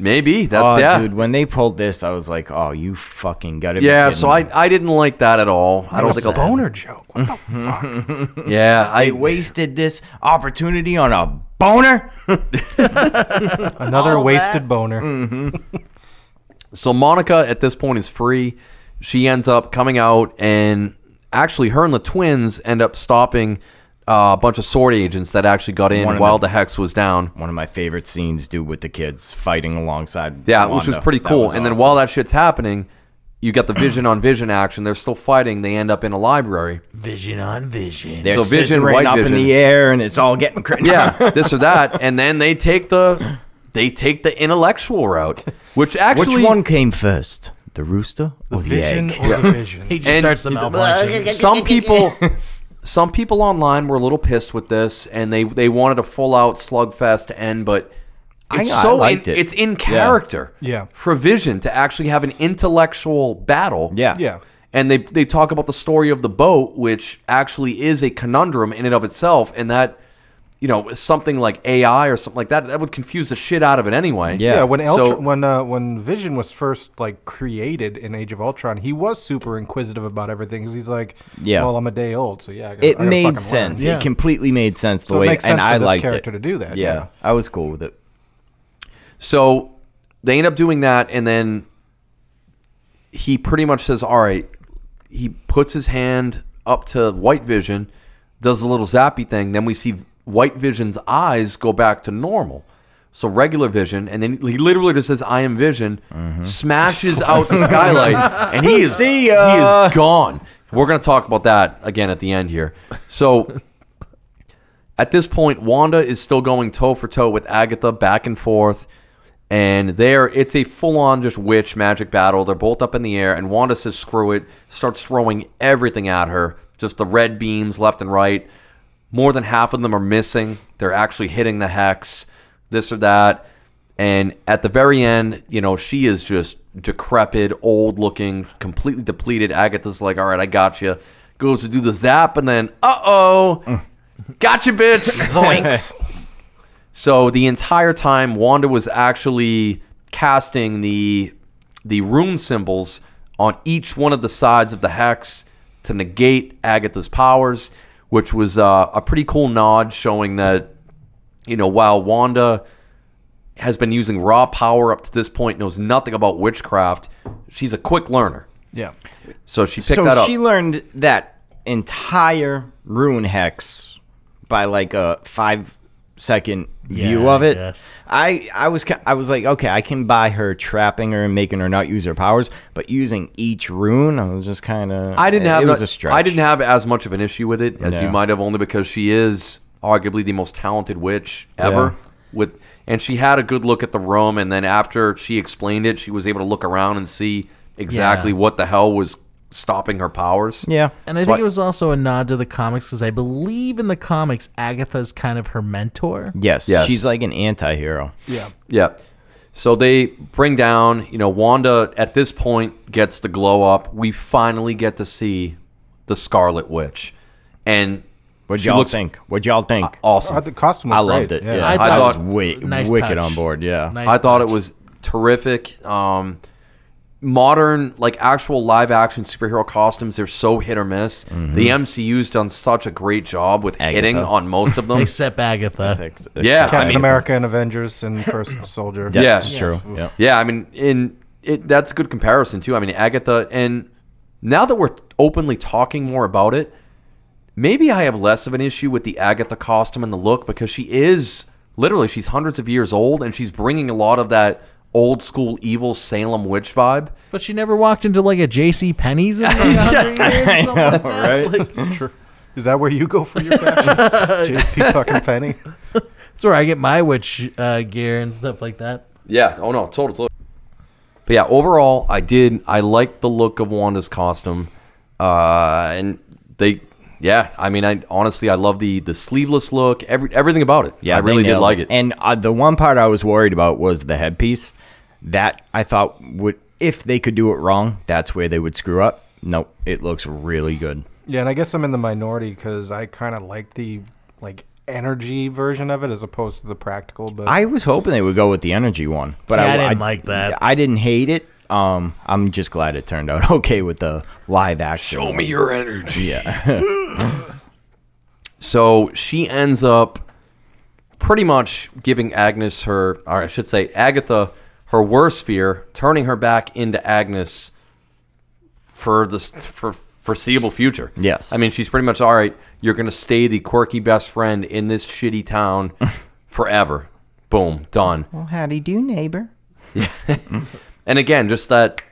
A: Maybe that's
B: oh,
A: yeah.
B: dude, when they pulled this, I was like, "Oh, you fucking got it."
A: Yeah, so I, I didn't like that at all. I don't
C: That's
A: think
C: a
A: I'll
C: boner joke.
B: Mm-hmm.
C: What the fuck?
A: Yeah,
B: they
A: I
B: wasted this opportunity on a boner.
C: Another wasted boner.
A: so Monica at this point is free. She ends up coming out, and actually, her and the twins end up stopping uh, a bunch of sword agents that actually got in
B: One of
A: while the
B: them.
A: hex was down.
B: One of my favorite scenes, dude, with the kids fighting alongside.
A: Yeah, which was
B: Wanda.
A: pretty
B: That
A: cool.
B: was
A: and then
B: awesome.
A: while that shit's happening, you got the vision on vision action. They're still fighting. They end up in a library.
D: Vision on vision.
B: they're
A: so Vision,
B: scissoring
A: White
B: up
A: Vision.
B: in the air, and it's all getting crazy. <laughs>
A: Yeah, <laughs> this or that, and then they take the they take the intellectual route, which actually
B: which one came first, the rooster or the,
C: Vision
B: egg?
C: or the vision?
D: He just
A: And
D: starts to malfunction.
A: some people some people online were a little pissed with this and they they wanted a full out slugfest to end but
B: I-
A: it's
B: I
A: so
B: liked
A: in,
B: it.
A: it's in character
C: Yeah.
A: for vision to actually have an intellectual battle
B: Yeah,
C: Yeah.
A: and they they talk about the story of the boat which actually is a conundrum in and of itself and that you know something like AI or something like that that would confuse the shit out of it anyway
B: Yeah.
C: Yeah, when
A: So-
C: Ultra, when uh, when Vision was first like created in Age of Ultron, he was super inquisitive about everything because he's like,
B: Yeah.
C: well, I'm a day old, so yeah, I gotta, I
B: It
C: gotta
B: made
C: fucking
B: sense.
C: Learn.
D: Yeah.
B: It completely made sense the
C: So it
B: way,
C: makes
B: and
C: sense for
B: I
C: this
B: liked
C: character
B: it.
C: to do that, yeah.
B: I was cool with it.
A: So they end up doing that, and then he pretty much says, "All right." He puts his hand up to White Vision, does a little zappy thing. Then we see White Vision's eyes go back to normal, so regular Vision, and then he literally just says, "I am Vision,"
B: <laughs>
A: smashes out the skylight, and he is
B: Mm-hmm. See
A: he
B: ya.
A: is gone. We're gonna talk about that again at the end here. So. At this point, Wanda is still going toe for toe with Agatha back and forth. And there, it's a full on just witch magic battle. They're both up in the air, and Wanda says, screw it, starts throwing everything at her. Just the red beams left and right. More than half of them are missing. They're actually hitting the hex, this or that. And at the very end, you know, she is just decrepit, old looking, completely depleted. Agatha's like, all right, I got you. Goes to do the zap, and then, uh oh, gotcha,
B: <laughs>
A: bitch.
B: Zoinks!
A: So the entire time, Wanda was actually casting the the rune symbols on each one of the sides of the hex to negate Agatha's powers, which was uh, a pretty cool nod showing that you know while Wanda has been using raw power up to this point, knows nothing about witchcraft, she's a quick learner.
C: Yeah,
A: So she picked
B: so
A: that up.
B: she learned that entire rune hex by like a five second view
D: Yeah,
B: of it.
D: yes.
B: I I was ki- I was like, okay, I can buy her trapping her and making her not use her powers, but using each rune, I was just kind of.
A: I didn't have
B: it was
A: that-
B: a stretch.
A: I didn't have as much of an issue with it as you
B: No.
A: might have, only because she is arguably the most talented witch ever. With and she had a good look at the room, and then after she explained it, she was able to look around and see exactly
D: Yeah.
A: what the hell was stopping her powers.
B: Yeah,
D: And I
A: So
D: think
A: I-
D: it was also a nod to the comics because I believe in the comics, Agatha's kind of her mentor.
B: yes,
A: Yes.
B: she's like an anti-hero.
C: yeah.
A: Yeah. So they bring down, you know, Wanda at this point gets the glow up. We finally get to see the Scarlet Witch. And
B: What
A: she
B: y'all
A: looks
B: think? What y'all think?
A: awesome.
C: Oh, the costume. Was
B: I
C: great,
B: loved it. Yeah,
A: I
B: I,
A: thought-
B: thought, it was wi-
D: Nice
B: wicked
D: touch.
B: on board. Yeah,
D: Nice
A: I thought it
D: touch.
A: was terrific. Um, modern, like actual live action superhero costumes, they're so hit or miss. The MCU's done such a great job with
B: Agatha.
A: hitting on most of them.
D: Except Agatha.
B: Ex-
A: Yeah,
B: except-
A: I
C: Captain
A: mean-
C: America and Avengers and First
B: <clears throat>
C: Soldier.
B: Yeah,
C: <laughs>
A: Yeah.
B: it's
A: Yeah.
B: true. Yeah.
A: yeah, I mean, in it, that's a good comparison too. I mean, Agatha, and now that we're openly talking more about it, maybe I have less of an issue with the Agatha costume and the look because she is literally she's hundreds of years old and she's bringing a lot of that old school evil Salem witch vibe.
D: But she never walked into like a J.C. Penney's in
B: <laughs>
D: like 100 years. or something like that.
B: right?
D: Like,
C: Sure. Is that where you go for
B: <laughs>
C: your fashion? JC fucking Penny.
D: that's where I get my witch uh, gear and stuff like that.
A: Yeah. Oh no, total. total. But yeah, overall, I did. I liked the look of Wanda's costume, uh, and they. Yeah, I mean, I honestly, I love the the sleeveless look. Every everything about it. I
B: they
A: really did
B: nailed
A: like it.
B: And uh, the one part I was worried about was the headpiece. That I thought would, if they could do it wrong, that's where they would screw up. Nope, it looks really good.
C: Yeah, and I guess I'm in the minority because I kind of like the like energy version of it as opposed to the practical. But
B: I was hoping they would go with the energy one, but
D: See,
B: I,
D: I didn't like that.
B: I didn't hate it. Um, I'm just glad it turned out <laughs> okay with the live action.
A: Show me your energy. <laughs> so she ends up pretty much giving Agnes her, or I should say, Agatha her worst fear, turning her back into Agnes for the for foreseeable future.
B: Yes.
A: I mean she's pretty much all right. You're gonna stay the quirky best friend in this shitty town forever. Boom, done.
B: Well, how do you do, neighbor?
A: And again, just that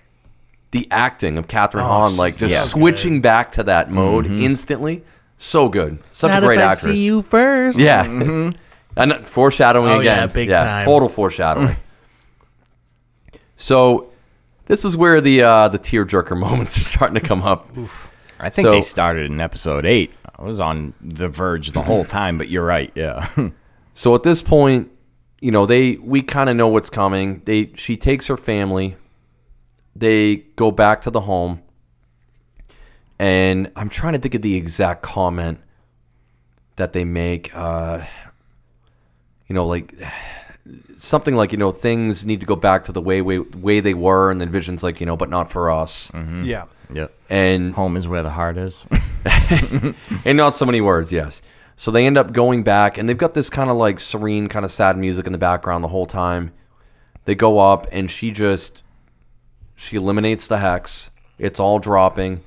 A: the acting of Catherine Hahn, like just
B: so
A: switching back to that mode instantly. So good. Such
D: Not
A: a great
D: if I
A: actress.
D: see you first.
A: Yeah. Mm-hmm. And foreshadowing
D: Oh,
A: again.
D: yeah, big time. Mm.
A: Total foreshadowing. so this is where the uh, the tearjerker <laughs> moments are starting to come up.
B: <laughs> I think
A: So-
B: they started in episode eight. I was on the verge the whole time, but you're right. Yeah. <laughs>
A: So at this point, you know, they we kind of know what's coming. They she takes her family. They go back to the home. And I'm trying to think of the exact comment that they make uh you know, like something like, you know, things need to go back to the way way, way they were and then Vision's like, you know, but not for us.
C: yeah,
B: yep.
A: And
B: Home is where the heart is.
A: and not so many words, yes. So they end up going back, and they've got this kind of like serene, kind of sad music in the background the whole time. They go up, and she just she eliminates the hex. It's all dropping.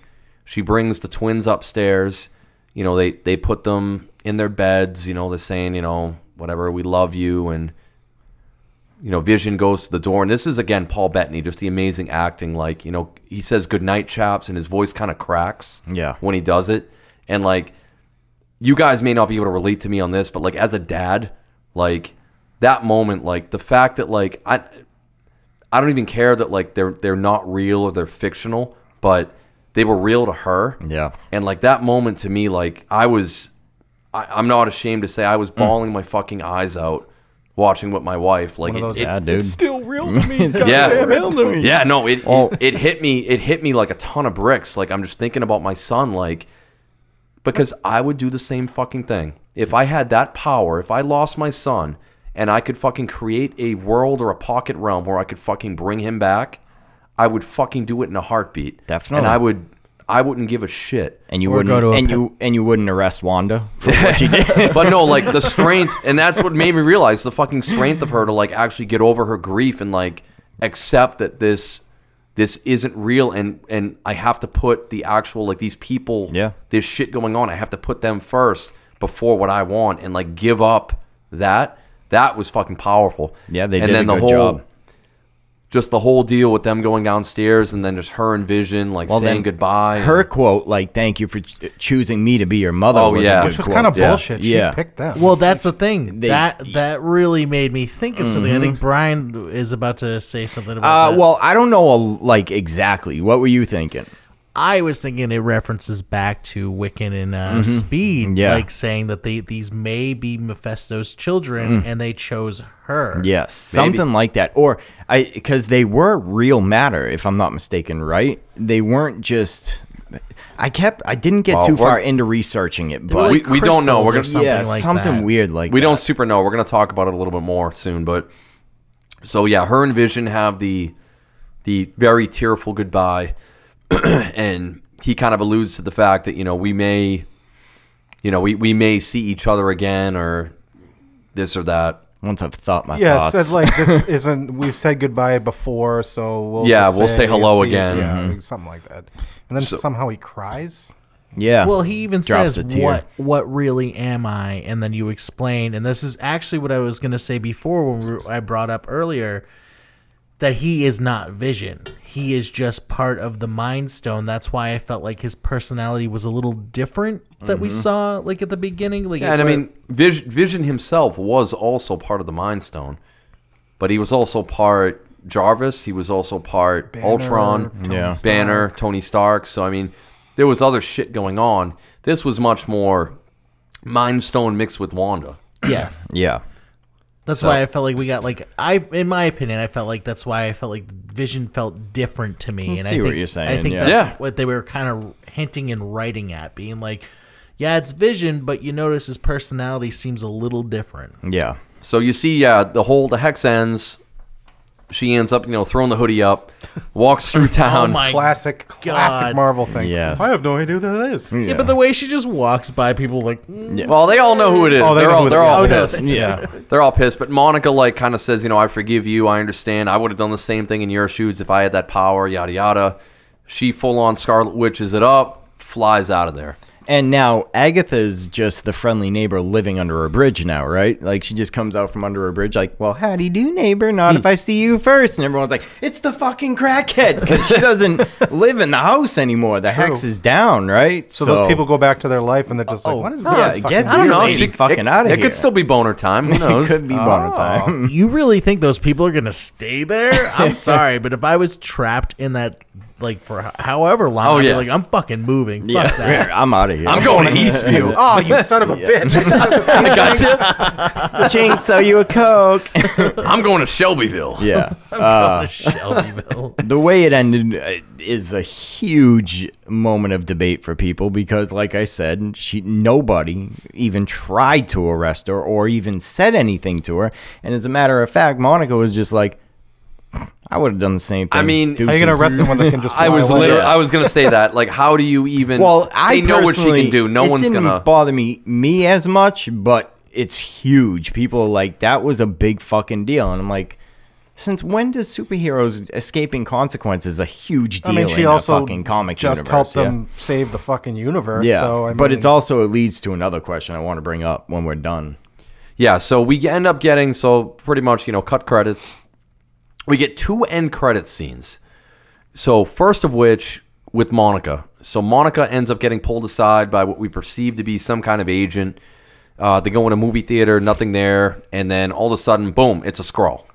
A: She brings the twins upstairs. You know, they they put them in their beds. You know, they're saying, you know, whatever, we love you, and you know, Vision goes to the door, and this is again Paul Bettany, just the amazing acting. Like, you know, he says "Good night, chaps," and his voice kind of cracks.
B: Yeah.
A: when he does it, and like, you guys may not be able to relate to me on this, but like as a dad, like that moment, like the fact that like I, I don't even care that like they're they're not real or they're fictional, but they were real to her.
B: Yeah.
A: and like that moment to me, like I was, I, I'm not ashamed to say I
C: Hmm.
A: was bawling my fucking eyes out watching with my wife. Like
C: One
A: it-
C: of those
A: it-
B: Yeah, dude.
C: still real to me.
A: yeah,
C: goddamn it.
A: yeah, no, it,
B: Oh.
A: it it hit me. It hit me like a ton of bricks. Like I'm just thinking about my son, like because I would do the same fucking thing if I had that power. If I lost my son and I could fucking create a world or a pocket realm where I could fucking bring him back, I would fucking do it in a heartbeat.
B: Definitely.
A: and I would. I wouldn't give a shit.
B: And you
D: Or
B: wouldn't
D: go to a
B: and
D: pet-
B: you and you wouldn't arrest Wanda
A: <laughs>
B: for what you did.
A: But no, like the strength, and that's what made me realize the fucking strength of her to like actually get over her grief and like accept that this this isn't real, and and I have to put the actual like these people,
B: Yeah.
A: this shit going on. I have to put them first before what I want, and like give up that. That was fucking powerful.
B: Yeah, they
A: and
B: did a good job.
A: Just the whole deal with them going downstairs, and then just her and Vision like
B: Well,
A: saying
B: then
A: goodbye.
B: Her quote, like "Thank you for ch- choosing me to be your mother,"
A: Oh,
B: was
A: yeah.
B: a good
A: Which
C: Which was
B: quote.
C: kind of
A: Yeah.
C: bullshit.
B: Yeah.
C: She picked them.
D: Well, that's the thing.
B: They- Mm-hmm.
D: that that really made me think of something. I think Brian is about to say something about
B: Uh,
D: that.
B: well, I don't know, like exactly. What were you thinking?
D: I was thinking it references back to Wiccan and uh, Speed,
B: Mm-hmm. Yeah.
D: like saying that they these may be Mephisto's
B: Mm.
D: children, and they chose her.
B: Yes,
A: Maybe.
B: something like that. Or I because they were real matter, if I'm not mistaken, right? They weren't just. I kept. I didn't get
A: Well,
B: too
A: we're-
B: far into researching it, but
A: we- we don't know. We're
D: crystals
A: gonna-
D: or something
B: yeah,
D: like
B: something
D: that.
B: weird like
A: we
B: that.
A: don't super know. We're gonna talk about it a little bit more soon, but so yeah, her and Vision have the the very tearful goodbye, <clears throat> and he kind of alludes to the fact that you know we may, you know we, we may see each other again or this or that.
B: Once I've thought my
C: yeah,
B: thoughts.
C: said like this <laughs> isn't. We've said goodbye before, so we'll
A: Yeah,
C: just
A: we'll say hello
C: see you-
A: again.
C: yeah, like something like that. And then somehow he cries.
B: yeah.
D: Well, he even
B: Drops a
D: says,
B: tear.
D: "What? What really am I?" And then you explain, and this is actually what I was going to say before when we, I brought up earlier that he is not Vision. He is just part of the Mind Stone. That's why I felt like his personality was a little different that we saw, like at the beginning. Like,
A: Mm-hmm. Yeah, and I
D: it wa-
A: mean Vision, Vision himself was also part of the Mind Stone, but he was also part Jarvis. He was also part Ultron,
C: Tony
B: Yeah.
C: Stark.
A: Banner, Tony Stark. So I mean, there was other shit going on. This was much more Mind Stone mixed with Wanda.
D: <clears throat> yes,
B: yeah.
D: That's why I felt like we got like I, in my opinion, I felt like that's why I felt like Vision felt different to me. and
B: see
D: I think,
B: what you're saying,
D: I think
B: yeah.
D: that's
A: Yeah.
D: what they were kind of hinting and writing at, being like, yeah, it's Vision, but you notice his personality seems a little different. <laughs>
B: Yeah.
A: So you see, yeah, the whole the hex ends. She ends up, you know, throwing the hoodie up, walks
C: <laughs>
A: through town.
D: Oh my
C: Classic,
D: God.
C: classic Marvel thing.
B: Yes.
C: I have no idea who that is.
D: Yeah, but the way she just walks by people, like, mm,
A: Well, they all know who it is.
C: Oh, they
A: they are
C: know
A: all
C: who it
A: they're
C: is.
A: all
C: Oh, no,
A: pissed.
B: Yeah.
A: They're all pissed. But Monica like kind of says, you know, I forgive you. I understand. I would have done the same thing in your shoes if I had that power. Yada yada. She full on Scarlet Witches it up, flies out of there.
B: And now Agatha's just the friendly neighbor living under a bridge now, right? Like she just comes out from under a bridge, like, "Well, how do you do, neighbor? Not if I see you first. And everyone's like, "It's the fucking crackhead," because she doesn't live in the house anymore. The hex is down, right?
C: So, those people go back to their life and they're just like, what is
B: Oh, yeah,
C: with
B: get
C: fucking-
A: I don't
B: This
A: know.
B: lady
A: She
B: fucking
A: it,
B: outta
A: It
B: here.
A: could still be boner time. Who
B: <laughs> it
A: knows?
B: could be bonus time.
D: you really think those people are gonna stay there? I'm sorry, but if I was trapped in that, like, for h- however long,
A: Oh,
D: I'd be
A: yeah.
D: like, I'm fucking moving. Fuck
B: <laughs> Yeah, <laughs>
D: that.
B: I'm out of here.
A: I'm
B: <laughs>
A: going to Eastview.
C: <laughs> Oh, you son of a bitch.
B: Oh,
A: I got you.
B: Jinx, sell you a coke.
A: <laughs> I'm going to Shelbyville.
B: yeah.
D: Go to Shelbyville.
B: the way it ended uh, is a huge moment of debate for people because like i said she nobody even tried to arrest her or even said anything to her and as a matter of fact monica was just like i would have done the same thing
A: I mean,
C: Are you going
B: Deuces."
C: to arrest someone
B: <laughs>
C: that can just fly
A: I was
C: away?
A: literally, I was gonna say that. Like, how do you even?
B: well i
A: they know what she
B: personally-
A: can do. No
B: it
A: one's
B: didn't
A: gonna.
B: bother me me as much but it's huge people are like that was a big fucking deal and i'm like since when does superheroes escaping consequences a huge deal
C: I mean, she
B: in
C: also
B: a fucking comic
C: just
B: universe,
C: helped
B: yeah.
C: them save the fucking universe.
B: Yeah,
C: So, I mean,
B: but it's also it leads to another question I want to bring up when we're done.
A: Yeah, so we end up getting so pretty much you know cut credits. We get two end credit scenes. So first of which with Monica. So Monica ends up getting pulled aside by what we perceive to be some kind of agent. Uh, they go in a movie theater, nothing there, and then all of a sudden, boom! It's a scroll,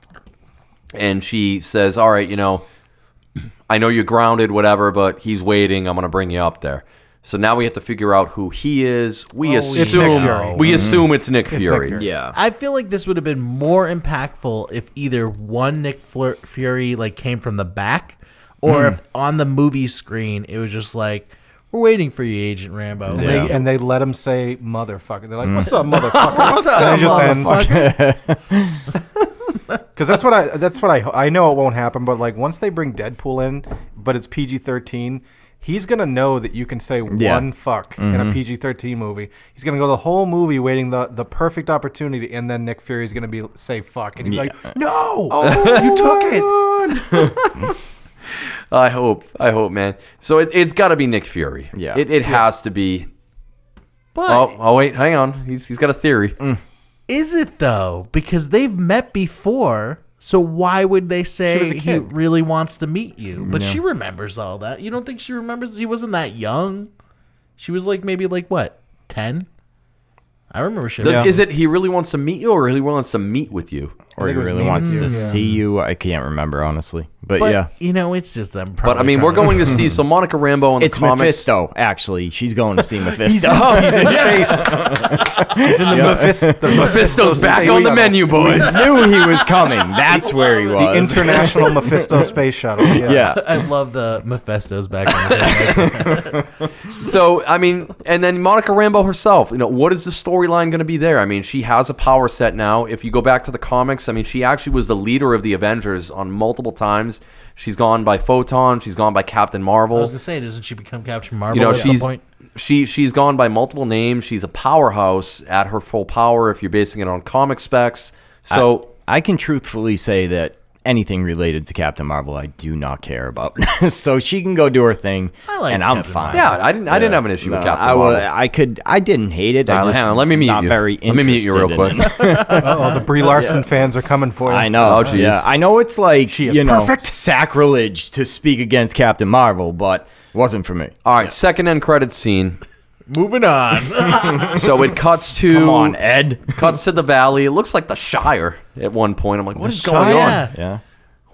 A: and she says, "All right, you know." I know you're grounded, whatever, but he's waiting. I'm gonna bring you up there. So now we have to figure out who he is. We
C: Fury.
A: assume we assume Oh, it's Nick Fury.
C: Fury.
B: Yeah,
D: I feel like this would have been more impactful if either one Nick Fleur- Fury like came from the back, or
A: Hmm.
D: if on the movie screen it was just like, "We're waiting for you, Agent Rambo."
C: They,
D: Like,
C: And they let him say motherfucker. They're like, what's up, motherfucker? Mm. <laughs> what's
D: up,
C: <laughs> Because that's what I. That's what I. ho- I know it won't happen, but like once they bring Deadpool in, but it's PG thirteen, he's gonna know that you can say
B: Yeah.
C: one fuck in a PG thirteen movie. He's gonna go the whole movie waiting the the perfect opportunity, and then Nick Fury's gonna be say fuck, and he's like, no, Oh, you took it.
A: I hope. I hope, man. So it, it's got to be Nick Fury.
B: Yeah.
A: It, it has to be. oh, oh, wait, hang on. He's he's got a theory.
D: is it though? Because they've met before, so why would they
C: was a
D: say he
C: kid.
D: really wants to meet you? But she remembers all that. You don't think she remembers? He wasn't that young. She was like maybe like what ten. I remember she.
A: Does- Is it he really wants to meet you, or he really wants to meet with you?
B: or he
C: think it was
B: really
C: me
B: wants
C: and
B: to
C: you.
B: see you. I can't remember honestly, but,
D: But
B: yeah,
D: you know, it's just them.
A: But I mean, we're going to <laughs> see so Monica Rambo in
B: it's
A: the comics.
B: Mephisto. Actually, she's going to
C: <laughs>
B: see Mephisto. <laughs>
A: Oh, <laughs> he's in space.
C: It's in the Mephisto. <laughs> The
A: Mephisto's back
C: space
A: on the
C: shuttle.
A: menu, boys.
B: Knew he was coming. That's where he
C: The
B: was.
C: <laughs> international Mephisto space shuttle. Yeah.
B: yeah,
D: I love the Mephisto's back on the table.
A: <laughs> So I mean, and then Monica Rambo herself. You know, what is the storyline going to be there? I mean, she has a power set now. If you go back to the comics, I mean, she actually was the leader of the Avengers on multiple times. She's gone by Photon. She's gone by Captain Marvel.
D: I was gonna say, doesn't she become Captain Marvel
A: you know,
D: at some
A: she's
D: point?
A: she she's gone by multiple names. She's a powerhouse at her full power. If you're basing it on comic specs, so.
B: I can truthfully say that anything related to Captain Marvel, I do not care about. <laughs> so she can go do her thing,
D: I liked
B: and I'm
D: Captain
B: fine.
A: yeah, I didn't. I didn't have an issue
B: No,
A: with Captain
B: I, wa-
A: Marvel.
B: I could. I didn't hate it. I
A: Now,
B: just
A: hang on, let me mute
B: not
A: you.
B: Very
A: let me mute you real
B: interested in
A: quick.
B: it. <laughs>
C: Oh, the Brie Larson fans are coming for you.
B: I know.
A: Oh, geez.
B: Yeah, I know it's like
C: She is
B: you know
C: perfect.
B: sacrilege to speak against Captain Marvel, but wasn't for me.
A: All
B: <laughs>
A: right, second end credit scene.
D: Moving on.
A: So it cuts to
B: Come on, Ed.
A: cuts to the valley. It looks like the Shire at one point. I'm like, what is going on?
D: Yeah.
B: Yeah.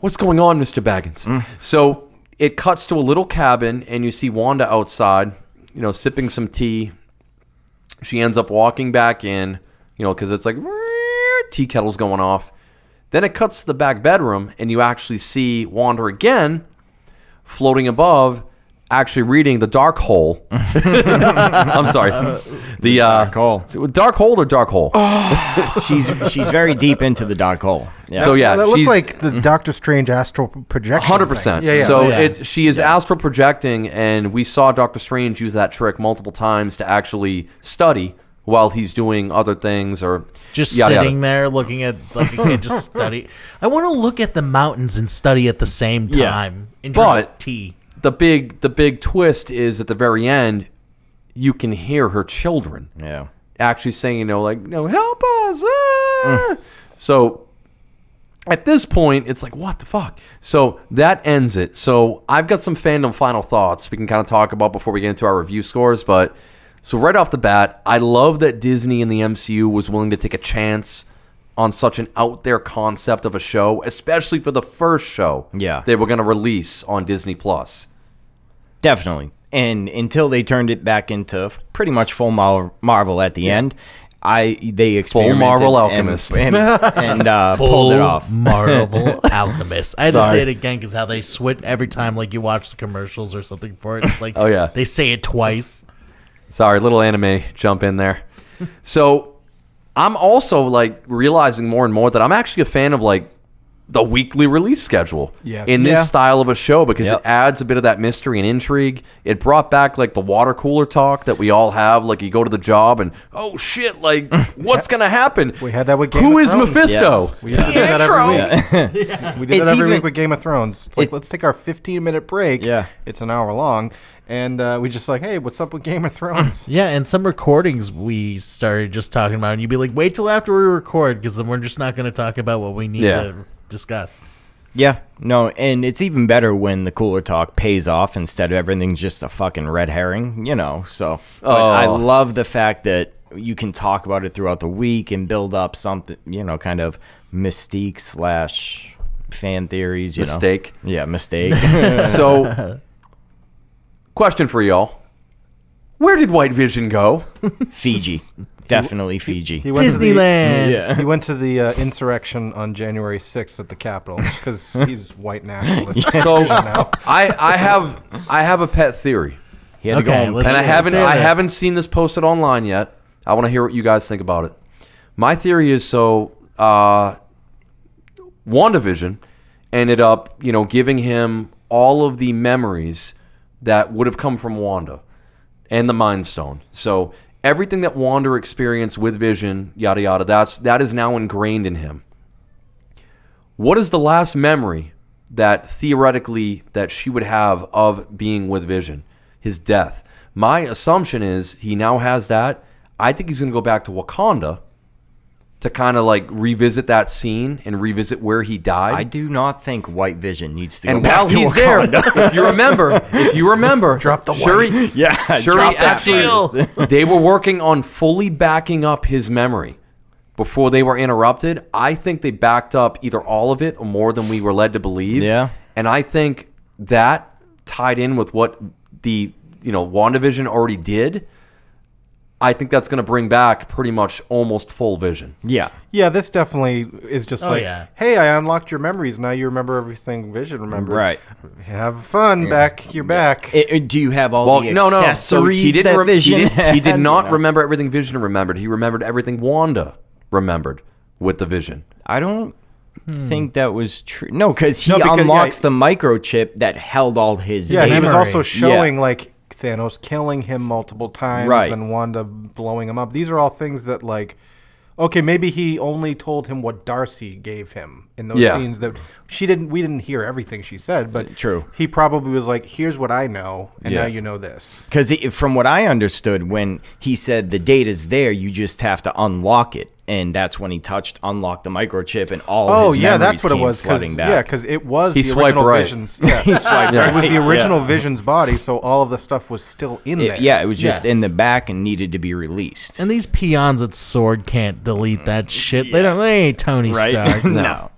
A: What's going on, Mr. Baggins? So it cuts to a little cabin, and you see Wanda outside, you know, sipping some tea. She ends up walking back in, you know, because it's like tea kettle's going off. Then it cuts to the back bedroom, and you actually see Wanda again floating above actually reading the Dark <laughs> Hole. I'm sorry, the uh, Dark
B: Hole.
A: Dark Hole or Dark Hole.
C: Oh,
B: she's she's very deep into the dark hole. Yeah.
A: So yeah,
C: that
A: she's Mm-hmm.
C: looks like the Doctor Strange astral projection.
A: Hundred
C: thing.
A: percent.
C: Yeah, yeah.
A: So
D: Yeah.
A: it she is astral projecting, and we saw Doctor Strange use that trick multiple times to actually study while he's doing other things or
D: Just
A: yada, yada.
D: sitting there looking at like you can just study. I want to look at the mountains and study at the same
B: Yeah.
D: time. And drink
A: But-
D: tea.
A: The big the big twist is at the very end, you can hear her children
B: yeah.
A: actually saying, you know, like, no, help us. ah." So at this point, it's like, what the fuck? So that ends it. So I've got some fandom final thoughts we can kind of talk about before we get into our review scores. But so right off the bat, I love that Disney and the MCU was willing to take a chance on such an out there concept of a show, especially for the first show
B: Yeah.
A: they were going to release on Disney Plus.
B: Definitely. And until they turned it back into f- pretty much full Mar- Marvel at the end, I they experimented
A: Marvel
B: and-
A: Alchemist.
B: and, and, uh, pulled it
D: Full
A: <laughs>
B: off.
D: Marvel Alchemist. I had to
B: Sorry.
D: say it again because how they switch every time, like you watch the commercials or something for it. It's like,
A: Oh, yeah.
D: they say it twice.
A: Sorry, little anime jump in there. so I'm also like realizing more and more that I'm actually a fan of like the weekly release schedule
C: Yes.
A: in this
C: Yeah.
A: style of a show because
B: Yep.
A: it adds a bit of that mystery and intrigue. It brought back like the water cooler talk that we all have. Like you go to the job and oh shit, like what's gonna happen?
C: We had that with Game
A: Who
C: of
A: is
C: Thrones.
A: Mephisto?
B: Yes.
C: We used to do that every
A: Pietro!
C: week. We did
B: It's
C: that every
B: even-
C: week with Game of Thrones. It's like
B: It's-
C: let's take our 15 minute break.
B: Yeah.
C: it's an hour long, and uh, we just like, hey, what's up with Game of <laughs> Thrones?
D: Yeah, and some recordings we started just talking about, and you'd be like, wait till after we record because then we're just not going to talk about what we need
A: Yeah.
D: to discuss.
B: <laughs> Yeah, no, and it's even better when the cooler talk pays off instead of everything's just a fucking red herring, you know. So but I
A: Oh.
B: love the fact that you can talk about it throughout the week and build up something, you know, kind of mystique slash fan theories. You
A: Mistake.
B: Know. Yeah, mistake. <laughs>
A: So question for y'all. Where did White Vision go?
B: Fiji, definitely Fiji.
C: He went to the- <laughs>
D: Disneyland.
B: yeah.
C: He went to the uh, insurrection on January 6th at the Capitol <laughs> because he's white nationalist.
A: So I, I have I have a pet theory.
B: He had
D: Okay,
B: to go.
D: let's-
B: on-
A: and I haven't
D: Say
A: I
D: this.
A: haven't seen this posted online yet. I want to hear what you guys think about it. My theory is so uh, WandaVision ended up, you know, giving him all of the memories that would have come from Wanda and the Mind Stone. So everything that Wanda experienced with Vision, yada yada, that's that is now ingrained in him. What is the last memory that theoretically that she would have of being with Vision? His death. My assumption is he now has that. I think he's going to go back to Wakanda to kind of like revisit that scene and revisit where he died.
B: I do not think White Vision needs to go
A: And
B: back
A: while
B: to
A: he's
B: <laughs>
A: there,
B: Wakanda.
A: if you remember, if you
B: <laughs>
A: remember, drop the Shuri,
B: Yeah,
A: Shuri
B: drop that
A: actually, <laughs> they were working on fully backing up his memory before they were interrupted. I think they backed up either all of it or more than we were led to believe.
B: Yeah.
A: and I think that tied in with what the you know Wandavision already did. I think that's going to bring back pretty much almost full vision.
B: yeah,
C: yeah, this definitely is just like,
D: yeah.
C: hey, I unlocked your memories. Now you remember everything Vision remembered.
B: right.
C: Have fun back. You're back.
B: It- it- uh, do you have all
A: Well,
B: the
A: no, no.
B: accessories
A: So he didn't.
B: that
A: rem-
B: Vision
A: he, did, he did
B: <laughs> had?
A: not
B: No.
A: remember everything Vision remembered. He remembered everything Wanda remembered with the Vision.
B: I don't think that was true. No, because he
C: No, because-
B: unlocks
C: yeah.
B: the microchip that held all his.
C: yeah, he was
D: memory.
C: also showing
B: Yeah.
C: like Thanos killing him multiple times,
B: Right.
C: then Wanda blowing him up. These are all things that like. Okay, maybe he only told him what Darcy gave him in those
A: Yeah.
C: scenes that she didn't. We didn't hear everything she said, but
B: True.
C: He probably was like, "Here's what I know, and
B: Yeah.
C: now you know this."
B: Because from what I understood, when he said the data's there, you just have to unlock it, and that's when he touched unlock the microchip, and all.
C: Oh
B: his
C: yeah,
B: memories
C: that's what it
B: came
C: was. Cause,
B: flooding back.
C: yeah, because it was
A: He
C: the
A: swiped
C: original
A: right.
C: Vision's.
B: <laughs>
C: Yeah.
B: he swiped. <laughs>
C: It was the
B: right,
C: original Vision's body, so all of the stuff was still in
B: Yeah.
C: there.
B: It, yeah, it was just
D: Yes.
B: in the back and needed to be released.
D: And these peons at Sword can't delete
A: Mm,
D: that shit. They don't. They ain't
A: <laughs>
D: Tony
B: <laughs>
D: Stark.
B: no.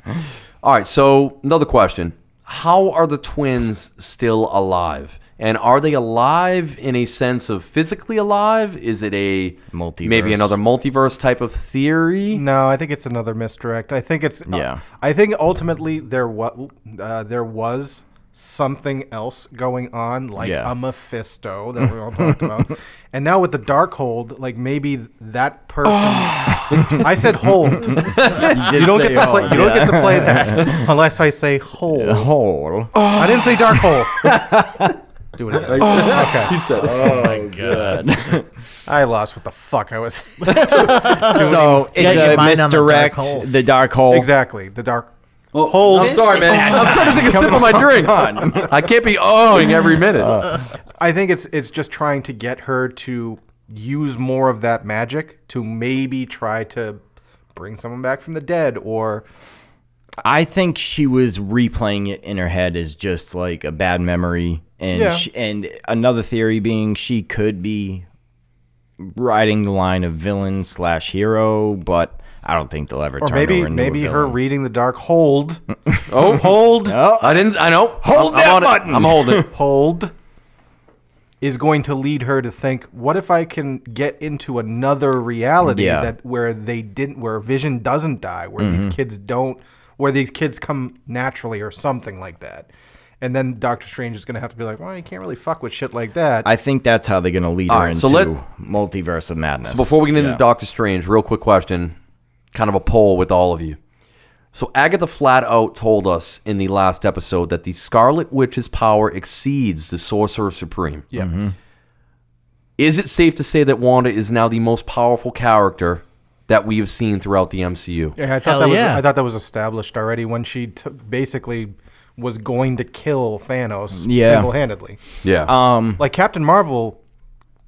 A: All right. So another question: How are the twins still alive? And are they alive in a sense of physically alive? Is it a maybe
B: Multiverse.
A: another multiverse type of theory?
C: No, I think it's another misdirect. I think it's
B: Yeah.
C: I think ultimately there was uh, there was something else going on, like
B: Yeah.
C: a Mephisto that we all talked
B: <laughs>
C: about. And now with the Darkhold, like maybe that person.
B: <laughs>
C: I said hold. You don't get to play. You don't get to play
B: <laughs>
C: that unless I say hold.
B: hole.
C: I didn't say dark hole.
B: <laughs>
C: Do it again. okay.
A: <laughs> He said, "Oh,
C: I lost what the fuck I was.
B: So it's
D: your
B: a
D: mind on the dark
B: misdirect.
D: hole.
B: The dark hole.
C: <laughs> exactly. The dark.
A: well,
C: Hold
A: I'm sorry, man. I'm trying to take a sip of my drink. I can't be ohing every minute.
B: Uh,
C: I think it's it's just trying to get her to use more of that magic to maybe try to bring someone back from the dead or
B: I think she was replaying it in her head as just like a bad memory, and
C: Yeah.
B: sh and another theory being she could be riding the line of villain slash hero, but I don't think they'll ever
C: or
B: turn
C: maybe
B: her into
C: maybe
B: a
C: her
B: villain.
C: reading the
B: <laughs>
C: dark hold
A: oh,
C: hold
A: I didn't. I know.
B: Hold
A: I'm
B: that
A: on it.
B: button.
A: I'm holding. it.
C: hold is going to lead her to think what if I can get into another reality
B: Yeah. Mm-hmm.
C: that where they didn't where vision doesn't die where these kids don't where these kids come naturally or something like that. And then Doctor Strange is going to have to be like, "Well, you can't really fuck with shit like that."
B: I think that's how they're gonna lead her
A: right,
B: into
A: so let-
B: multiverse of madness.
A: Before we get into
B: Yeah.
A: Doctor Strange, real quick question, kind of a poll with all of you. So Agatha flat out told us in the last episode that the Scarlet Witch's power exceeds the Sorcerer Supreme.
C: yeah.
A: Is it safe to say that Wanda is now the most powerful character that we have seen throughout the MCU?
C: Yeah, Eh, I thought
D: Hell
C: that was,
D: yeah.
C: I thought that was established already when she t- basically was going to kill Thanos
B: Yeah. Um,
C: single-handedly.
A: Yeah.
C: Like Captain Marvel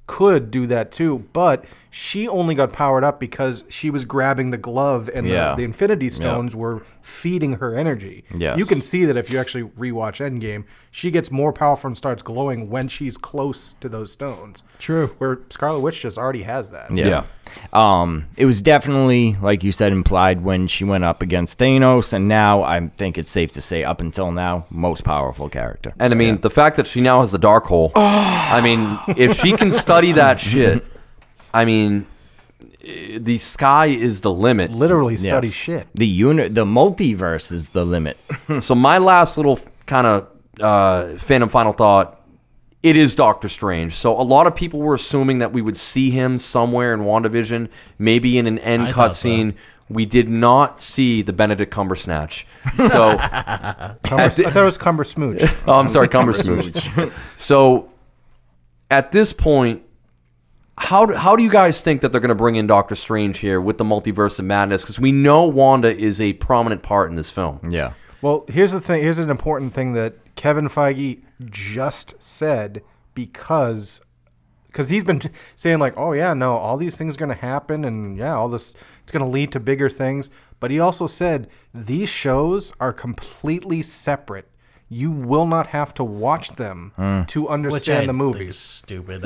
C: could do that too, but she only got powered up because she was grabbing the glove and
B: Yeah.
C: the, the Infinity Stones were feeding her energy.
B: Yes.
C: You can see that if you actually rewatch Endgame, she gets more powerful and starts glowing when she's close to those stones.
D: True.
C: Where Scarlet Witch just already has that.
B: Yeah. Um, it was definitely, like you said, implied when she went up against Thanos, and now I think it's safe to say, up until now, most powerful character.
A: And I mean, the fact that she now has the dark
C: <sighs>
A: hole. I mean, if she can study that shit, I mean, eh, the sky is the limit.
C: Literally study
B: Yes. <laughs>
C: shit.
B: The unit, the multiverse is the limit.
A: So my last little kind of uh, phantom final thought. It is Doctor Strange. So a lot of people were assuming that we would see him somewhere in WandaVision, maybe in an end
D: I thought so.
A: cutscene. We did not see the Benedict Cumbersnatch. So
D: <laughs>
C: Cumber, I thought it was Cumber Smooch.
B: <laughs>
A: Oh, I'm sorry, Cumber Smooch. so, at this point, how do, how do you guys think that they're going to bring in Doctor Strange here with the multiverse of madness? Because we know Wanda is a prominent part in this film.
B: Yeah.
C: Well, here's the thing. Here's an important thing that Kevin Feige just said because because he's been saying like, oh yeah, no, all these things are going to happen, and yeah, all this it's going to lead to bigger things. But he also said these shows are completely separate. You will not have to watch them to
D: Which
C: understand the
D: I think
C: movies.
D: is stupid.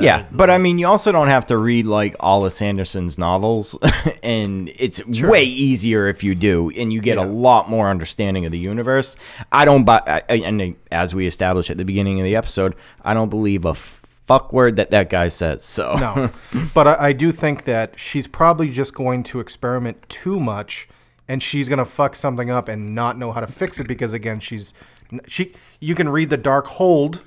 B: <laughs> Yeah.
D: I-
B: But I mean, you also don't have to read like Alice Anderson's novels, <laughs> and it's way easier if you do, and you get a lot more understanding of the universe. I don't buy, I, I- and as we established at the beginning of the episode, I don't believe a fuck word that that guy says. So,
C: No, <laughs> but I, I do think that she's probably just going to experiment too much, and she's gonna fuck something up and not know how to fix it because again, she's she. You can read the
B: <laughs>
C: dark hold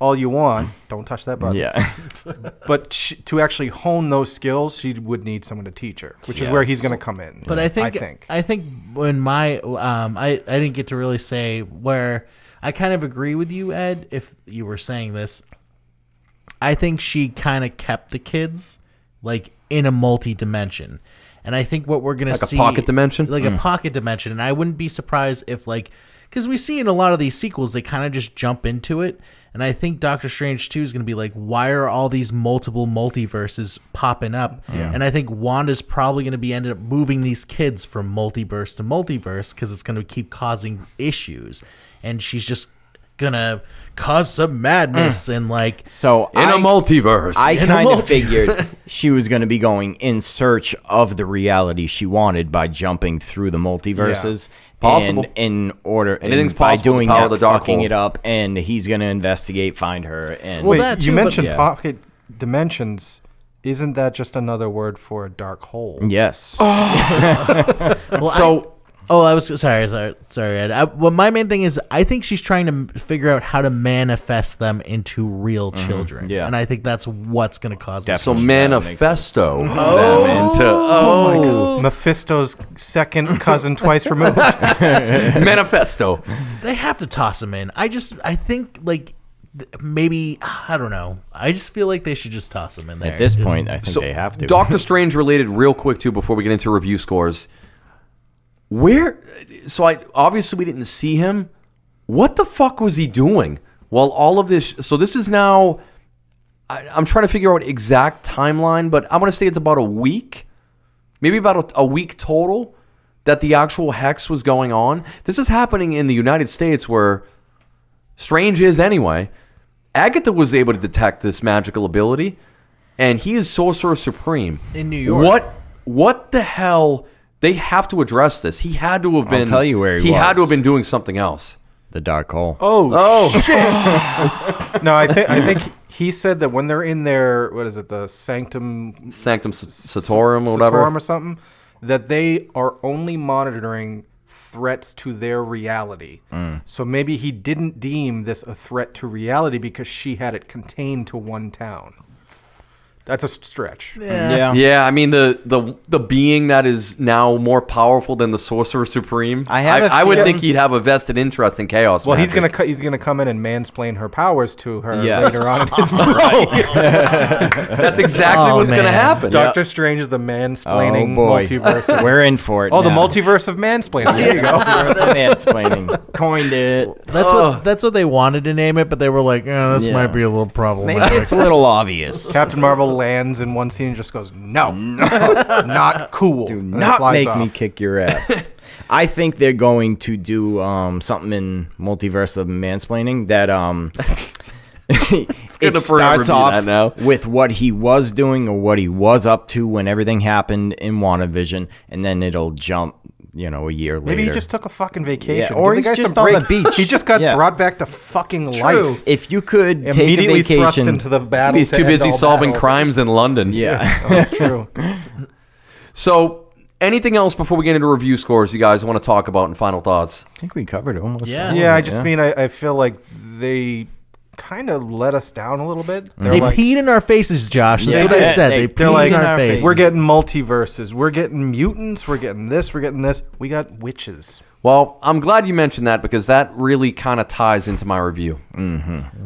C: all you want. Don't touch that button.
B: yeah. <laughs>
C: But sh to actually hone those skills, she would need someone to teach her, which is where he's gonna come in.
D: But I think I
C: think
D: think, when my um, I I didn't get to really say where I kind of agree with you, Ed. If you were saying this, I think she kind of kept the kids like in a multi dimension, and I think what we're gonna
A: Like a
D: see
A: pocket dimension?
D: like a pocket dimension. And I wouldn't be surprised if like because we see in a lot of these sequels they kind of just jump into it. And I think Doctor Strange 2 is going to be like, why are all these multiple multiverses popping up? And I think Wanda's probably going to be ended up moving these kids from multiverse to multiverse because it's going to keep causing issues. And she's just going to cause some madness and like
B: So
A: In a
B: I-
A: multiverse.
B: I
D: In a
B: kind
D: multiverse.
B: of figured
A: <laughs>
B: she was going to be going in search of the reality she wanted by jumping through the multiverses.
A: Possible.
B: And in order, and
A: Anything's possible
B: by
A: with
B: doing
A: the power
B: that,
A: of the dark
B: fucking
A: hole.
B: it up, and he's going to investigate, find her, and <laughs>
D: Well,
C: Wait,
D: that too,
C: you
D: but-
C: mentioned
B: Yeah.
C: pocket dimensions. Isn't
A: Oh.
C: that just another word for a dark hole?
B: yes,
D: well, I-
A: So,
D: Oh, I was sorry, sorry, sorry. Ed. I, well, my main thing is I think she's trying to m- figure out how to manifest them into real children.
B: yeah.
D: and I think that's what's going to cause this.
A: So
B: Yeah, that
A: manifesto <laughs> them into
B: uh,
A: oh,
C: Mephisto's second cousin twice
B: <laughs>
C: removed.
B: Oh.
A: manifesto.
D: They have to toss him in. I just, I think like th- maybe I don't know. I just feel like they should just toss him in there.
B: At this point, I think
A: So
B: <laughs> they have to.
A: Doctor Strange related real quick too before we get into review scores. Where so I obviously we didn't see him. What the fuck was he doing while all of this so this is now I, I'm trying to figure out exact timeline, but I'm gonna say it's about a week, maybe about a, a week total that the actual hex was going on. This is happening in the United States where Strange is anyway. Agatha was able to detect this magical ability, and he is Sorcerer Supreme
D: In New York.
A: What? What the hell? They have to address this. He had to have been.
B: tell you where he
A: had
B: was.
A: to have been doing something else.
B: the dark hole.
C: oh,
A: Oh,
C: no, I
B: <laughs>
C: think I think he said that when they're in their what is it, the
A: <laughs>
C: sanctum
A: Sanctum S- Satorum or whatever.
C: Satorum or something, that they are only monitoring threats to their reality.
B: Mm.
C: So maybe he didn't deem this a threat to reality because she had it contained to one town. That's a stretch.
B: yeah.
A: Yeah, I mean the the the being that is now more powerful than the Sorcerer Supreme.
B: I have a
A: I, would
B: feeling-
A: think he'd have a vested interest in chaos.
C: Well, he's
A: magic.
C: gonna co- he's gonna come in and mansplain her powers to her
B: Yes.
C: later on. in
B: <laughs>
C: his-
A: That's exactly
D: Oh,
A: what's gonna
D: man.
A: happen.
C: <laughs> Doctor Strange is the mansplaining
B: Oh, boy. <laughs>
C: multiverse.
B: We're in for it.
C: Oh, the
B: now.
A: <laughs>
C: multiverse of mansplaining. There you go.
B: Multiverse of mansplaining. Coined it.
D: That's what that's what they wanted to name it, but they were like, oh, this
B: Yeah.
D: might be a little
B: Maybe
D: problematic.
B: it's a little obvious.
C: Captain Marvel lands in one scene and just goes, "No, <laughs> not cool."
B: Do
C: and
B: not
C: flies
B: make me
C: off.
A: <laughs>
B: kick your ass. I think they're going to do um, something in multiverse of mansplaining
A: <laughs>
B: that um, <laughs>
A: good
B: it
A: to forever
B: starts
A: be
B: off
A: that now.
B: with what he was doing or what he was up to when everything happened in WandaVision, and then it'll jump, you know, a year later.
C: Maybe he just took a fucking vacation.
B: Yeah, or
C: Give the
B: he's
C: guy some
B: just on
C: break.
B: the beach.
C: He just got
B: Yeah.
C: brought back to fucking life.
B: if you could take a
C: Immediately thrust
B: vacation
C: into the battle.
A: He's
C: to
A: too
C: end
A: busy
C: all
A: solving
C: battles.
A: crimes in London.
B: <laughs> Yeah.
C: Oh, that's
B: <laughs>
C: true.
A: So, anything else before we get into review scores? You guys want to talk about and final thoughts?
B: I think we covered almost.
D: Yeah.
B: all of
C: yeah, I
B: it,
C: just mean I, I feel like they kind of let us down a little bit. They're
D: They
C: like,
D: peed in our faces, Josh. That's
B: Yeah.
D: what I said.
B: They-
D: They,
B: they're
D: peed
C: like,
D: in
B: "Our
D: our
B: faces."
D: faces.
C: we're getting multiverses. We're getting mutants. We're getting this. We're getting this. We got witches.
A: Well, I'm glad you mentioned that because that really kind of ties into my review.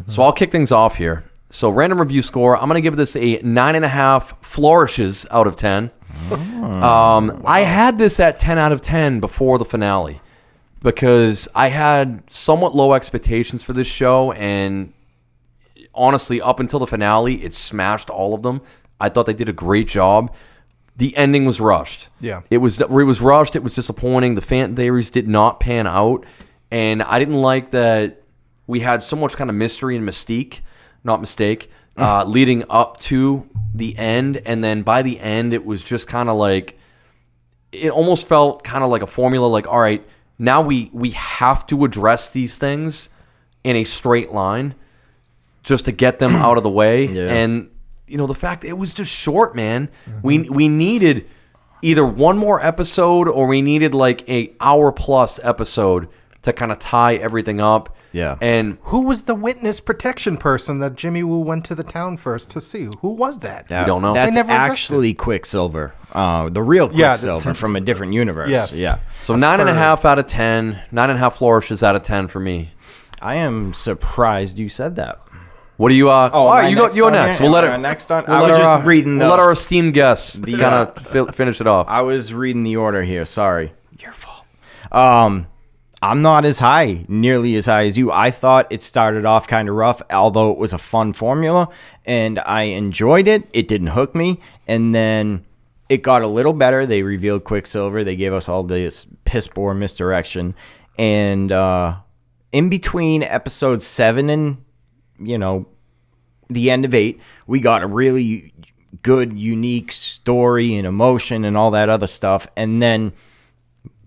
A: So I'll kick things off here. So random review score, I'm going to give this a nine and a half flourishes out of ten. Um, I had this at ten out of ten before the finale because I had somewhat low expectations for this show, and honestly, up until the finale, it smashed all of them. I thought they did a great job. The ending was rushed.
C: Yeah.
A: it was it was rushed. It was disappointing. The fan theories did not pan out, and I didn't like that we had so much kind of mystery and mystique, not mistake, uh, leading up to the end, and then by the end, it was just kind of like it almost felt kind of like a formula like all right now we we have to address these things in a straight line just to get them out of the way and you know the fact it was just short man we we needed either one more episode or we needed like a hour plus episode to kind of tie everything up
B: Yeah.
A: and
C: Who was the witness protection person that Jimmy Woo went to the town first to see? Who was that?
B: That-
A: We don't know.
B: That's
C: They never addressed
B: actually Quicksilver, uh, the real
C: Yeah, the-
B: Quicksilver
C: <laughs>
B: from a different universe.
C: Yes.
B: Yeah,
A: so nine and a half out of ten nine and a half flourishes out of ten for me
B: I am surprised you said that.
A: what do you uh oh, all right you go you're next we'll let it
B: Next on,
A: We'll
B: I
A: let
B: was
A: our,
B: just reading.
A: we'll
B: the-
A: let our esteemed guests kind of fi- finish it off.
B: I was reading the order here. Sorry. Your fault. Um, I'm not as high, nearly as high as you. I thought it started off kind of rough, although it was a fun formula and I enjoyed it. It didn't hook me. And then it got a little better. They revealed Quicksilver, they gave us all this piss poor misdirection. And uh, in between episode seven and, you know, the end of eight, we got a really good, unique story and emotion and all that other stuff. And then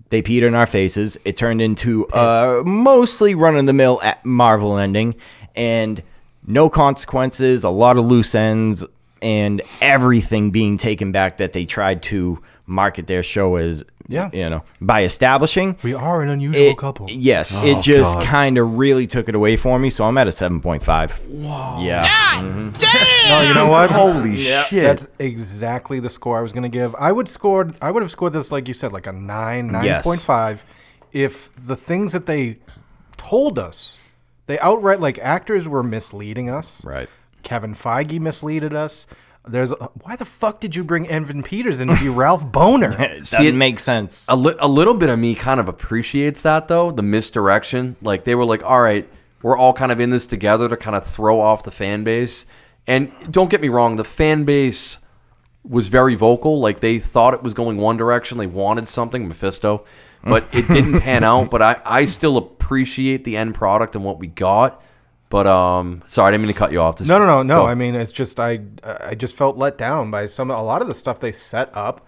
B: they peed in our faces. It turned into a mostly run of the mill Marvel ending and no consequences, a lot of loose ends, and everything being taken back that they tried to market their show as.
C: Yeah.
B: You know, by establishing
C: We are an unusual
B: it-
C: couple.
B: Yes, it just kind of really took it away for me. So I'm at a 7.5. Whoa. Yeah.
C: No, you know what?
A: Holy shit.
C: That's exactly the score I was going to give. I would scored. I would have scored this like you said, like a nine, nine
B: Yes.
C: point five, if the things that they told us, they outright like actors were misleading us.
B: Right.
C: Kevin Feige misleaded us. There's why the fuck did you bring Evan Peters in to be Ralph
B: <laughs>
C: Boner?
B: It doesn't
A: it-
B: make sense.
A: A, li- a little bit of me kind of appreciates that though, the misdirection. Like they were like, all right, we're all kind of in this together to kind of throw off the fan base. And don't get me wrong, the fan base was very vocal. Like they thought it was going one direction. They wanted something, Mephisto, but it <laughs> didn't pan out. But I, I still appreciate the end product and what we got. But um, sorry, I didn't mean to cut you off. This-
C: No, no, no, no.
A: Go.
C: I mean, it's just I, I just felt let down by some a lot of the stuff they set up,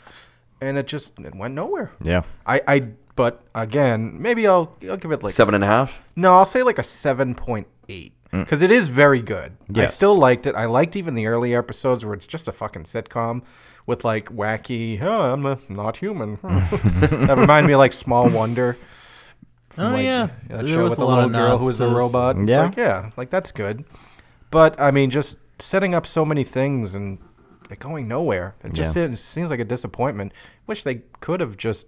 C: and it just it went nowhere.
B: Yeah.
C: I, I, but again, maybe I'll, I'll give it like
A: Seven and a half.
C: No, I'll say like a seven point eight
D: Mm.
C: because it is very good. I
B: Yes.
C: still liked it. I liked even the early episodes where it's just a fucking sitcom with like wacky. Oh, I'm a, not human. <laughs> that reminded me of like Small Wonder. from,
D: Oh,
C: like,
D: yeah.
C: that
D: There
C: show
D: was
C: with
D: a
C: the
D: lot
C: little
D: of
C: girl who was a
D: nods to-
C: robot. It's
B: Yeah.
C: like, yeah, like that's good. But I mean, just setting up so many things and it going nowhere. It just
B: Yeah.
C: seems, seems like a disappointment. Wish they could have just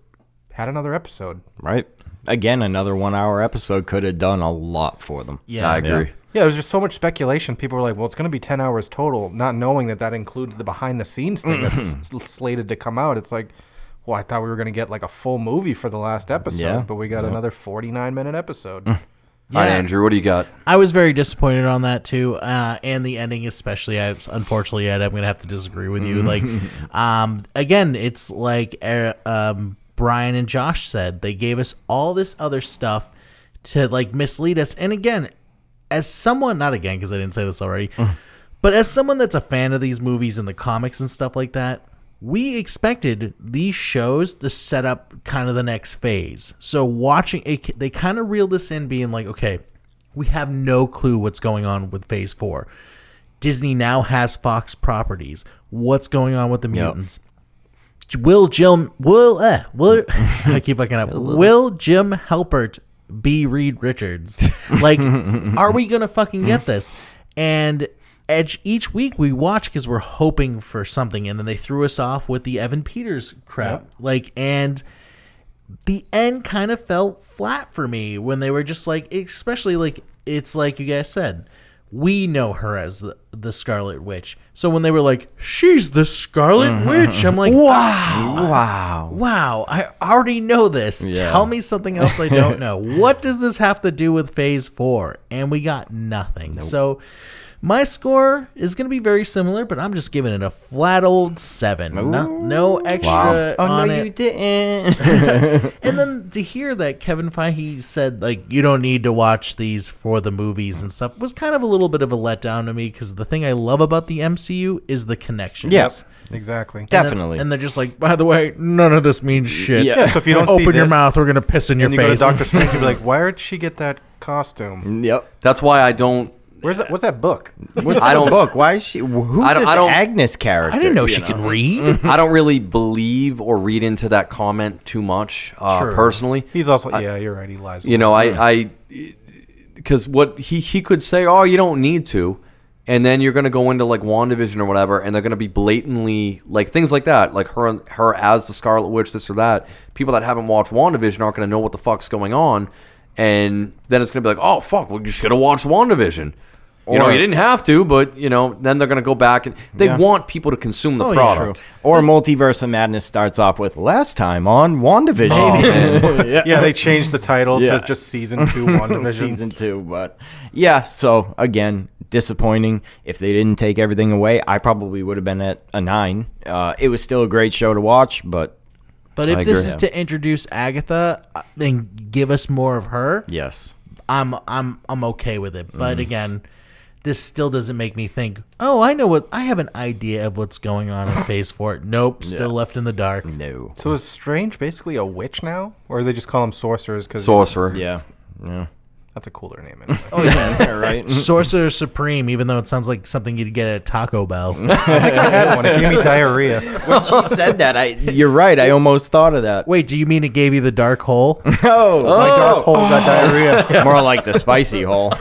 C: had another episode.
B: Right. Again, another one hour episode could have done a lot for them.
A: I
D: Yeah.
A: agree.
C: Yeah, there's just so much speculation. People were like, "Well, it's going to be ten hours total," not knowing that that includes the behind the scenes thing that's s- slated to come out. It's like, well, I thought we were going to get like a full movie for the last episode,
B: Yeah.
C: but we got another 49 minute episode.
A: All right, Andrew, what do you got?
D: I was very disappointed on that too, uh, and the ending especially. I unfortunately, Ed, I'm going to have to disagree with you. Like, um, again, it's like uh, um, Brian and Josh said, they gave us all this other stuff to like mislead us. And again, as someone, not again because I didn't say this already, but as someone that's a fan of these movies and the comics and stuff like that, we expected these shows to set up kind of the next phase. So watching it, they kind of reeled us in, being like, okay, we have no clue what's going on with Phase Four. Disney now has Fox properties. What's going on with the mutants? Will Jim will uh, will <laughs> I keep fucking up? Will Jim Halpert be Reed Richards? Like, are we gonna fucking get this? And each each week we watch because we're hoping for something, and then they threw us off with the Evan Peters crap. Like, and the end kind of fell flat for me when they were just like, especially like it's like you guys said, we know her as the, the Scarlet Witch. So when they were like, she's the Scarlet Witch, I'm like, wow,
B: Wow.
D: wow, I already know this.
B: Yeah.
D: Tell me something else
B: <laughs>
D: I don't know. what does this have to do with Phase Four? And we got nothing. So. My score is going to be very similar, but I'm just giving it a flat old seven. No, no extra
B: Oh,
D: on
B: no,
D: it.
B: you didn't.
D: <laughs> And then to hear that Kevin Feige said like you don't need to watch these for the movies and stuff was kind of a little bit of a letdown to me because the thing I love about the MCU is the connections.
B: Yep.
C: exactly.
B: Def-
D: And-
B: Definitely.
D: And they're just like, by the way, none of this means shit.
B: Yeah.
C: Yeah, so if you don't see
D: <laughs> open your
C: this,
D: mouth, we're gonna piss in your
C: and you go to
D: face.
C: Doctor Strange, you'd be like, "Where did she get that costume?
B: yep.
A: That's why I don't.
C: Where's that? What's that book?"
B: What's
A: I
B: the
A: don't-
B: book? Why is she? Who's
A: I don't-
B: this
A: I don't-
B: Agnes character?
D: <laughs> I didn't know she could
C: Mm.
D: read.
A: I don't really believe or read into that comment too much uh,
D: True.
A: personally.
C: He's also, yeah, you're right. He lies.
A: You know, I, I, because what he he could say, oh, you don't need to, and then you're gonna go into like Wandavision or whatever, and they're gonna be blatantly like things like that, like her her as the Scarlet Witch, this or that. People that haven't watched Wandavision aren't gonna know what the fuck's going on, and then it's gonna be like, oh fuck, well you should have watched Wandavision. You know,
B: Or-
A: you didn't have to, but you know, then they're gonna go back and they want people to consume the
D: Oh, yeah,
A: product.
B: Or Multiverse of Madness starts off with last time on
A: <laughs>
B: WandaVision.
C: yeah. they changed the title
B: Yeah.
C: to just season two, WandaVision.
B: Season two, but yeah, so again, disappointing. If they didn't take everything away, I probably would have been at a nine. Uh, it was still a great show to watch, but
D: But if
A: I
D: this
A: agree.
D: is to introduce Agatha, uh, then give us more of her.
B: yes,
D: I'm I'm I'm okay with it. But
C: Mm-hmm.
D: again, this still doesn't make me think. Oh, I know what I have an idea of what's going on
C: <laughs>
D: in Phase Four. Nope, still left in the dark.
C: Mm-hmm.
B: no,
C: So is Strange basically a witch now, or they just call him sorcerers? Because
A: Sorcerer.
B: yeah, yeah.
C: That's a cooler name. Anyway.
B: Oh yeah, is that <laughs> right?
D: Sorcerer Supreme, even though it sounds like something you'd get at
C: <laughs>
D: Taco Bell.
C: I had one. It gave me diarrhea.
B: when she said that, I you're right. I almost thought of that.
D: Wait, do you mean it gave you the dark hole?
B: No,
C: My
B: Oh.
C: dark hole got
B: <laughs>
C: diarrhea.
B: more like the spicy hole.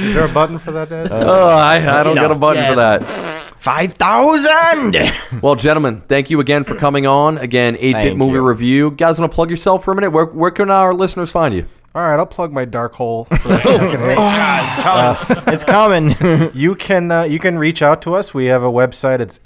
C: Is there a button for that, Dad?
A: Oh, I, I don't
B: No.
A: get a button for
D: Yeah,
A: that.
B: Five thousand.
A: Well, gentlemen, thank you again for coming on. Again, 8 bit
B: Thank
A: movie
B: you.
A: review. Guys, want to plug yourself for a minute? Where, where can our listeners find you?
C: All right, I'll plug my dark hole. for the second half.
B: it's coming. <laughs>
C: you can uh, you can reach out to us. We have a website. It's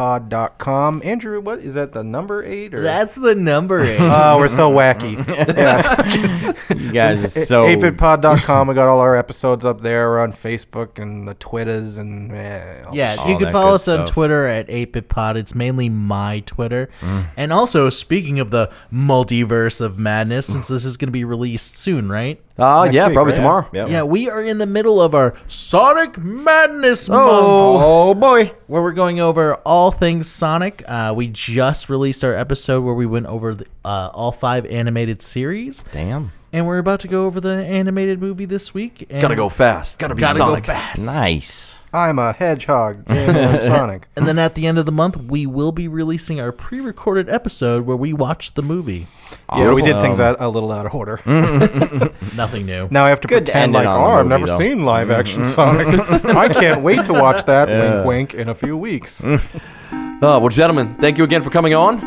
C: 8bitpod.com. Andrew, what is that? The number eight or?
D: That's the
C: <laughs>
D: number. eh?
C: Oh, we're so wacky. Yeah.
B: you guys are so
C: 8bitpod.com. We got all our episodes up there. We're on Facebook and the Twitters and eh, all
D: Yeah,
B: All
D: you can
B: that
D: follow
B: good
D: us on
B: stuff.
D: Twitter at 8bitpod. It's mainly my Twitter.
B: Mm.
D: And also, speaking of the multiverse of madness, since this is going to be released soon, right?
A: Uh, yeah,
C: week,
A: probably
C: right?
A: tomorrow.
B: Yep.
D: Yeah, we are in the middle of our Sonic Madness
A: Oh.
D: month,
B: Oh boy.
D: where we're going over all things Sonic. Uh, we just released our episode where we went over the, uh, all five animated series,
B: Damn.
D: and we're about to go over the animated movie this week. And
A: Gotta go fast. Gotta be
D: gotta
A: Sonic.
D: go fast.
B: Nice.
C: I'm a hedgehog. Yeah, I'm Sonic.
D: And then at the end of the month, we will be releasing our pre-recorded episode where we watch the movie.
C: Yeah, we did
B: Awesome.
C: things out, a little out of order.
D: Nothing new.
C: Now I have to
B: Good to end
C: pretend
B: it
C: like,
B: on
C: oh,
B: a
C: I've
B: movie,
C: never
B: though." Mm-hmm.
C: seen live action Sonic.
B: <laughs>
C: I can't wait to watch that. Wink, wink. In a few weeks.
B: Mm-hmm.
A: Uh, well, gentlemen, thank you again for coming on.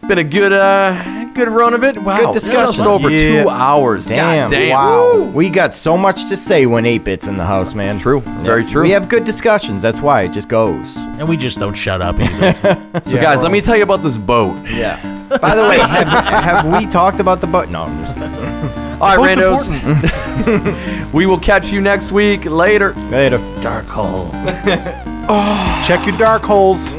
A: It's been a good, uh, good run of it. Wow,
B: Good discussion.
A: Just over
B: Yeah.
A: two hours.
B: Damn.
A: God damn.
B: Wow. We got so much to say when 8 bits in the house, man.
A: It's true. It's very true.
B: We have good discussions. That's why it just goes.
D: And we just don't shut up either.
A: so, guys, let me tell you about this boat.
B: Yeah. By the way, have, have we talked about the button? No, I'm just
A: All right, randos. <laughs> we will catch you next week. Later.
B: later.
D: Dark hole.
C: Check your dark holes.